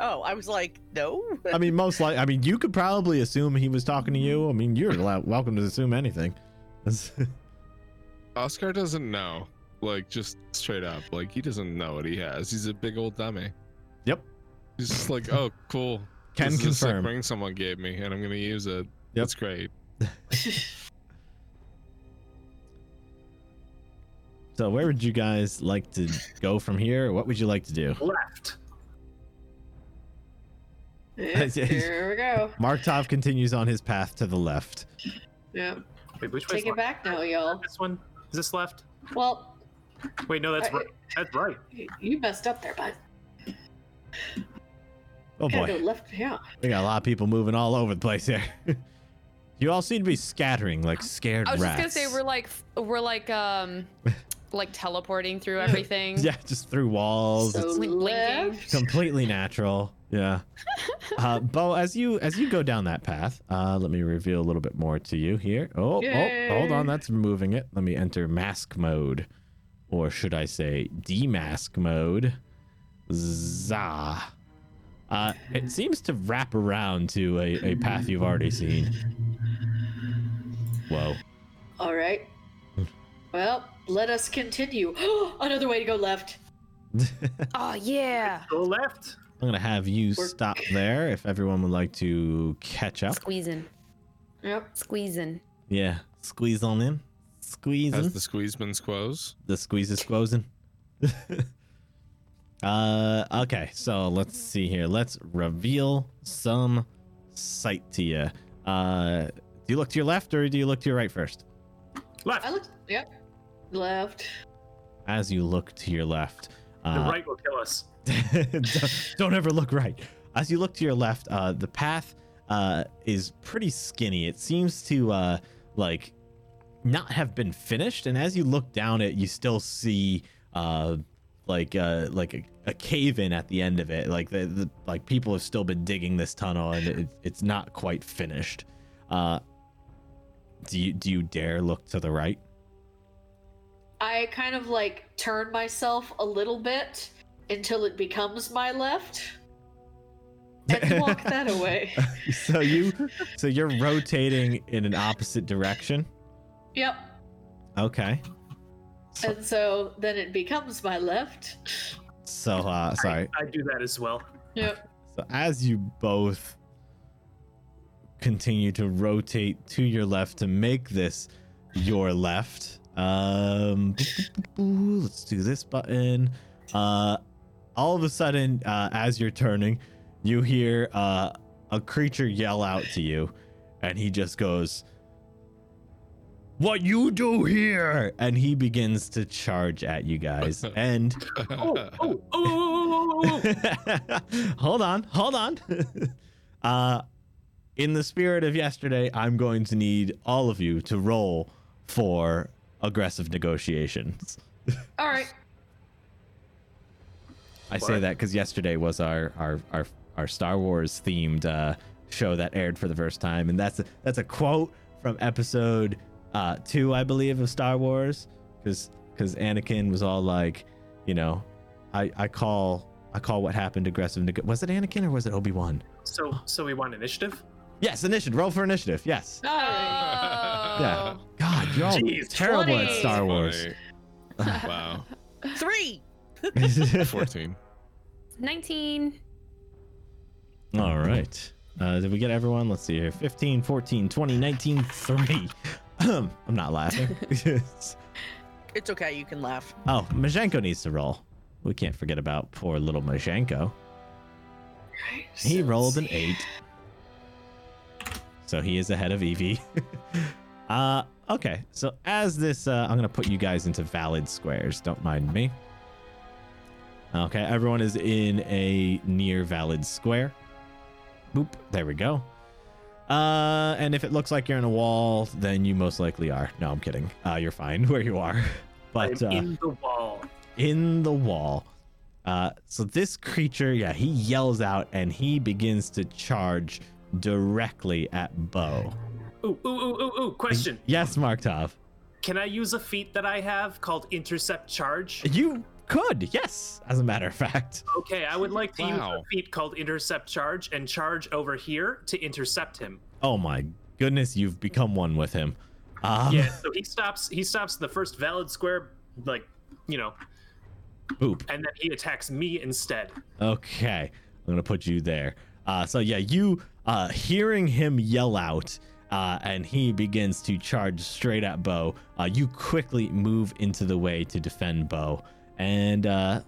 S5: Oh, I was like, no.
S1: I mean, most like, I mean, you could probably assume he was talking to you. I mean, you're allowed, welcome to assume anything.
S3: Oscar doesn't know. Like, just straight up. Like, he doesn't know what he has. He's a big old dummy.
S1: Yep.
S3: He's just like, oh, cool.
S1: Can
S3: this is a sick
S1: confirm.
S3: ring someone gave me, and I'm going to use it. That's great.
S1: So where would you guys like to go from here? What would you like to do?
S2: Left.
S4: Yeah, here we go.
S1: Markov continues on his path to the left.
S4: Yeah.
S2: Wait, which
S4: Take
S2: way?
S4: it back now, y'all.
S2: This one? Is this left?
S4: Well,
S2: Wait, no, that's
S4: I-
S2: right. That's right.
S4: you messed up there, bud.
S1: Oh
S4: Gotta
S1: boy,
S4: go left. Yeah.
S1: we got a lot of people moving all over the place here. you all seem to be scattering like scared
S6: I was
S1: rats.
S6: just gonna say we're like f- we're like um like teleporting through everything.
S1: yeah, just through walls.
S4: So
S1: It's
S6: Blink- blinking.
S4: left.
S1: completely natural. Yeah. Uh, Bo, as you as you go down that path, uh, let me reveal a little bit more to you here. Oh, oh, hold on,
S4: Yay.
S1: that's moving it. Let me enter mask mode, or should I say demask mode? Za. Uh, it seems to wrap around to a, a path you've already seen. Whoa.
S4: All right. Well, let us continue. Another way to go left.
S6: Oh yeah.
S2: Go left.
S1: I'm gonna have you
S4: We're-
S1: stop there if everyone would like to catch up.
S6: Squeezing,
S4: Yep.
S6: squeezing.
S1: Yeah, squeeze on in. Squeeze. in.
S3: Has the squeeze been squoze?
S1: the squeeze is closing. uh, okay, so let's see here. Let's reveal some sight to you. Uh, do you look to your left or do you look to your right first?
S2: Left.
S4: I looked. Yep. Left.
S1: As you look to your left,
S2: The
S1: uh,
S2: right will kill us.
S1: don't, don't ever look right. As you look to your left, uh, the path uh, is pretty skinny. It seems to uh, like not have been finished, and as you look down it, you still see uh, like uh, like a, a cave in at the end of it. Like the, the like people have still been digging this tunnel, and it, it's not quite finished. Uh, do you do you dare look to the right?
S4: I kind of like turn myself a little bit until it becomes my left and walk that away.
S1: so you so you're rotating in an opposite direction.
S4: Yep.
S1: Okay. So,
S4: And so then it becomes my left.
S1: so uh sorry.
S2: I do that as well.
S4: Yep.
S1: So as you both continue to rotate to your left to make this your left. Um boop, boop, boop, boop. let's do this button. Uh all of a sudden uh as you're turning, you hear uh a creature yell out to you and he just goes what you do here and he begins to charge at you guys and
S2: Oh, oh, oh, oh, oh, oh, oh, oh.
S1: hold on, hold on. uh, in the spirit of yesterday, I'm going to need all of you to roll for aggressive negotiations.
S4: All right.
S1: I say
S2: What?
S1: that because yesterday was our our our, our Star Wars themed uh, show that aired for the first time, and that's a, that's a quote from episode uh, two, I believe, of Star Wars, because because Anakin was all like, you know, I I call I call what happened aggressive. Neg- was it Anakin or was it Obi Wan?
S2: oh. So, so we want initiative?
S1: Yes, initiative. Roll for initiative. Yes.
S4: All right.
S1: Yeah.
S6: Oh.
S1: God, you're all
S2: Jeez,
S1: terrible at
S6: 20.
S1: Star Wars.
S3: Funny. wow.
S5: Three.
S3: Fourteen.
S6: 19.
S1: All right. Uh, did we get everyone? Let's see here. 15, 14, 20, 19, 3. I'm not laughing.
S5: It's okay. You can laugh.
S1: oh, Majenko needs to roll. We can't forget about poor little Majenko. He
S4: So
S1: rolled an
S4: let's see.
S1: 8. So he is ahead of Evie. uh, okay. So as this, uh, I'm going to put you guys into valid squares. Don't mind me. Okay. Everyone is in a near valid square. Boop. There we go. Uh, and if it looks like you're in a wall, then you most likely are. No, I'm kidding. Uh, you're fine where you are. But
S2: I'm
S1: uh,
S2: in the wall.
S1: in the wall. Uh, so this creature, yeah, he yells out and he begins to charge directly at Bo.
S2: Ooh, ooh, ooh, ooh, ooh. Question.
S1: Yes, Markov.
S2: Can I use a feat that I have called intercept charge?
S1: You could, yes, as a matter of fact.
S2: Okay, I would like to use a
S3: Wow.
S2: feat called intercept charge and charge over here to intercept him.
S1: Oh my goodness, you've become one with him. Um,
S2: Yeah, so he stops he stops the first valid square like, you know,
S1: Boop.
S2: and then he attacks me instead.
S1: Okay, I'm gonna put you there. Uh, so yeah, you uh, hearing him yell out uh, and he begins to charge straight at Bo. Uh, you quickly move into the way to defend Bo, and uh,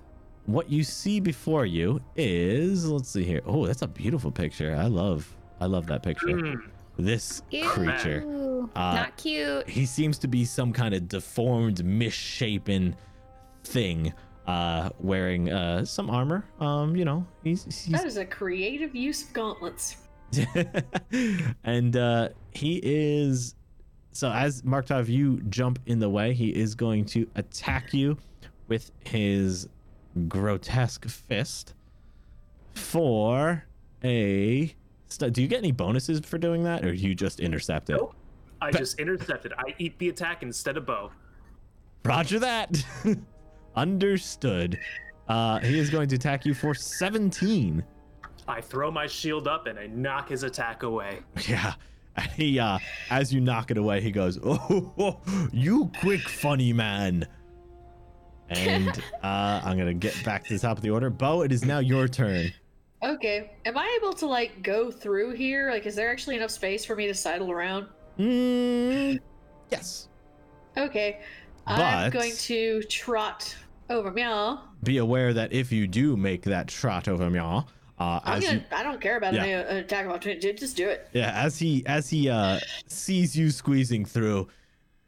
S1: what you see before you is let's see here. Oh, that's a beautiful picture. I love, I love that picture.
S2: Mm,
S1: This
S6: Ew.
S1: creature.
S6: Ooh,
S1: Uh,
S6: not cute.
S1: He seems to be some kind of deformed, misshapen thing, uh, wearing uh, some armor. Um, you know, he's, he's
S4: That is a creative use of gauntlets.
S1: and uh, he is so as Marktov, you jump in the way. He is going to attack you with his grotesque fist for a. st- Do you get any bonuses for doing that, or you just intercept it?
S2: Nope. I just intercepted. I eat the attack instead of bow.
S1: Roger that. Understood. Uh, he is going to attack you for 17.
S2: I throw my shield up and I knock his attack away.
S1: Yeah. And he uh as you knock it away, he goes, Oh, you quick funny man. And uh I'm gonna get back to the top of the order. Bo, it is now your turn.
S4: Okay, am I able to like go through here? Like, is there actually enough space for me to sidle around?
S1: Mm, yes.
S4: Okay,
S1: But-
S4: I'm going to trot over meow.
S1: Be aware that if you do make that trot over meow, uh
S4: I'm
S1: as
S4: gonna.
S1: you
S4: I don't care about
S1: Yeah.
S4: any uh, attack of opportunity. dude, Just do it.
S1: Yeah, as he as he uh sees you squeezing through,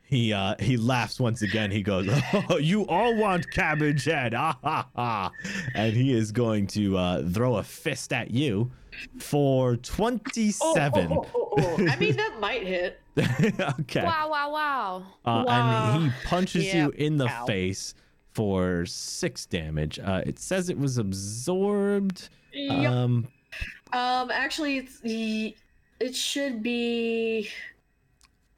S1: he uh he laughs once again. He goes, "Oh, you all want cabbage head." Ah ha ha. And he is going to uh throw a fist at you for 27.
S2: Oh, oh, oh, oh, oh.
S4: I mean, that might hit.
S1: okay.
S6: Wow, wow, wow.
S1: Uh,
S4: Wow.
S1: And he punches you in the
S5: Ow.
S1: face for 6 damage. Uh it says it was absorbed.
S4: Yep.
S1: Um
S4: Um, actually, it's the. It should be.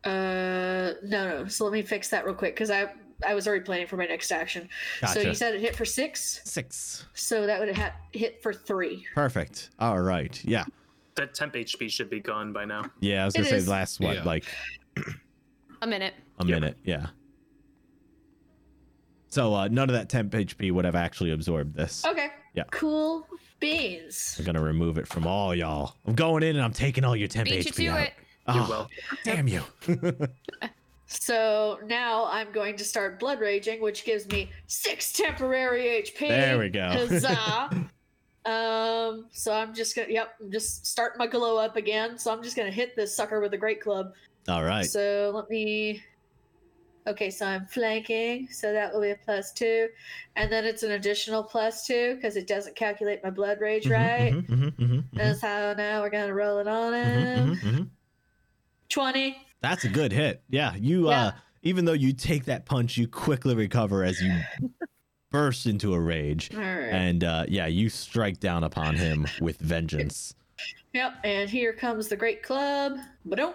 S4: Uh, no, no. So let me fix that real quick because I I was already planning for my next action. So
S1: gotcha.
S4: you said it hit for six,
S1: 6.
S4: so that would have ha- hit for three.
S1: Perfect. All right. Yeah.
S2: That temp HP should be gone by now.
S1: Yeah, I was
S4: It
S1: going to say
S4: is-
S1: the last one
S3: Yeah.
S1: like
S6: A minute.
S1: a
S2: Yeah.
S1: minute. Yeah. So uh, none of that temp HP would have actually absorbed this.
S4: Okay.
S1: Yeah.
S4: Cool beans.
S1: I'm gonna remove it from all y'all. I'm going in and I'm taking all your temp
S6: Beat you
S1: HP
S6: to
S1: out.
S6: it.
S2: You're
S1: Ah,
S2: welcome.
S1: damn you!
S4: So now I'm going to start blood raging, which gives me six temporary HP.
S1: There we go.
S4: Huzzah. um, so I'm just gonna yep, I'm just start my glow up again. So I'm just gonna hit this sucker with a great club.
S1: all right.
S4: So let me Okay, so I'm flanking, so that will be a plus two. And then it's an additional plus two because it doesn't calculate my blood rage
S1: Mhm,
S4: right.
S1: mhm, mhm, mhm, mhm,
S4: That's how now we're gonna roll it on
S1: mhm,
S4: him.
S1: mhm, mhm.
S4: Twenty.
S1: That's a good hit. Yeah, you.
S4: Yeah.
S1: uh Even though you take that punch, you quickly recover as you burst into a rage,
S4: All right.
S1: and uh yeah, you strike down upon him with vengeance.
S4: Yep, and here comes the great club. But do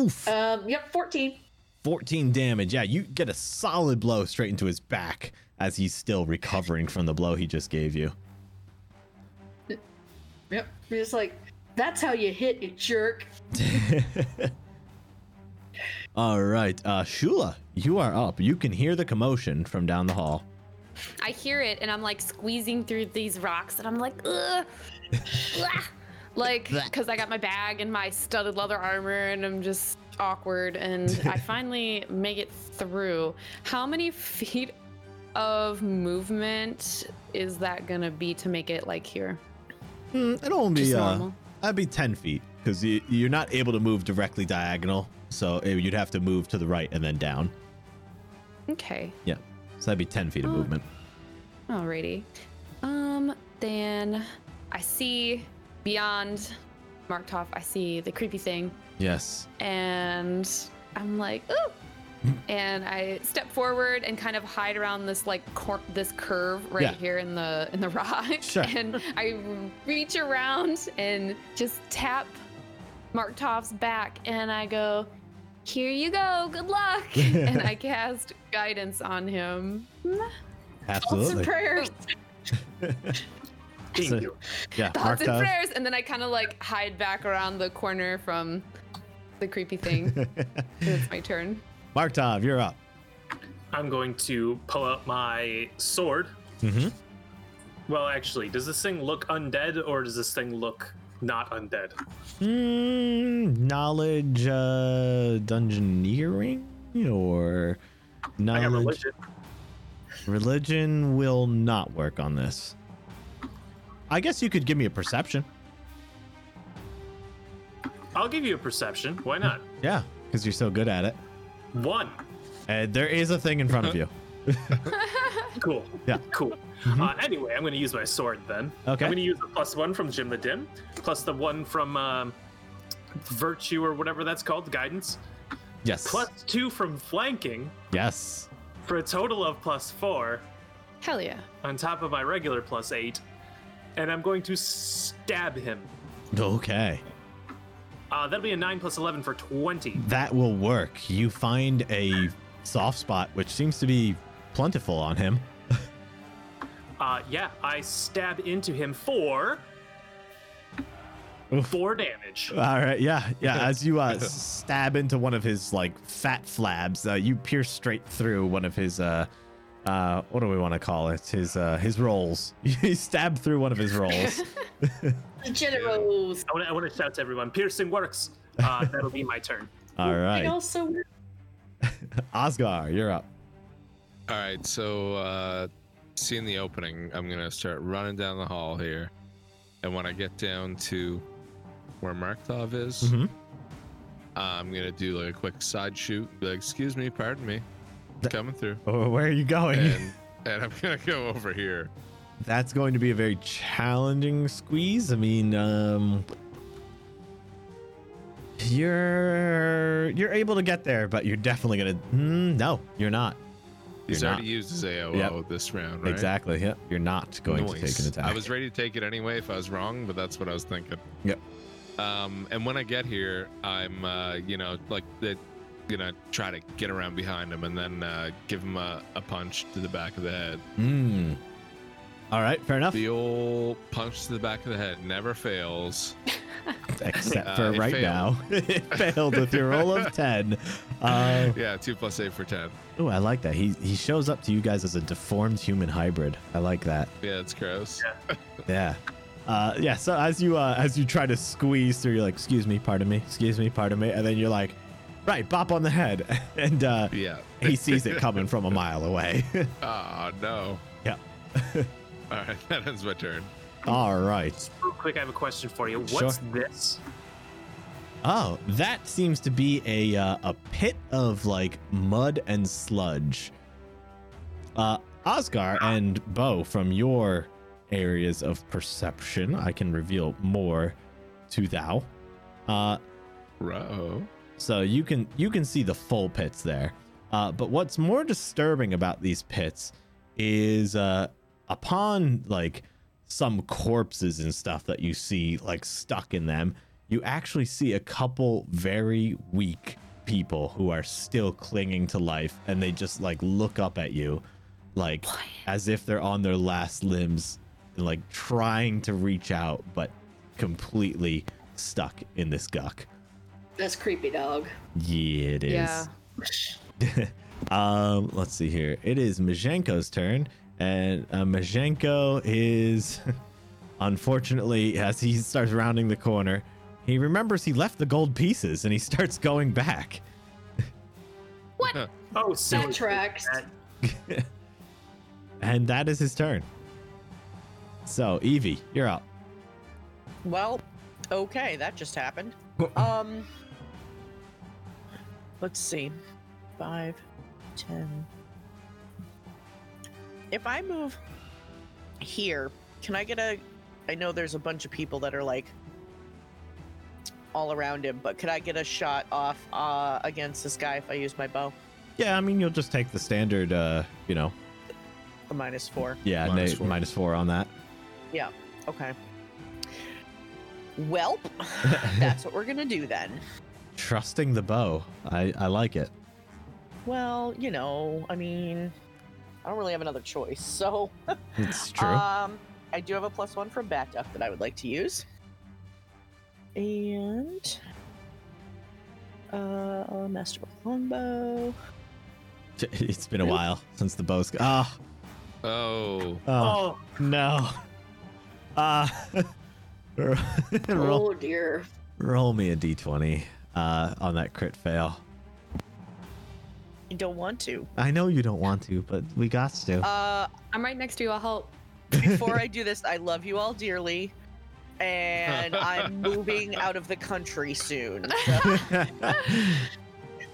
S1: Oof.
S4: Um, yep, 14.
S1: 14 damage. Yeah, you get a solid blow straight into his back as he's still recovering from the blow he just gave you.
S4: Yep. It's like, that's how you hit, you jerk.
S1: All right, uh, Shula, you are up. You can hear the commotion from down the hall.
S6: I hear it and I'm like squeezing through these rocks and I'm like, ugh. Blah. like, because I got my bag and my studded leather armor and I'm just awkward. And I finally make it through. How many feet of movement is that going to be to make it like here?
S1: Hmm, it'll only
S6: Just
S1: be, uh,
S6: normal.
S1: that'd be 10 feet because you, you're not able to move directly diagonal. So eh, you'd have to move to the right and then down.
S6: Okay.
S1: Yeah. So that'd be 10 feet of
S6: Oh.
S1: movement.
S6: Alrighty. Um, then I see beyond Marktov, I see the creepy thing,
S1: Yes.
S6: and I'm like, ooh! and I step forward and kind of hide around this like cor- this curve right
S1: Yeah.
S6: here in the in the rock,
S1: Sure.
S6: and I reach around and just tap Marktov's back, and I go, "Here you go, good luck!" and I cast guidance on him.
S4: Thoughts and
S1: Absolutely.
S4: prayers.
S2: Thank
S1: So-
S2: you.
S1: Yeah.
S6: thoughts and
S1: Markov.
S6: prayers and then i kind of like hide back around the corner from the creepy thing And it's my turn
S1: Markov, you're up.
S2: I'm going to pull out my sword.
S1: Mm-hmm.
S2: Well, actually, does this thing look undead or does this thing look not undead.
S1: Mm, knowledge, uh, dungeoneering, or
S2: I got
S1: knowledge.
S2: religion.
S1: Religion will not work on this. I guess you could give me a perception.
S2: I'll give you a perception. Why not?
S1: Yeah, because you're so good at it.
S2: One.
S1: Uh, there is a thing in front of you.
S2: Cool.
S1: Yeah. Mm-hmm.
S2: Cool. Uh, anyway, I'm going to use my sword then.
S1: Okay.
S2: I'm going to use the plus one from Jim the Dim, plus the one from um, Virtue or whatever that's called, Guidance,
S1: Yes.
S2: plus two from Flanking,
S1: Yes.
S2: for a total of plus four,
S6: Hell yeah.
S2: on top of my regular plus eight. And I'm going to stab him.
S1: Okay.
S2: Uh, that'll be a 9 plus 11 for 20.
S1: That will work. You find a soft spot, which seems to be plentiful on him.
S2: Uh, yeah, I stab into him for.
S1: Oof.
S2: Four damage.
S1: All right, yeah, yeah. As you uh, stab into one of his like fat flabs, uh, you pierce straight through one of his uh, uh, what do we want to call it? His uh, his rolls. you stab through one of his rolls.
S4: The generals.
S2: I want to I wanna shout to everyone piercing works. Uh, that'll be my turn.
S1: All
S4: I
S1: right,
S4: also
S1: Osgar, you're up.
S3: All right, so uh, seeing the opening, I'm gonna start running down the hall here, and when I get down to where Markov is,
S1: Mhm.
S3: I'm gonna do like a quick side shoot. be like, excuse me, pardon me,
S1: Th-
S3: coming through,
S1: Oh, where are you going?
S3: and and I'm gonna go over here.
S1: That's going to be a very challenging squeeze. I mean, um, you're you're able to get there, but you're definitely gonna. Mm, no, you're not.
S3: He's
S1: You're
S3: already
S1: not.
S3: used his AOO
S1: Yep.
S3: this round, right?
S1: Exactly. Yep. You're not going to take
S3: Nice.
S1: an attack.
S3: I was ready to take it anyway if I was wrong, but that's what I was thinking.
S1: Yep.
S3: Um, and when I get here, I'm, uh, you know, like the, gonna try to get around behind him and then uh, give him a, a punch to the back of the head.
S1: Mm. All right, fair enough.
S3: The old punch to the back of the head never fails.
S1: Except
S3: uh,
S1: for
S3: it
S1: right
S3: failed.
S1: now, it failed with your roll of ten. Uh,
S3: Yeah, two plus eight for ten.
S1: oh, I like that. He he shows up to you guys as a deformed human hybrid. I like that.
S3: Yeah, it's gross.
S1: Yeah. Uh, yeah. So as you uh, as you try to squeeze through, you're like, "Excuse me, pardon me, excuse me, pardon me," and then you're like, "Right, bop on the head," and uh,
S3: Yeah.
S1: he sees it coming from a mile away.
S3: Ah, no.
S1: Yeah.
S3: All right, that ends my turn.
S1: All right.
S2: Real quick, I have a question for you. What's this?
S1: Oh, that seems to be a uh, a pit of like mud and sludge. Uh, Osgar and Bo, from your areas of perception, I can reveal more to thou. Uh,
S3: Row.
S1: so you can you can see the full pits there. Uh, but what's more disturbing about these pits is uh, upon like some corpses and stuff that you see like stuck in them, you actually see a couple very weak people who are still clinging to life, and they just like look up at you, like as if they're on their last limbs, and, like trying to reach out, but completely stuck in this guck.
S4: That's creepy, dog.
S1: Yeah, it is.
S6: Yeah.
S1: Um, let's see here. It is Majenko's turn, and uh, Majenko is, unfortunately, as he starts rounding the corner, he remembers he left the gold pieces, and he starts going back.
S2: Oh, silly
S4: That tracks.
S2: that.
S1: And that is his turn. So Evie, you're up.
S5: Well, okay, that just happened. Um, let's see. Five, ten. If I move here, can I get a? I know there's a bunch of people that are like all around him, but could I get a shot off uh, against this guy if I use my bow?
S1: Yeah, I mean you'll just take the standard, uh, you know,
S5: A minus four.
S1: yeah,
S3: Minus
S1: na-
S3: four.
S1: minus four on that.
S5: Okay. Welp, that's what we're gonna do then.
S1: Trusting the bow, I I like it.
S5: Well, you know, I mean, I don't really have another choice. So,
S1: It's true.
S5: um, I do have a plus one from Bat Duck that I would like to use. And uh, Master of Longbow.
S1: it's been a while since the bow's. Ah,
S3: Oh.
S1: oh.
S2: Oh,
S1: No. Uh roll,
S4: Oh dear.
S1: roll me a d20 uh, on that crit fail.
S5: I don't want to.
S1: I know you don't want to, but we got to.
S5: Uh,
S6: I'm right next to you. I'll help.
S5: before I do this, I love you all dearly, and I'm moving out of the country soon.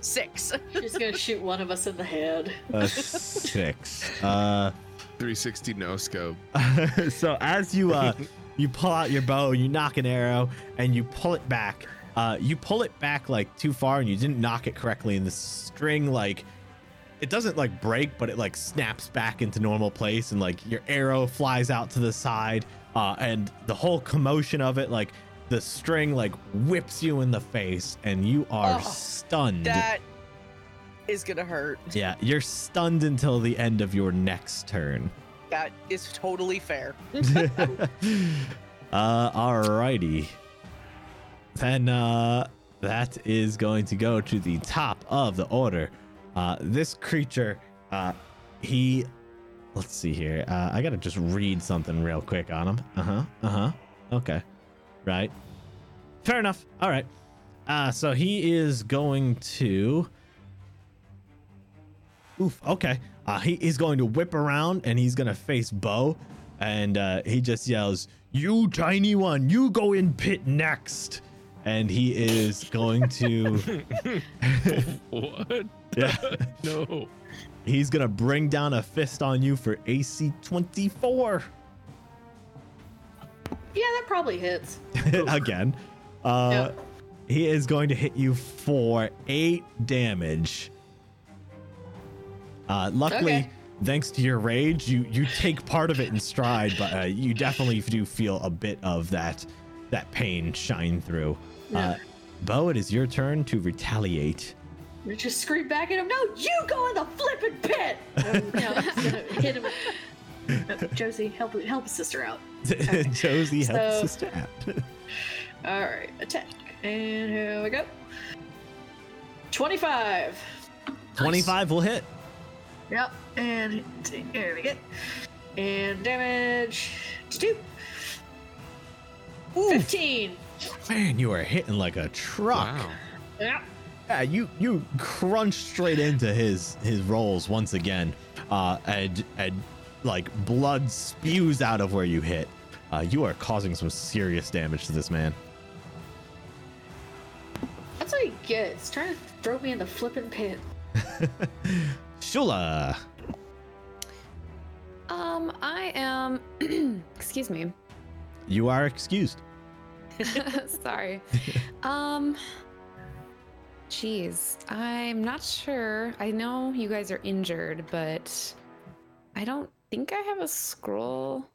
S5: Six.
S4: She's gonna shoot one of us in the head.
S1: a six. Uh,
S3: 360 no scope.
S1: so as you uh, you pull out your bow, you knock an arrow, and you pull it back. Uh, you pull it back like too far, and you didn't knock it correctly, and the string like it doesn't like break, but it like snaps back into normal place, and like your arrow flies out to the side, uh, and the whole commotion of it, like the string like whips you in the face, and you are
S5: Oh,
S1: stunned.
S5: That is gonna hurt.
S1: yeah, you're stunned until the end of your next turn.
S5: That is totally fair.
S1: uh, alrighty. Then uh, that is going to go to the top of the order. Uh, this creature, uh, he. Let's see here. Uh, I gotta just read something real quick on him. Uh huh. Uh huh. Okay. Right. Fair enough. All right. Uh, so he is going to. Oof. Okay. Uh, he is going to whip around and he's going to face Bo. And uh, he just yells, You tiny one, you go in pit next. And he is going to.
S3: What?
S1: yeah.
S3: No.
S1: He's going to bring down a fist on you for AC 24
S4: Yeah, that probably hits.
S1: again. Uh,
S4: Yep.
S1: He is going to hit you for eight damage. Uh, luckily,
S4: Okay.
S1: thanks to your rage, you you take part of it in stride, but uh, you definitely do feel a bit of that that pain shine through. Uh, Bo, it is your turn to retaliate.
S4: You just scream back at him, no, you go in the flippin' pit! Um, no, I'm just gonna hit him. Uh, Josie, help, help sister out.
S1: Josie helps
S4: So-
S1: his stab.
S4: Alright, attack. And here we go. 25.
S1: Twenty-five will hit.
S4: Yep, and there we go. And damage to two. 15.
S1: Man, you are hitting like a truck.
S3: Wow.
S4: Yep.
S1: Yeah, you you crunch straight into his his rolls once again, uh, and and like blood spews out of where you hit. Uh, you are causing some serious damage to this man.
S4: That's what he gets. Trying to throw me in the flippin' pit.
S1: Shula,
S6: Um, I am. excuse me.
S1: you are excused.
S6: Sorry. um Jeez, I'm not sure. I know you guys are injured, but I don't think I have a scroll.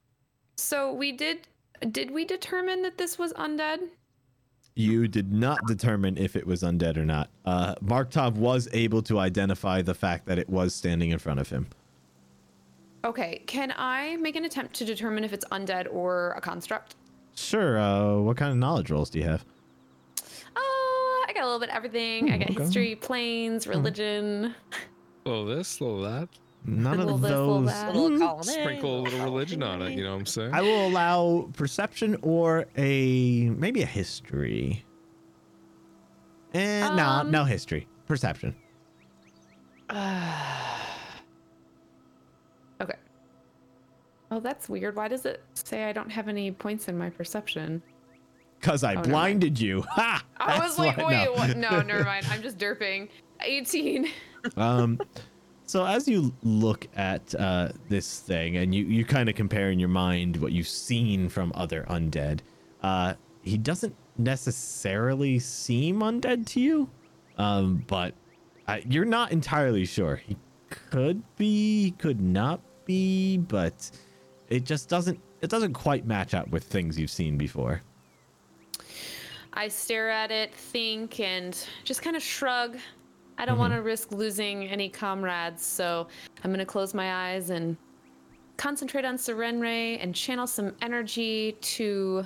S6: So we did did we determine that this was undead?
S1: You did not determine if it was undead or not. Uh, Markov was able to identify the fact that it was standing in front of him.
S6: Okay, can I make an attempt to determine if it's undead or a construct?
S1: Sure. Uh, what kind of knowledge rolls do you have?
S6: Oh, I got a little bit of everything. I got
S1: okay.
S6: history, planes, religion.
S3: Little this, little that.
S1: None
S6: Little
S1: of
S6: this, little
S1: those.
S6: that.
S5: Little column A,
S3: Sprinkle a little
S5: column
S3: religion
S5: B.
S3: on it. You know what I'm saying?
S1: I will allow perception or a maybe a history. Eh, no,
S6: Um,
S1: no history. Perception.
S6: Okay. Oh, that's weird. Why does it say I don't have any points in my perception?
S1: Cause I
S6: oh, never mind.
S1: blinded you. Ha!
S6: I was
S1: That's
S6: like,
S1: why-
S6: wait,
S1: no.
S6: what? No, never mind. I'm just derping. 18.
S1: um, so as you look at uh, this thing and you, you kind of compare in your mind what you've seen from other undead, uh, he doesn't necessarily seem undead to you, um, but I, you're not entirely sure. He could be, could not be, but it just doesn't it doesn't quite match up with things you've seen before.
S6: I stare at it, think, and just kind of shrug. I
S1: Mm-hmm.
S6: don't want to risk losing any comrades, so I'm going to close my eyes and concentrate on Serenray and channel some energy to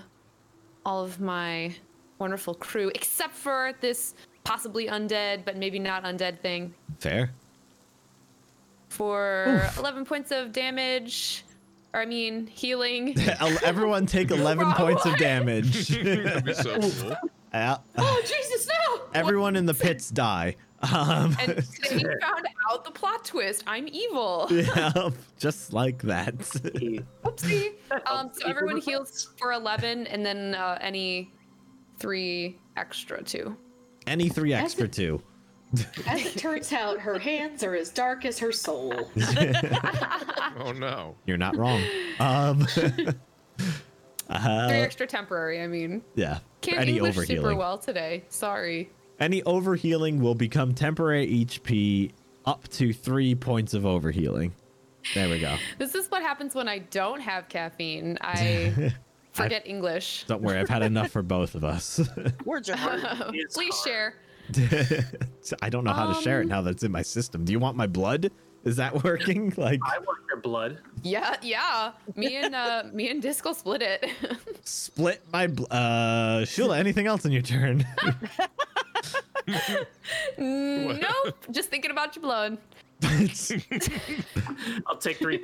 S6: all of my wonderful crew, except for this possibly undead, but maybe not undead thing.
S1: Fair.
S6: for 11 points of damage. Or I mean, healing.
S1: Everyone take 11 points of damage.
S3: That'd be so cool.
S1: Yeah.
S4: Oh Jesus, no!
S1: Everyone in the pits die. Um,
S6: And today you found out the plot twist. I'm evil.
S1: yeah, just like that.
S2: He-
S6: Oopsie. Um, so
S2: Evil
S6: everyone
S2: reverse.
S6: heals for 11 and then uh, any three extra two.
S1: Any three
S4: That's
S1: extra
S4: it.
S1: two.
S4: As it turns out, her hands are as dark as her soul.
S3: Oh no.
S1: You're not wrong. Um,
S6: three
S1: uh,
S6: extra temporary, I mean.
S1: yeah.
S6: Can't
S1: Any
S6: English super
S1: overhealing.
S6: well today. Sorry.
S1: Any overhealing will become temporary HP up to three points of overhealing. There we go.
S6: This is what happens when I don't have caffeine. I forget English.
S1: Don't worry, I've had enough for both of us.
S5: Words are hard.
S2: It's
S6: Oh, Please
S2: hard.
S6: share.
S1: I don't know how to share it
S6: Um,
S1: now that it's in my system. Do you want my blood? Is that working? Like,
S2: I want your blood.
S6: Yeah, yeah. Me and uh, me and Disc will split it.
S1: split my. Bl- uh, Shula, anything else in your turn?
S6: nope. Just thinking about your blood.
S1: That's-
S2: I'll take three.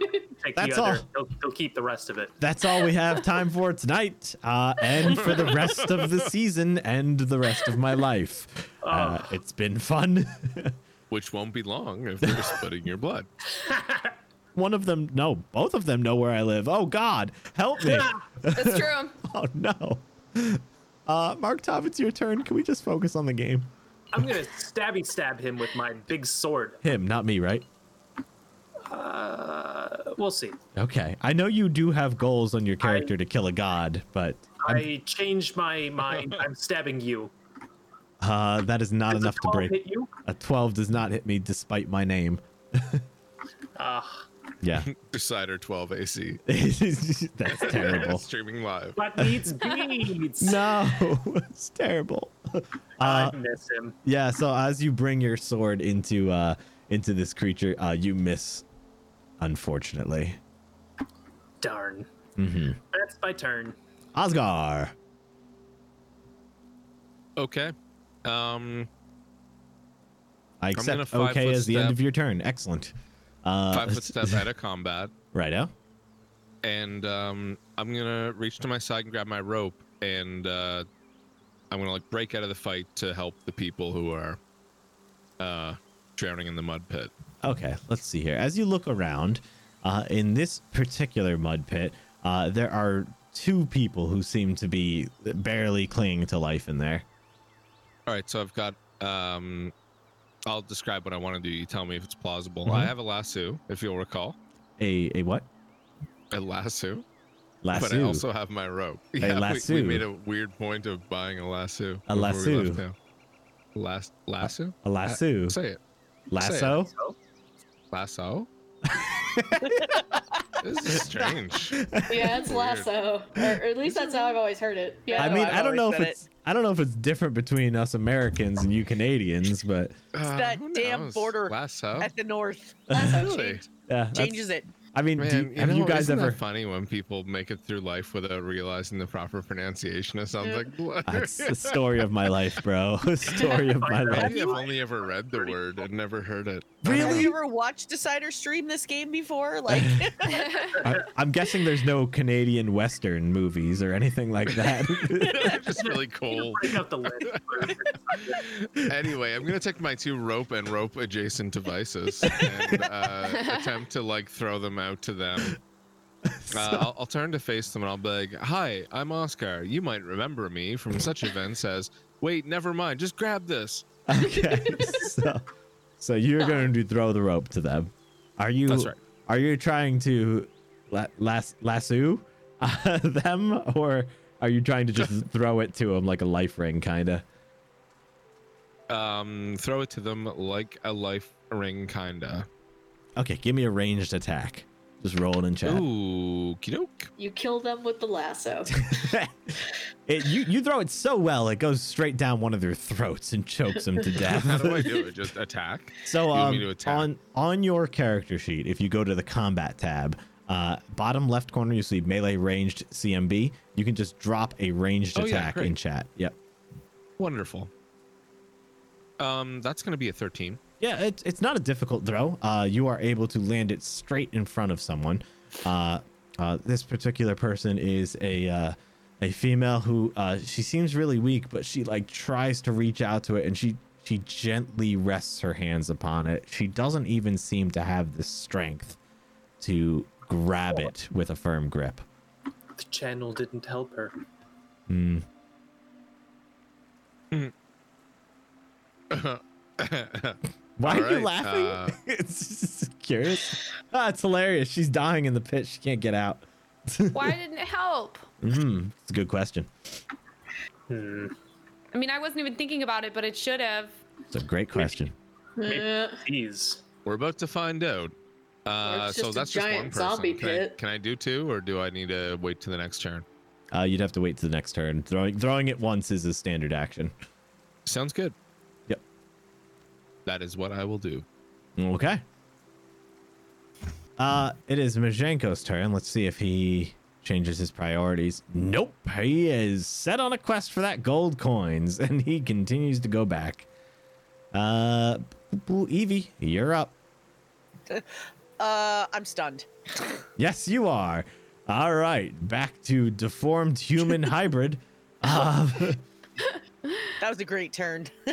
S2: Take
S1: That's
S2: the
S1: all.
S2: other. He'll, he'll keep the rest of it.
S1: that's all we have time for tonight uh, and for the rest of the season and the rest of my life. Uh, it's been fun.
S3: Which won't be long if they're splitting your blood.
S1: One of them, no, both of them know where I live. Oh, God, help me.
S6: That's true.
S1: Oh, no. Uh, Mark Tov, it's your turn. Can we just focus on the game?
S2: I'm gonna stabby stab him with my big sword.
S1: Him, not me, right?
S2: Uh, we'll see.
S1: Okay. I know you do have goals on your character to kill a god, but
S2: I changed my mind. I'm stabbing you.
S1: uh, that is not
S2: Does a
S1: enough to
S2: 12
S1: break.
S2: Hit you?
S1: A 12 does not hit me despite my name.
S2: Ah,
S1: Yeah.
S3: Decider 12 AC.
S1: That's terrible.
S3: Streaming live.
S2: but needs beads.
S1: No, it's terrible.
S2: I miss him.
S1: Yeah, so as you bring your sword into uh into this creature, uh you miss unfortunately.
S2: Darn.
S3: Mm-hmm.
S2: That's my turn.
S1: Osgar.
S3: Okay. Um,
S1: I
S3: gonna
S1: accept
S3: five
S1: okay
S3: foot
S1: as the end
S3: step.
S1: of your turn. Excellent. Uh
S3: five foot step out of combat.
S1: Righto.
S3: and um, I'm gonna reach to my side and grab my rope, and uh, I'm gonna like break out of the fight to help the people who are uh, drowning in the mud pit.
S1: Okay, let's see here. As you look around, uh, in this particular mud pit, uh, there are two people who seem to be barely clinging to life in there.
S3: All right, so I've got. Um, I'll describe what I want to do. You tell me if it's plausible.
S1: Mhm.
S3: I have a lasso, if you'll recall,
S1: A a what?
S3: a lasso,
S1: Lasso.
S3: but I also have my rope. Yeah, we-
S1: lasso.
S3: We, made a weird point of buying a lasso. before we
S1: lasso. Uh,
S3: left town. Las- lasso.
S1: a lasso.
S3: Say it.
S1: Lasso.
S3: Lasso. this is strange.
S4: Yeah, it's lasso. Or, or at least that's how I've always heard it. Yeah.
S1: I
S5: No,
S1: mean,
S5: I've
S1: I don't
S5: always
S1: know if
S5: said
S1: it's I don't know if it's different between us Americans and you Canadians, but
S3: Uh,
S5: that
S3: who
S5: damn
S3: knows?
S5: border
S3: Lasso.
S5: At the north
S3: Really?
S1: yeah, that's-
S5: changes it.
S1: I mean,
S3: Man,
S1: do,
S3: you
S1: have you
S3: know,
S1: guys
S3: isn't that
S1: ever?
S3: funny when people make it through life without realizing the proper pronunciation of something?
S1: That's the story of my life, bro. story of my life.
S3: Maybe I've only ever read the word and never heard it.
S5: Have you ever watched Decider stream this game before? Like,
S1: I, I'm guessing there's no Canadian Western movies or anything like that.
S3: It's just really cool.
S2: Break up the lid.
S1: Oh.
S3: Anyway, I'm gonna take my two rope and rope adjacent devices and uh, attempt to like throw them out to them. Uh, I'll, I'll turn to face them and I'll be like, "Hi, I'm Oscar. You might remember me from such events as." Wait, never mind. Just grab this.
S1: okay, so, so you're going to throw the rope to them. Are you?
S3: That's right.
S1: Are you trying to la- las- lasso uh, them, or are you trying to just throw it to them like a life ring, kinda?
S3: Um, throw it to them like a life ring, kinda.
S1: Okay, give me a ranged attack. Just roll it in chat.
S3: Ooh, doke.
S4: You kill them with the lasso.
S1: it, you you throw it so well, it goes straight down one of their throats and chokes them to
S3: How
S1: death.
S3: do I do it? Just attack.
S1: So
S3: You want me
S1: um,
S3: to attack?
S1: on on your character sheet, if you go to the combat tab, uh, bottom left corner, you see melee ranged CMB. You can just drop a ranged
S3: Oh, yeah,
S1: attack in
S3: great.
S1: chat. Yep.
S3: Wonderful. Um, that's gonna be a thirteen.
S1: Yeah, it's it's not a difficult throw. Uh, you are able to land it straight in front of someone. Uh, Uh, this particular person is a uh, a female who uh, she seems really weak, but she like tries to reach out to it, and she she gently rests her hands upon it. She doesn't even seem to have the strength to grab it with a firm grip.
S2: The channel didn't help her.
S1: Hmm. Why
S3: All
S1: are you
S3: right,
S1: laughing?
S3: uh,
S1: it's just curious. Ah, it's hilarious. She's dying in the pit. She can't get out.
S6: Why didn't it help?
S1: Mm, it's a good question.
S2: Hmm.
S6: I mean, I wasn't even thinking about it, but it should have.
S1: It's a great question.
S4: Eh,
S2: Please.
S3: We're about to find out. Uh,
S4: it's
S3: so
S4: just a
S3: that's just one
S4: giant
S3: person.
S4: zombie
S3: can, I,
S4: pit.
S3: can I do two, or do I need to wait to the next turn?
S1: Uh, you'd have to wait to the next turn. Throwing throwing it once is a standard action.
S3: Sounds good.
S1: Yep.
S3: That is what I will do.
S1: Okay. Uh, it is Majenko's turn. Let's see if he changes his priorities. Nope. He is set on a quest for that gold coins, and he continues to go back. Uh, Evie, you're up.
S5: Uh, I'm stunned.
S1: Yes, you are. All right, back to deformed human hybrid. Um,
S5: That was a great turn.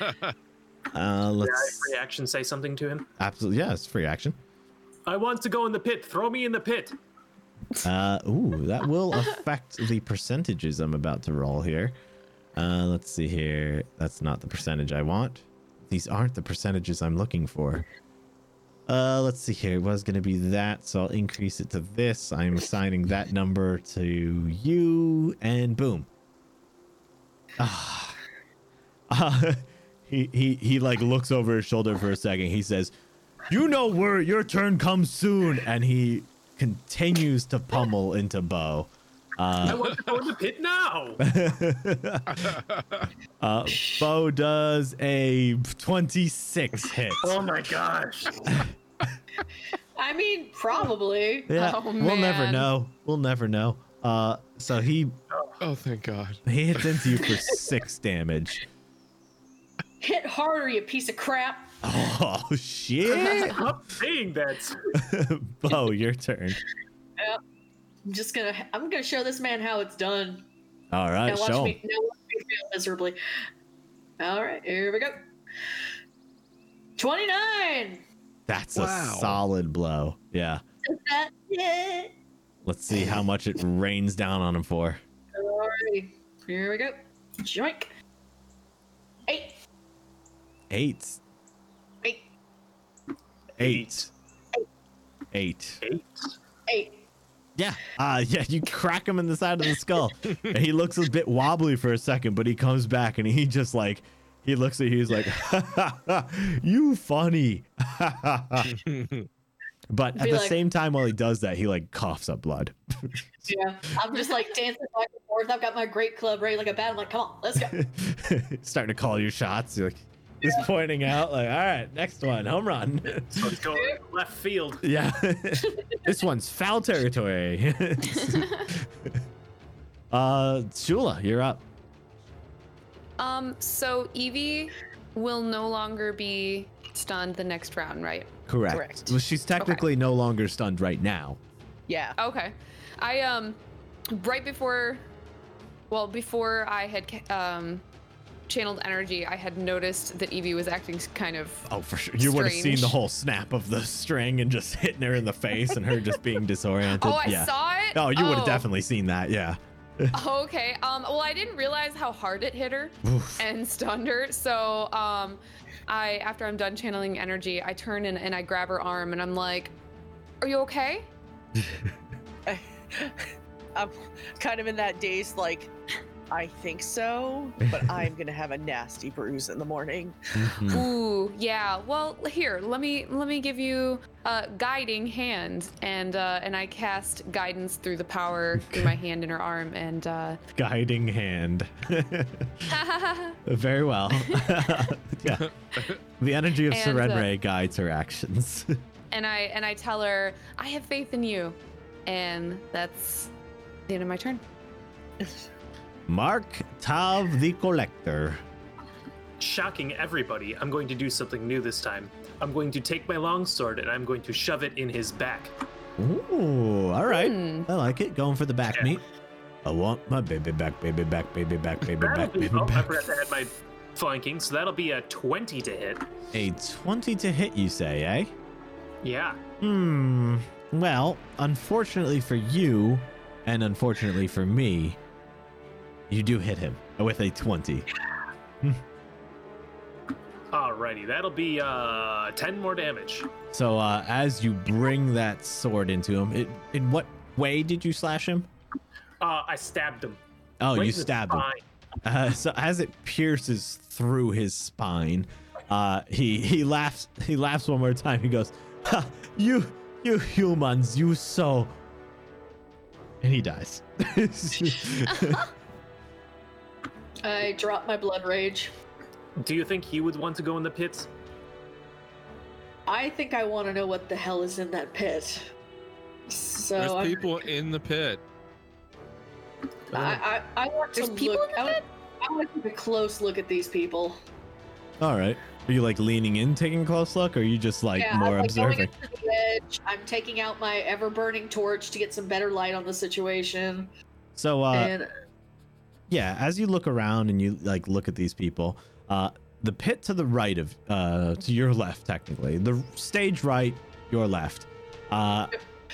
S1: uh,
S2: Did I
S1: let's
S2: reaction say something to him?
S1: absolutely yeah, it's free action.
S2: I want to go in the pit. Throw me in the pit.
S1: Uh, ooh, that will affect the percentages I'm about to roll here. Uh, let's see here. That's not the percentage I want. These aren't the percentages I'm looking for. Uh, let's see here. It was going to be that, so I'll increase it to this. I'm assigning that number to you, and boom. Ah. Ah, he, he, he like looks over his shoulder for a second. He says, you know where your turn comes soon. And he continues to pummel into Bo.
S2: I want to go in the pit now.
S1: Uh, Bo does a 26 hit.
S2: Oh my gosh.
S4: I mean, probably.
S1: Yeah,
S6: oh,
S1: we'll never
S6: man.
S1: know. We'll never know. Uh, so he
S3: Oh, thank God.
S1: he hits into you for six damage.
S4: Hit harder, you piece of crap.
S1: Oh shit!
S2: Stop saying that.
S1: Bo, your turn.
S4: I'm just gonna. I'm gonna show this man how it's done.
S1: All right,
S4: Now watch
S1: show him.
S4: me. Now watch me fail miserably. All right, here we go. Twenty-nine.
S1: That's
S3: Wow.
S1: a solid blow. Yeah.
S4: That's it.
S1: Let's see how much it rains down on him for.
S4: Alrighty. Here we go. Joink. Eight.
S1: Eight.
S4: Eight.
S1: Eight. Eight.
S2: Eight.
S4: Eight.
S1: Yeah. Uh, yeah, you crack him in the side of the skull. And he looks a bit wobbly for a second, but he comes back and he just like, he looks at you, he's like, you funny. but at
S4: Be
S1: the
S4: like-
S1: same time, while he does that, he like coughs up blood.
S4: Yeah. I'm just like dancing back and forth. I've got my great club ready like a bat. I'm like, come on, let's go.
S1: Starting to call your shots. You're like, he's pointing out, like, all right, next one, home run.
S2: So let's go left field.
S1: yeah. this one's foul territory. uh, Shula, you're up.
S6: Um, so Evie will no longer be stunned the next round, right?
S1: Correct.
S5: Correct.
S1: Well, she's technically no longer stunned right now.
S5: Yeah.
S6: Okay. I um right before well, before I had ca- um channeled energy, I had noticed that Evie was acting s- kind of
S1: Oh, for sure. You would have seen
S6: Strange.
S1: the whole snap of the string and just hitting her in the face and her just being disoriented.
S6: Oh, I
S1: yeah.
S6: saw it.
S1: Oh, you would have
S6: Oh.
S1: definitely seen that. Yeah.
S6: Okay. Um well, I didn't realize how hard it hit her
S1: Oof.
S6: and stunned her. So, um I after I'm done channeling energy, I turn and, and I grab her arm and I'm like, "Are you okay?"
S5: I'm kind of in that daze, like, I think so, but I'm gonna have a nasty bruise in the morning.
S1: Mhm.
S6: Ooh, yeah. Well, here, let me let me give you a guiding hand, and uh, and I cast guidance through the power through my hand and her arm, and uh,
S1: Guiding hand. Very well. yeah. The energy of
S6: And, uh,
S1: Serenre guides her actions.
S6: and I and I tell her I have faith in you, and that's the end of my turn.
S1: Mark Tav the Collector.
S2: Shocking everybody. I'm going to do something new this time. I'm going to take my longsword and I'm going to shove it in his back.
S1: Ooh, all right.
S6: Hmm.
S1: I like it. Going for the back
S2: Yeah.
S1: meat. I want my baby back, baby back, baby back, baby
S2: That'll
S1: back,
S2: be,
S1: baby
S2: oh, I
S1: back.
S2: forgot to add my flanking, so that'll be a 20 to hit.
S1: A 20 to hit, you say, eh?
S2: Yeah.
S1: Hmm. Well, unfortunately for you, and unfortunately for me, you do hit him with a 20.
S2: Alrighty, that'll be uh 10 more damage.
S1: So uh, as you bring that sword into him, it, in what way did you slash him?
S2: Uh, I stabbed him.
S1: Oh,
S2: Right
S1: you
S2: in the
S1: stabbed him.
S2: spine.
S1: Uh, so as it pierces through his spine, uh, he he laughs. He laughs one more time. He goes, ha, "You you humans, you so." And he dies.
S4: I drop my blood rage.
S2: Do you think he would want to go in the pits?
S4: I think I want to know what the hell is in that pit.
S3: There's
S4: So I'm-
S3: people in the pit.
S4: I, I, I want to
S6: There's people
S4: look.
S6: in the
S4: I, want,
S6: pit?
S4: I want to take a close look at these people.
S1: All right. Are you like leaning in, taking a close look, or are you just like
S4: Yeah,
S1: more
S4: I'm, like, going
S1: observing?
S4: up to the edge. I'm taking out my ever burning torch to get some better light on the situation.
S1: So uh,
S4: and
S1: yeah as you look around and you like look at these people uh the pit to the right of uh to your left technically the stage right your left uh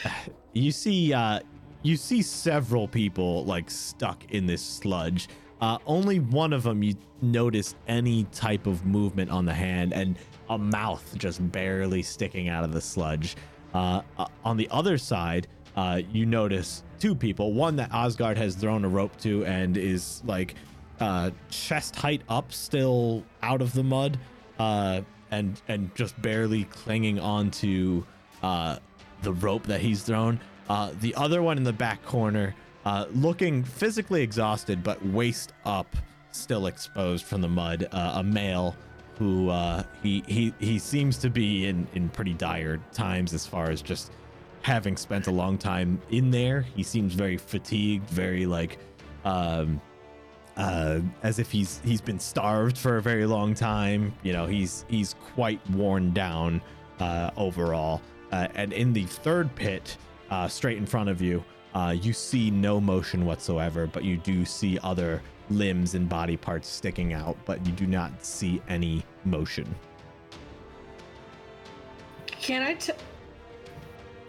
S1: you see uh you see several people like stuck in this sludge uh only one of them you noticed any type of movement on the hand and a mouth just barely sticking out of the sludge uh, uh, on the other side, uh, you notice two people. One that Osgard has thrown a rope to and is like uh, chest height up, still out of the mud, uh, and and just barely clinging onto uh, the rope that he's thrown. Uh, the other one in the back corner, uh, looking physically exhausted but waist up, still exposed from the mud. Uh, a male who uh, he he he seems to be in in pretty dire times as far as just having spent a long time in there. He seems very fatigued, very like um uh as if he's he's been starved for a very long time. You know, he's he's quite worn down uh overall. Uh, and in the third pit, uh straight in front of you, uh you see no motion whatsoever, but you do see other limbs and body parts sticking out, but you do not see any motion.
S4: Can I, t-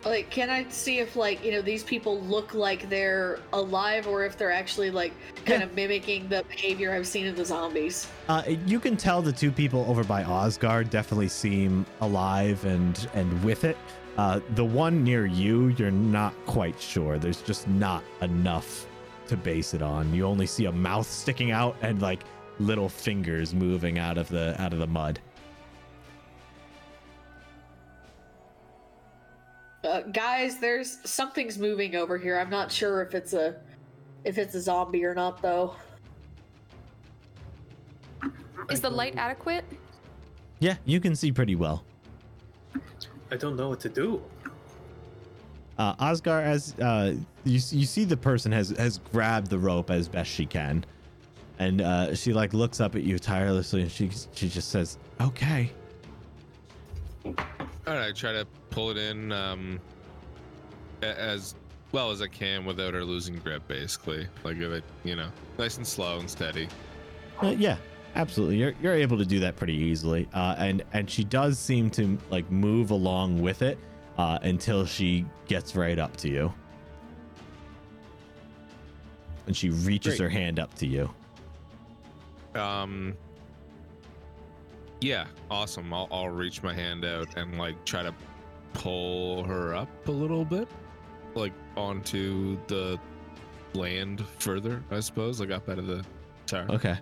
S4: like, can I see if like you know these people look like they're alive or if they're actually like kind of mimicking the behavior I've seen in the zombies?
S1: Uh, you can tell the two people over by Osgard definitely seem alive and and with it. Uh, the one near you, you're not quite sure. There's just not enough to base it on. You only see a mouth sticking out and like little fingers moving out of the out of the mud.
S4: Uh, guys, there's something's moving over here. I'm not sure if it's a if it's a zombie or not though.
S6: Is the light adequate?
S1: Yeah, you can see pretty well.
S2: I don't know what to do.
S1: Uh, Osgar, as uh, you you see, the person has has grabbed the rope as best she can, and uh, she like looks up at you tirelessly, and she she just says, "Okay."
S3: All right, try to pull it in um, a- as well as I can without her losing grip, basically. Like give it, you know, nice and slow and steady.
S1: Uh, yeah, absolutely. You're you're able to do that pretty easily, uh, and and she does seem to like move along with it uh, until she gets right up to you, and she reaches
S3: Great.
S1: her hand up to you.
S3: Um, yeah, awesome. I'll, I'll reach my hand out and like try to pull her up a little bit, like onto the land further, I suppose, like up out of the tower.
S1: Okay.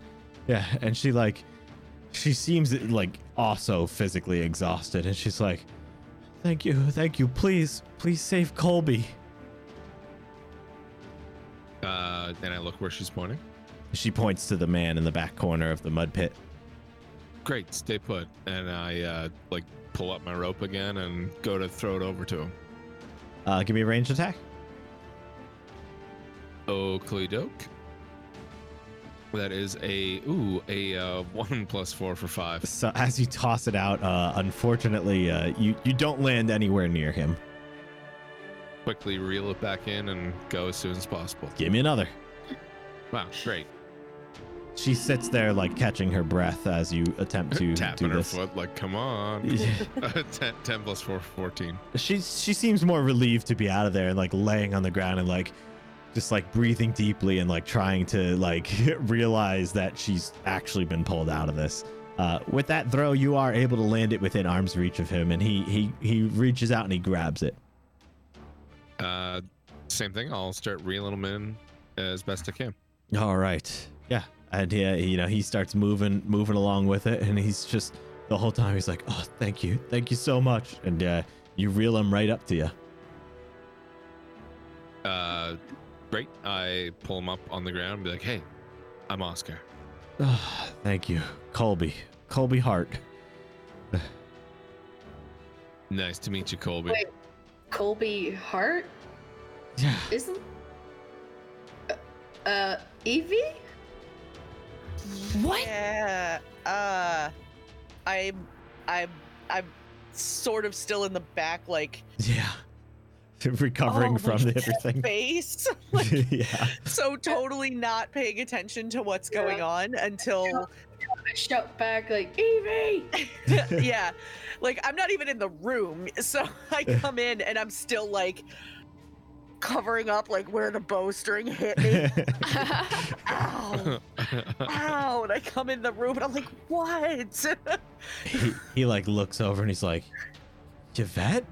S1: Yeah, and she like she seems like also physically exhausted and she's like Thank you, thank you. Please, please save Colby.
S3: Uh, and I look where she's pointing.
S1: She points to the man in the back corner of the mud pit.
S3: Great, stay put. And I uh, like pull up my rope again and go to throw it over to him.
S1: Uh give me a ranged attack.
S3: Oakley doke. That is a ooh a uh, one plus four for five.
S1: So as you toss it out, uh unfortunately uh you you don't land anywhere near him.
S3: quickly reel it back in and go as soon as possible.
S1: Give me another.
S3: Wow, great.
S1: She sits there like catching her breath as you attempt to
S3: Tapping
S1: do
S3: her
S1: this.
S3: foot, like, come on.
S1: Yeah.
S3: 10, 10 plus 4, 14.
S1: She she seems more relieved to be out of there and like laying on the ground and like just like breathing deeply and like trying to like realize that she's actually been pulled out of this. Uh, with that throw, you are able to land it within arm's reach of him, and he he he reaches out and he grabs it.
S3: Uh, same thing. I'll start reeling them in as best I can.
S1: All right. Yeah. And yeah, you know, he starts moving moving along with it and he's just the whole time he's like, "Oh, thank you. Thank you so much." And uh you reel him right up to you.
S3: Uh, great. I pull them up on the ground and be like, hey, I'm Oscar.
S1: Oh, thank you. Colby. Colby Hart.
S3: Nice to meet you, Colby.
S4: Wait. Colby Hart
S1: Yeah.
S4: isn't. Uh, uh, Evie?
S6: What?
S5: Yeah. Uh, I'm, I'm, I'm sort of still in the back, like
S1: Yeah. Recovering
S5: Oh,
S1: from
S5: my
S1: everything.
S5: face,
S1: yeah.
S5: so totally not paying attention to what's
S4: Yeah.
S5: going on until,
S4: I shout back, like, Evie!
S5: yeah, like I'm not even in the room. So I come in and I'm still like covering up, like where the bowstring hit me. Ow.
S4: oh.
S5: Ow, and I come in the room and I'm like, what?
S1: he, he like looks over and he's like, "Yvette?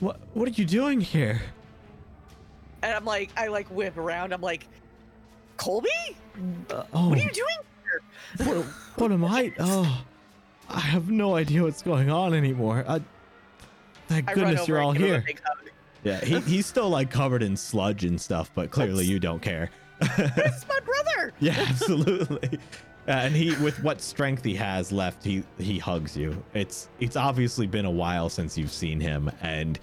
S1: What what are you doing here?"
S5: And I'm like, I like whip around. I'm like, Colby,
S1: Uh, oh.
S5: what are you doing?
S1: What, what am I? Oh, I have no idea what's going on anymore. I, thank
S5: I run
S1: goodness
S5: over
S1: you're
S5: and
S1: all
S5: give "Oh, him a
S1: here.
S5: big hug.
S1: Yeah, he, he's still like covered in sludge and stuff, but clearly you don't care.
S5: That's my brother.
S1: Yeah, absolutely. Uh, and he, with what strength he has left, he he hugs you. It's it's obviously been a while since you've seen him, and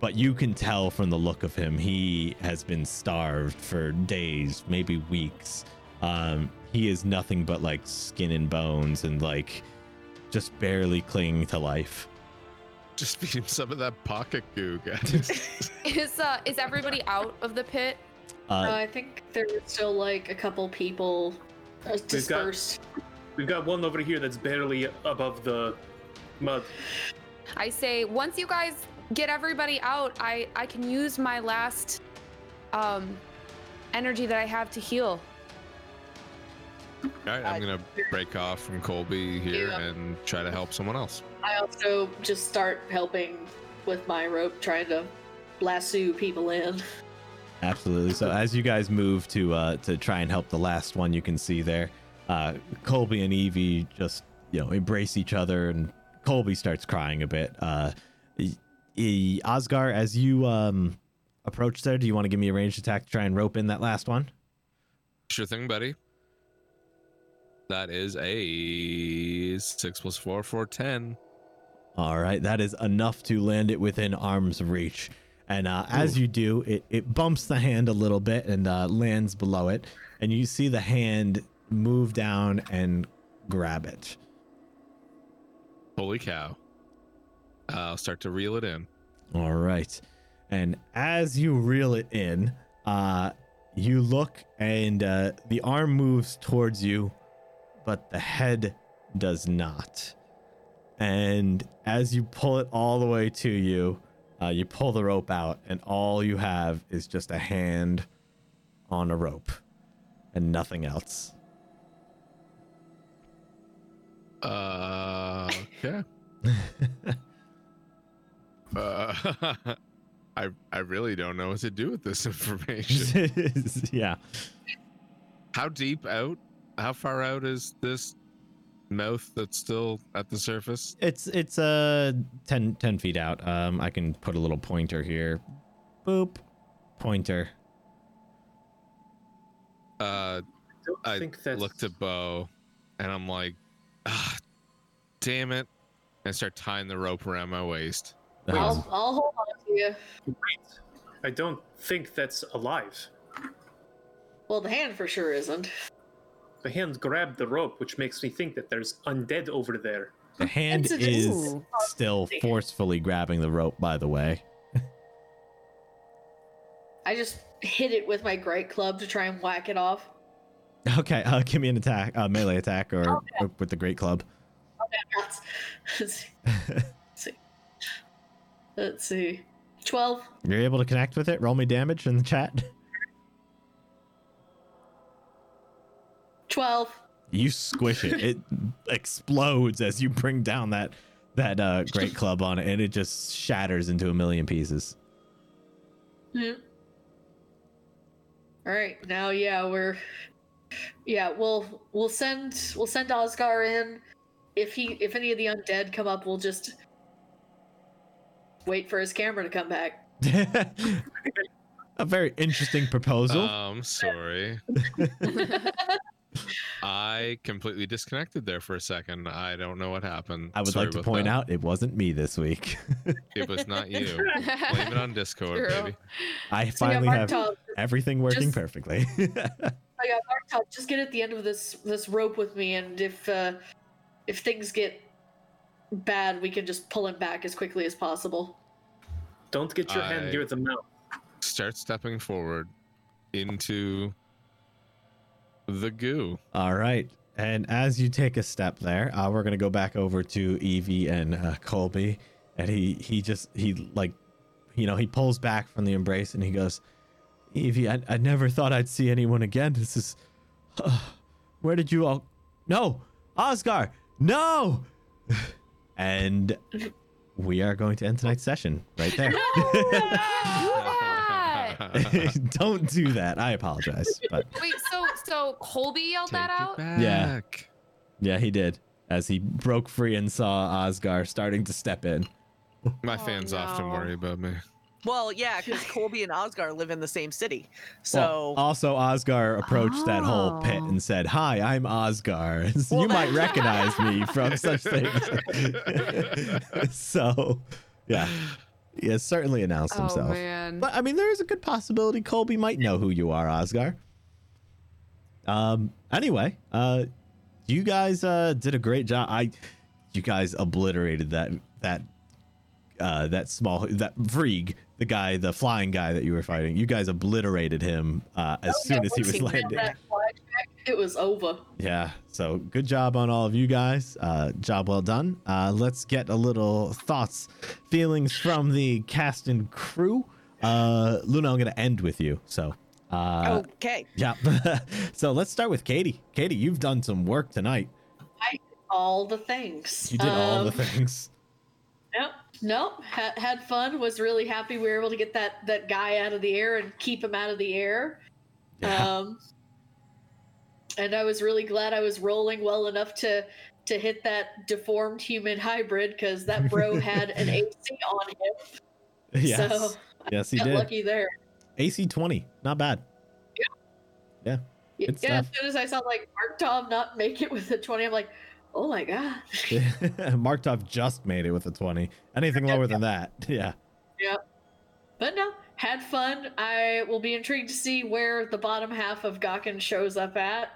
S1: but you can tell from the look of him, he has been starved for days, maybe weeks. Um, he is nothing but like skin and bones, and like just barely clinging to life.
S3: Just feed him some of that pocket goo, guys.
S6: Is uh is everybody out of the pit?
S4: Uh,
S1: Uh,
S4: I think there were still, like, a couple people uh, dispersed.
S2: We've got one over here that's barely above the mud.
S6: I say once you guys get everybody out, I I can use my last um energy that I have to heal.
S3: All right, I'm gonna break off from Colby here
S4: Yeah.
S3: and try to help someone else.
S4: I also just start helping with my rope, trying to lasso people in.
S1: Absolutely. So as you guys move to uh, to try and help the last one, you can see there, uh, Colby and Evie just you know embrace each other, and Colby starts crying a bit. Uh, e- e- Osgar, as you um, approach there, do you want to give me a ranged attack to try and rope in that last one?
S3: Sure thing, buddy. That is a six plus four for ten.
S1: All right, that is enough to land it within arm's reach. And uh, as you do, it, it bumps the hand a little bit and uh, lands below it. And you see the hand move down and grab it.
S3: Holy cow! Uh, I'll start to reel it in.
S1: All right. And as you reel it in, uh, you look and uh, the arm moves towards you, but the head does not. And as you pull it all the way to you, uh, you pull the rope out, and all you have is just a hand on a rope and nothing else.
S3: Uh, okay. uh, I I really don't know what to do with this information.
S1: yeah.
S3: How deep out? How far out is this mouth that's still at the surface?
S1: It's it's uh 10, 10 feet out. Um, I can put a little pointer here. Boop, pointer.
S3: Uh,
S2: Don't
S3: I
S2: think that's
S3: looked at Bo, and I'm like, ah, damn it! And start tying the rope around my waist.
S1: Um,
S4: I'll, I'll hold on to you.
S2: I don't think that's alive.
S4: Well, the hand for sure isn't.
S2: The hand grabbed the rope, which makes me think that there's undead over there.
S1: the hand
S4: It's a-
S1: is
S5: Ooh.
S1: still forcefully grabbing the rope. By the way,
S4: I just hit it with my great club to try and whack it off.
S1: Okay, uh, give me an attack, uh, melee attack, or, or with the great club.
S4: That's- Let's see. Let's see. 12.
S1: You're able to connect with it. Roll me damage in the chat.
S4: 12.
S1: You squish it. It explodes as you bring down that that uh, great club on it, and it just shatters into a million pieces.
S4: All right, now yeah, we're yeah, we'll we'll send we'll send Osgar in. If he if any of the undead come up, we'll just wait for his camera to come back.
S1: a very interesting proposal.
S3: Um, sorry. I completely disconnected there for a second. I don't know what happened.
S1: I would
S3: Sorry
S1: like to
S3: about
S1: point
S3: that.
S1: out it wasn't me this week.
S3: it was not you. Blame it on Discord,
S6: True.
S3: baby.
S1: I
S4: So yeah,
S1: finally
S4: Mark
S1: have
S4: Todd,
S1: everything working
S4: Just-
S1: perfectly.
S4: I got Mark Todd, just get at the end of this this rope with me and if uh if things get bad, we can just pull him back as quickly as possible.
S2: Don't get your hand
S3: I-
S2: near the mouth.
S3: Start stepping forward into the goo.
S1: All right. And as you take a step there, uh, we're gonna go back over to Evie and uh, Colby, and he he just he like, you know, he pulls back from the embrace and he goes, Evie, I, I never thought I'd see anyone again. This is, where did you all? No, Oscar, no. and we are going to end tonight's session right there. Don't do that. I apologize, but
S6: Wait, so so Colby yelled that
S3: Take it
S6: out?
S1: Yeah.
S3: back.
S1: yeah, he did. As he broke free and saw Osgar starting to step in.
S3: My
S6: Oh,
S3: fans often
S6: no.
S3: worry about me.
S5: Well, yeah, because Colby and Osgar live in the same city. So
S1: Well, also, Osgar approached that whole pit
S6: Oh.
S1: and said, "Hi, I'm Osgar. you might recognize me from such things." so, yeah, he has certainly announced
S6: Oh
S1: himself.
S6: man.
S1: But I mean, there is a good possibility Colby might know who you are, Osgar. Um. Anyway, uh, you guys uh did a great job. I, you guys obliterated that that, uh, that small that Vrieg, the guy, the flying guy that you were fighting. You guys obliterated him uh, as
S4: Oh, yeah,
S1: soon as he
S4: once
S1: was
S4: nailed
S1: landing.
S4: that flag check, It was over.
S1: Yeah. So good job on all of you guys. Uh, job well done. Uh, let's get a little thoughts, feelings from the cast and crew. Uh, Luna, I'm gonna end with you. So.
S4: Oh.
S1: Uh,
S5: okay.
S1: Yeah. so let's start with Katie. Katie, you've done some work tonight.
S4: All the things.
S1: You did all the
S4: Um,
S1: things.
S4: Yep. Nope. Ha- had fun. Was really happy we were able to get that that guy out of the air and keep him out of the air.
S1: Yeah.
S4: Um, and I was really glad I was rolling well enough to to hit that deformed human hybrid because that bro had an AC on him.
S1: yes.
S4: So
S1: yes, he
S4: got
S1: did.
S4: lucky there.
S1: AC 20. Not bad.
S4: Y-
S1: Good
S4: yeah. As
S1: stuff.
S4: soon as I saw like Mark Tom not make it with a twenty, I'm like, oh my god.
S1: Markov just made it with a 20. Anything lower than that. Yeah.
S4: But no, had fun. I will be intrigued to see where the bottom half of Gawkin shows up at,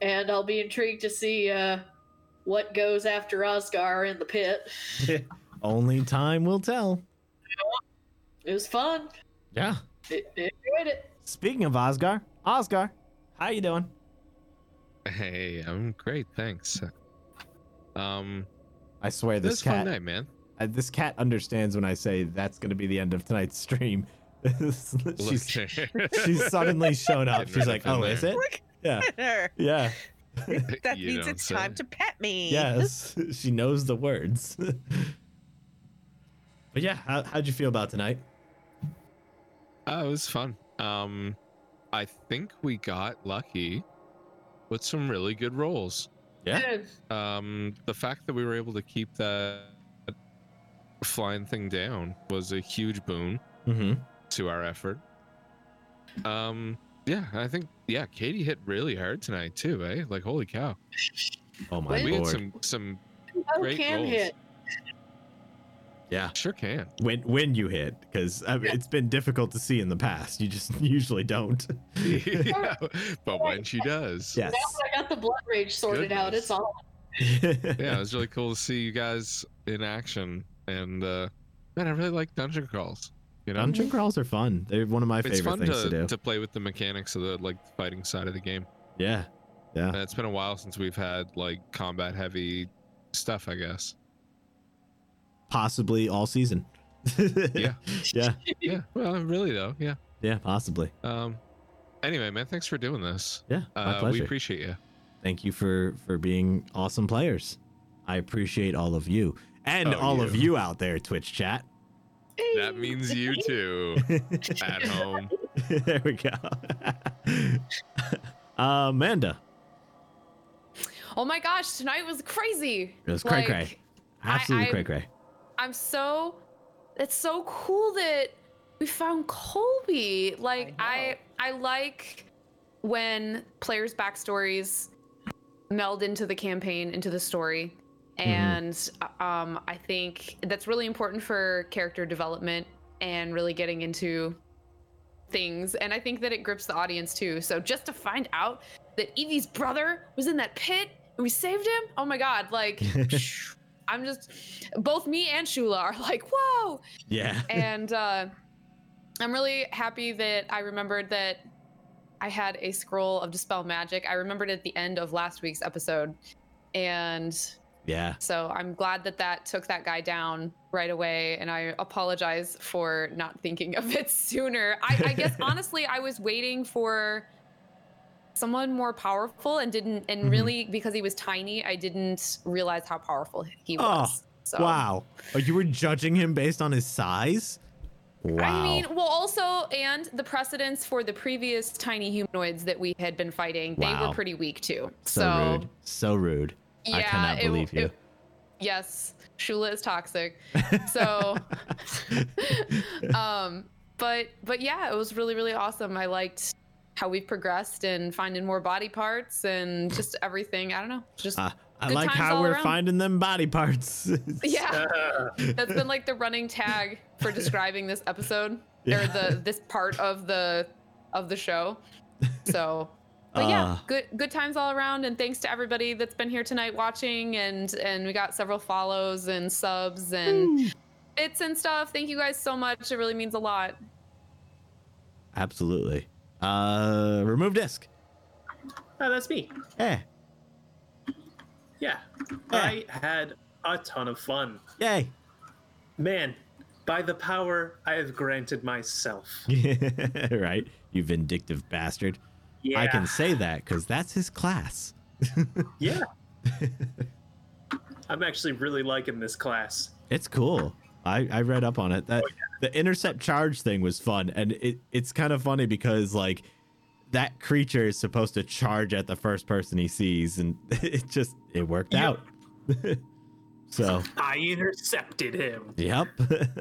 S4: and I'll be intrigued to see uh, what goes after Osgar in the pit.
S1: Only time will tell.
S4: It was fun.
S1: Yeah.
S4: It, it enjoyed it.
S1: Speaking of Osgar, Osgar, how you doing?
S3: Hey, I'm great, thanks. Um,
S1: I swear
S3: this,
S1: this
S3: fun
S1: cat,
S3: night, man.
S1: uh, this cat understands when I say that's going to be the end of tonight's stream. she's
S3: Look there.
S1: she's suddenly shown up.
S3: Getting
S1: She's
S3: right
S1: like,
S3: up in
S1: "Oh, is
S3: there.
S1: it? Yeah,
S5: that
S1: yeah,
S3: You
S5: means
S3: don't
S5: it's
S3: say.
S5: time to pet me.
S1: yes." She knows the words. but yeah, how, how'd you feel about tonight?
S3: Oh, it was fun. Um, I think we got lucky with some really good rolls.
S1: Yeah.
S4: Good.
S3: Um, the fact that we were able to keep that flying thing down was a huge boon
S1: Mm-hmm.
S3: to our effort. Um, yeah, I think yeah, Katie hit really hard tonight too, eh? Like holy cow,
S1: Oh my
S4: Wait.
S3: we had
S1: lord!
S3: some some
S4: Oh,
S3: Great
S4: can
S3: rolls.
S4: hit.
S1: Yeah,
S3: sure can.
S1: when when you hit, because I mean, it's been difficult to see in the past. You just usually don't.
S3: Yeah, but when she does,
S1: Yes.
S4: Now that I got the blood rage sorted out,
S3: Goodness.
S4: it's all.
S3: yeah, it was really cool to see you guys in action. And uh, man, I really like dungeon crawls. You know,
S6: Mm-hmm.
S1: Dungeon crawls are fun. They're one of my
S3: it's
S1: favorite
S3: fun
S1: things
S3: to,
S1: to, do.
S3: to play with the mechanics of the like fighting side of the game.
S1: yeah. Yeah.
S3: And it's been a while since we've had like combat heavy stuff, I guess.
S1: Possibly all season.
S3: Yeah.
S1: Yeah.
S3: Yeah. Well, really though. Yeah.
S1: Yeah. Possibly.
S3: Um. Anyway, man, thanks for doing this.
S1: Yeah. My
S3: Uh,
S1: pleasure.
S3: we appreciate you.
S1: Thank you for for being awesome players. I appreciate all of you and
S3: Oh,
S1: all of
S3: you.
S1: you out there, Twitch chat.
S3: That means you too at home.
S1: there we go. uh, Amanda,
S6: Oh my gosh, tonight was crazy.
S1: It was cray-cray. absolutely
S6: I-
S1: cray cray.
S6: I'm so. It's so cool that we found Colby. Like I, I, like when players' backstories meld into the campaign, into the story, and um, I think that's really important for character development and really getting into things. And I think that it grips the audience too. So just to find out that Evie's brother was in that pit and we saved him. Oh my God! Like. I'm just both me and Shula are like, whoa.
S1: Yeah.
S6: And uh I'm really happy that I remembered that I had a scroll of dispel magic. I remembered at the end of last week's episode. And
S1: Yeah.
S6: so I'm glad that that took that guy down right away. And I apologize for not thinking of it sooner. I, I guess honestly, I was waiting for someone more powerful and didn't, and
S1: Mhm.
S6: really because he was tiny, I didn't realize how powerful he
S1: Oh,
S6: was. so.
S1: Wow. Oh, you were judging him based on his size? Wow.
S6: I mean, well, also, and the precedents for the previous tiny humanoids that we had been fighting, they
S1: Wow.
S6: were pretty weak too.
S1: so, rude. So
S6: So,
S1: rude.
S6: yeah,
S1: I cannot
S6: it-
S1: believe you.
S6: it- yes, Shula is toxic. So, um, but but yeah, it was really really awesome. I liked how we've progressed and finding more body parts and just everything. I don't know, just
S1: Uh, I
S6: Good
S1: like
S6: times
S1: how
S6: all
S1: we're
S6: around.
S1: finding them body parts.
S6: yeah.
S2: Uh,
S6: That's been like the running tag for describing this episode
S1: Yeah.
S6: or the this part of the of the show. So, but yeah,
S1: Ah.
S6: good good times all around, and thanks to everybody that's been here tonight watching, and and we got several follows and subs
S1: Hmm.
S6: and bits and stuff. Thank you guys so much. It really means a lot.
S1: Absolutely. Uh, remove disc.
S2: oh, that's me.
S1: Eh.
S2: Yeah. I had a ton of fun.
S1: Yay.
S2: Man, by the power I have granted myself.
S1: right? You vindictive bastard. I can say that because that's his class.
S2: Yeah. I'm actually really liking this class.
S1: It's cool. I, I read up on it. That the intercept charge thing was fun, and it, it's kind of funny because like that creature is supposed to charge at the first person he sees, and it just it worked
S2: Yep.
S1: out. so
S2: I intercepted him.
S1: yep,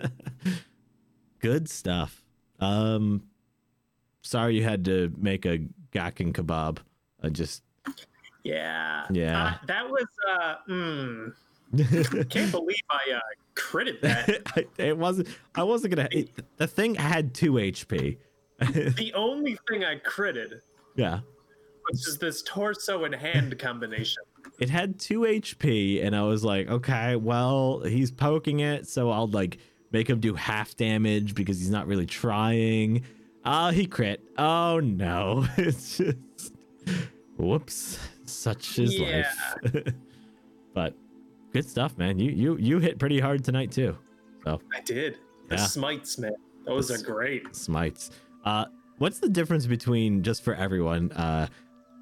S1: good stuff. Um, sorry you had to make a gakken kebab. I just
S2: Yeah.
S1: Yeah.
S2: Uh, that was, uh, mm, can't believe I uh, critted that.
S1: I, it wasn't. I wasn't gonna. It, the thing had two HP.
S2: the only thing I critted
S1: Yeah,
S2: was just this torso and hand combination.
S1: it had two HP, and I was like, okay, well, he's poking it, so I'll like make him do half damage because he's not really trying. Oh, he crit. Oh no, it's just whoops. Such is
S2: Yeah.
S1: life. but good stuff, man. You you you hit pretty hard tonight too.
S2: I did. The
S1: Yeah.
S2: smites, man. Those
S1: That's-
S2: are great.
S1: smites. Uh, what's the difference between just for everyone? Uh,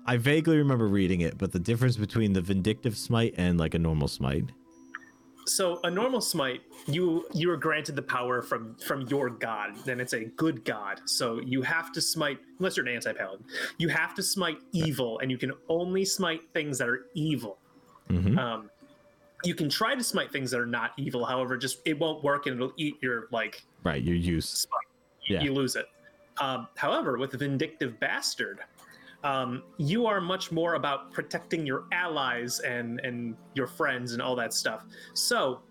S1: I vaguely remember reading it, but the difference between the vindictive smite and like a normal smite.
S2: So a normal smite, you you are granted the power from from your god. Then it's a good god. So you have to smite unless you're an anti-paladin. You have to smite evil, and you can only smite things that are evil.
S1: Mhm.
S2: Um, you can try to smite things that are not evil. However, just it won't work, and it'll eat your like
S1: Right, your use.
S2: spike. You,
S1: Yeah.
S2: you lose it. Um, however, with Vindictive Bastard, um, you are much more about protecting your allies and, and your friends and all that stuff. So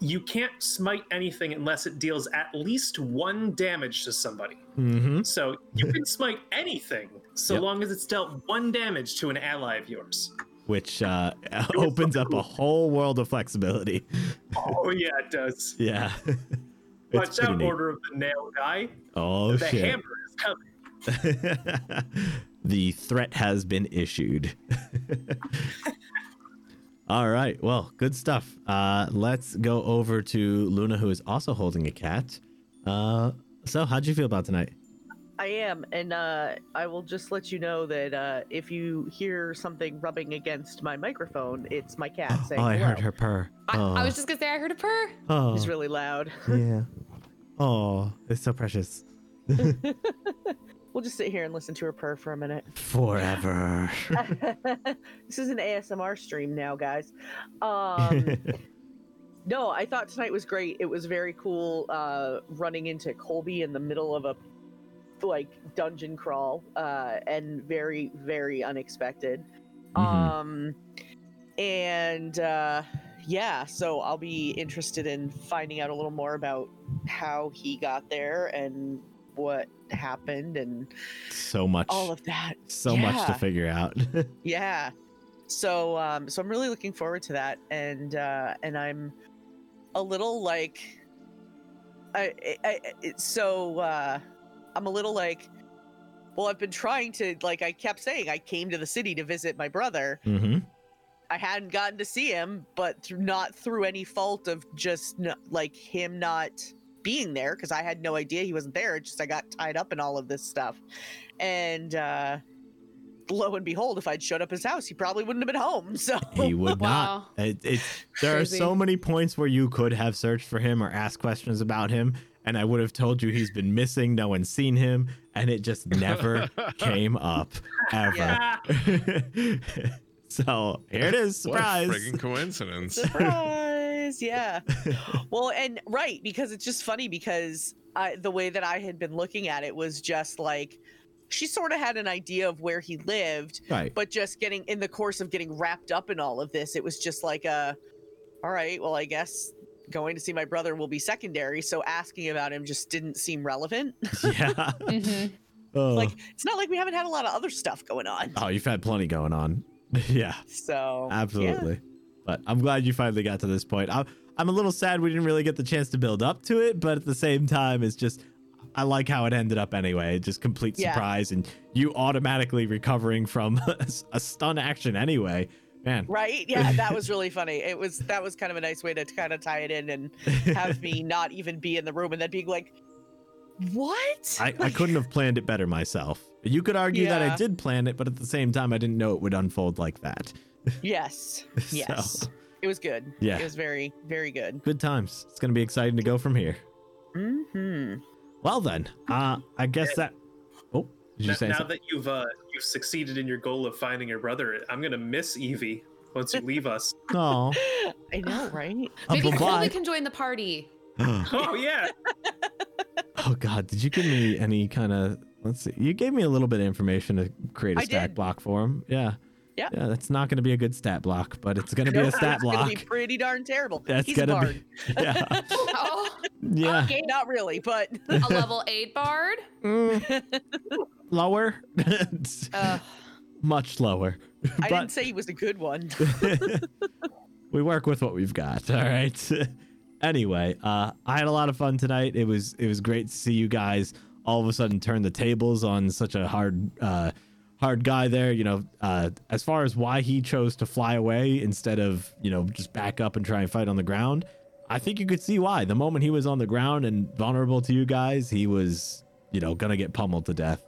S2: you can't smite anything unless it deals at least one damage to somebody.
S1: Mm-hmm.
S2: So you can smite anything so
S1: Yep.
S2: long as it's dealt one damage to an ally of yours.
S1: Which uh, opens up a whole world of flexibility.
S2: Oh, yeah, it does.
S1: Yeah.
S2: Watch
S1: pretty
S2: out,
S1: neat.
S2: Order of the Nail guy.
S1: Oh
S2: the
S1: shit.
S2: hammer is coming.
S1: the threat has been issued. All right. Well, good stuff. Uh, let's go over to Luna, who is also holding a cat. Uh, so, how'd you feel about tonight?
S5: I am, and uh, I will just let you know that uh, if you hear something rubbing against my microphone, it's my cat saying
S1: oh, I
S5: hello.
S1: heard her purr.
S6: I,
S1: oh,
S6: I was just gonna say I heard a purr.
S1: oh,
S5: It's really loud.
S1: yeah. Oh, it's so precious.
S5: We'll just sit here and listen to her purr for a minute.
S1: Forever.
S5: this is an ASMR stream now, guys. Um, no, I thought tonight was great. It was very cool uh, running into Colby in the middle of a like dungeon crawl, uh, and very very unexpected.
S1: Mhm.
S5: Um, and uh, yeah, so I'll be interested in finding out a little more about how he got there and what happened and
S1: so much.
S5: all of that.
S1: so much to
S5: yeah.
S1: figure out.
S5: Yeah. So um so I'm really looking forward to that and uh and I'm a little like I I, I it- so uh I'm a little like well I've been trying to like I kept saying I came to the city to visit my brother.
S1: mm-hmm.
S5: I hadn't gotten to see him but through, not through any fault of just n- like him not being there cuz I had no idea he wasn't there. It's just I got tied up in all of this stuff. And uh lo and behold if I'd showed up at his house he probably wouldn't have been home. So
S1: He would not.
S6: Wow.
S1: It, it's there are
S6: Crazy.
S1: so many points where you could have searched for him or asked questions about him, and I would have told you he's been missing. No one's seen him, and it just never came up ever.
S5: Yeah.
S1: so here it is,
S3: What a
S1: surprise.
S3: friggin' coincidence.
S5: Surprise! yeah. Well, and right because it's just funny because I, the way that I had been looking at it was just like she sort of had an idea of where he lived,
S1: Right.
S5: but just getting in the course of getting wrapped up in all of this, it was just like a, all right, well, I guess going to see my brother will be secondary. So asking about him just didn't seem relevant.
S1: yeah.
S6: Mhm.
S1: Oh.
S5: like it's not like we haven't had a lot of other stuff going on.
S1: oh, you've had plenty going on. yeah.
S5: So yeah.
S1: Absolutely. But I'm glad you finally got to this point. I'm, I'm a little sad we didn't really get the chance to build up to it, but at the same time, it's just, I like how it ended up anyway. Just complete
S5: Yeah.
S1: surprise and you automatically recovering from a, stun action anyway. Man.
S5: Right? Yeah, that was really funny. It was that was kind of a nice way to kind of tie it in and have me not even be in the room and then being like, "What?"
S1: I, I couldn't have planned it better myself. You could argue that I
S5: Yeah.
S1: did plan it, but at the same time, I didn't know it would unfold like that.
S5: yes,
S1: So,
S5: yes, it was good.
S1: Yeah.
S5: it was very, very good.
S1: good times. It's going to be exciting to go from here.
S5: Hmm.
S1: Well, then, uh, I guess that. Oh, did you
S2: Now,
S1: say
S2: now
S1: something?
S2: that you've uh, you've succeeded in your goal of finding your brother, I'm gonna miss Evie once you leave us.
S1: Aw.
S5: I know, right?
S1: Uh,
S6: Maybe Colby
S1: bye-bye.
S6: can join the party.
S2: Oh yeah,
S1: Oh God, did you give me any kind of? Let's see. You gave me a little bit of information to create a
S5: I
S1: stat
S5: did.
S1: block for him. Yeah.
S5: Yeah.
S1: Yeah. That's not going to be a good stat block, but it's going to be a stat
S5: It's gonna
S1: block.
S5: be pretty darn terrible.
S1: That's
S5: He's a
S1: gonna
S5: bard.
S1: be. Yeah.
S6: Oh,
S1: Yeah.
S5: Not really, but
S6: a level eight bard.
S1: Mm. lower. It's
S6: Uh,
S1: Much lower. But
S5: I didn't say he was a good one.
S1: we work with what we've got. All right. anyway, uh, I had a lot of fun tonight. It was it was great to see you guys all of a sudden turn the tables on such a hard uh, hard guy there. You know, uh, as far as why he chose to fly away instead of you know just back up and try and fight on the ground, I think you could see why. The moment he was on the ground and vulnerable to you guys, he was you know gonna get pummeled to death,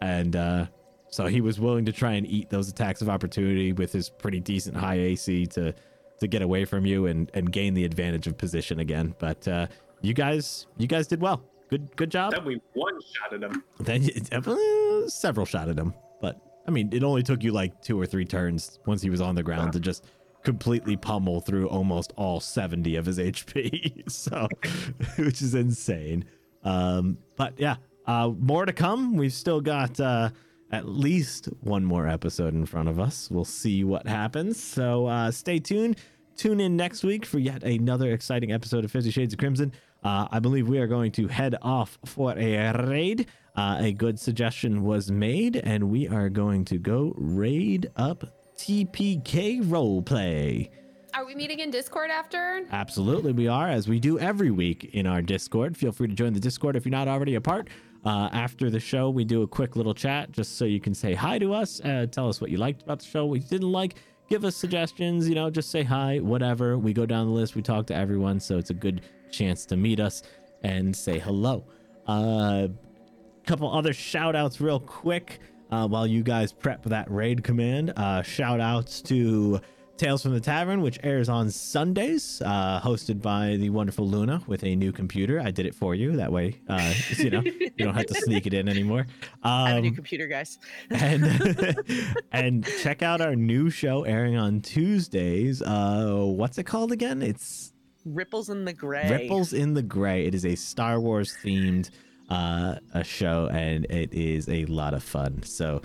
S1: and uh, so he was willing to try and eat those attacks of opportunity with his pretty decent high AC to to get away from you and and gain the advantage of position again. But uh, you guys, you guys did well. Good good job.
S2: then we one shotted him.
S1: Then you, uh, several shot at him, but I mean, it only took you like two or three turns once he was on the ground to just completely pummel through almost all 70 of his HP. so, which is insane. Um, but yeah, uh, more to come. We've still got uh, at least one more episode in front of us. We'll see what happens. So uh, stay tuned. Tune in next week for yet another exciting episode of Fifty Shades of Crimson. Uh, I believe we are going to head off for a raid. Uh, a good suggestion was made, and we are going to go raid up TPK roleplay.
S6: are we meeting in Discord after?
S1: Absolutely, we are, as we do every week in our Discord. Feel free to join the Discord if you're not already a part. Uh, after the show, we do a quick little chat just so you can say hi to us, uh, tell us what you liked about the show, what you didn't like, give us suggestions, you know, just say hi, whatever. We go down the list, we talk to everyone, so it's a good chance to meet us and say hello. Uh, couple other shout outs real quick uh, while you guys prep that raid command uh, shout outs to tales from the tavern which airs on sundays uh, hosted by the wonderful luna with a new computer i did it for you that way uh, you know you don't have to sneak it in anymore
S5: I have a new
S1: um,
S5: computer, guys.
S1: and and check out our new show airing on tuesdays uh, what's it called again it's
S5: Ripples in the gray.
S1: Ripples in the Gray. It is a Star Wars themed uh, a show, and it is a lot of fun. So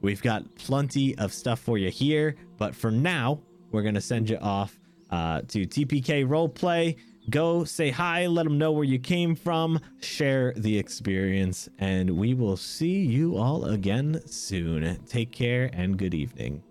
S1: we've got plenty of stuff for you here, but for now, we're gonna send you off uh, to TPK Roleplay. Go say hi, let them know where you came from, share the experience, and we will see you all again soon. Take care and good evening.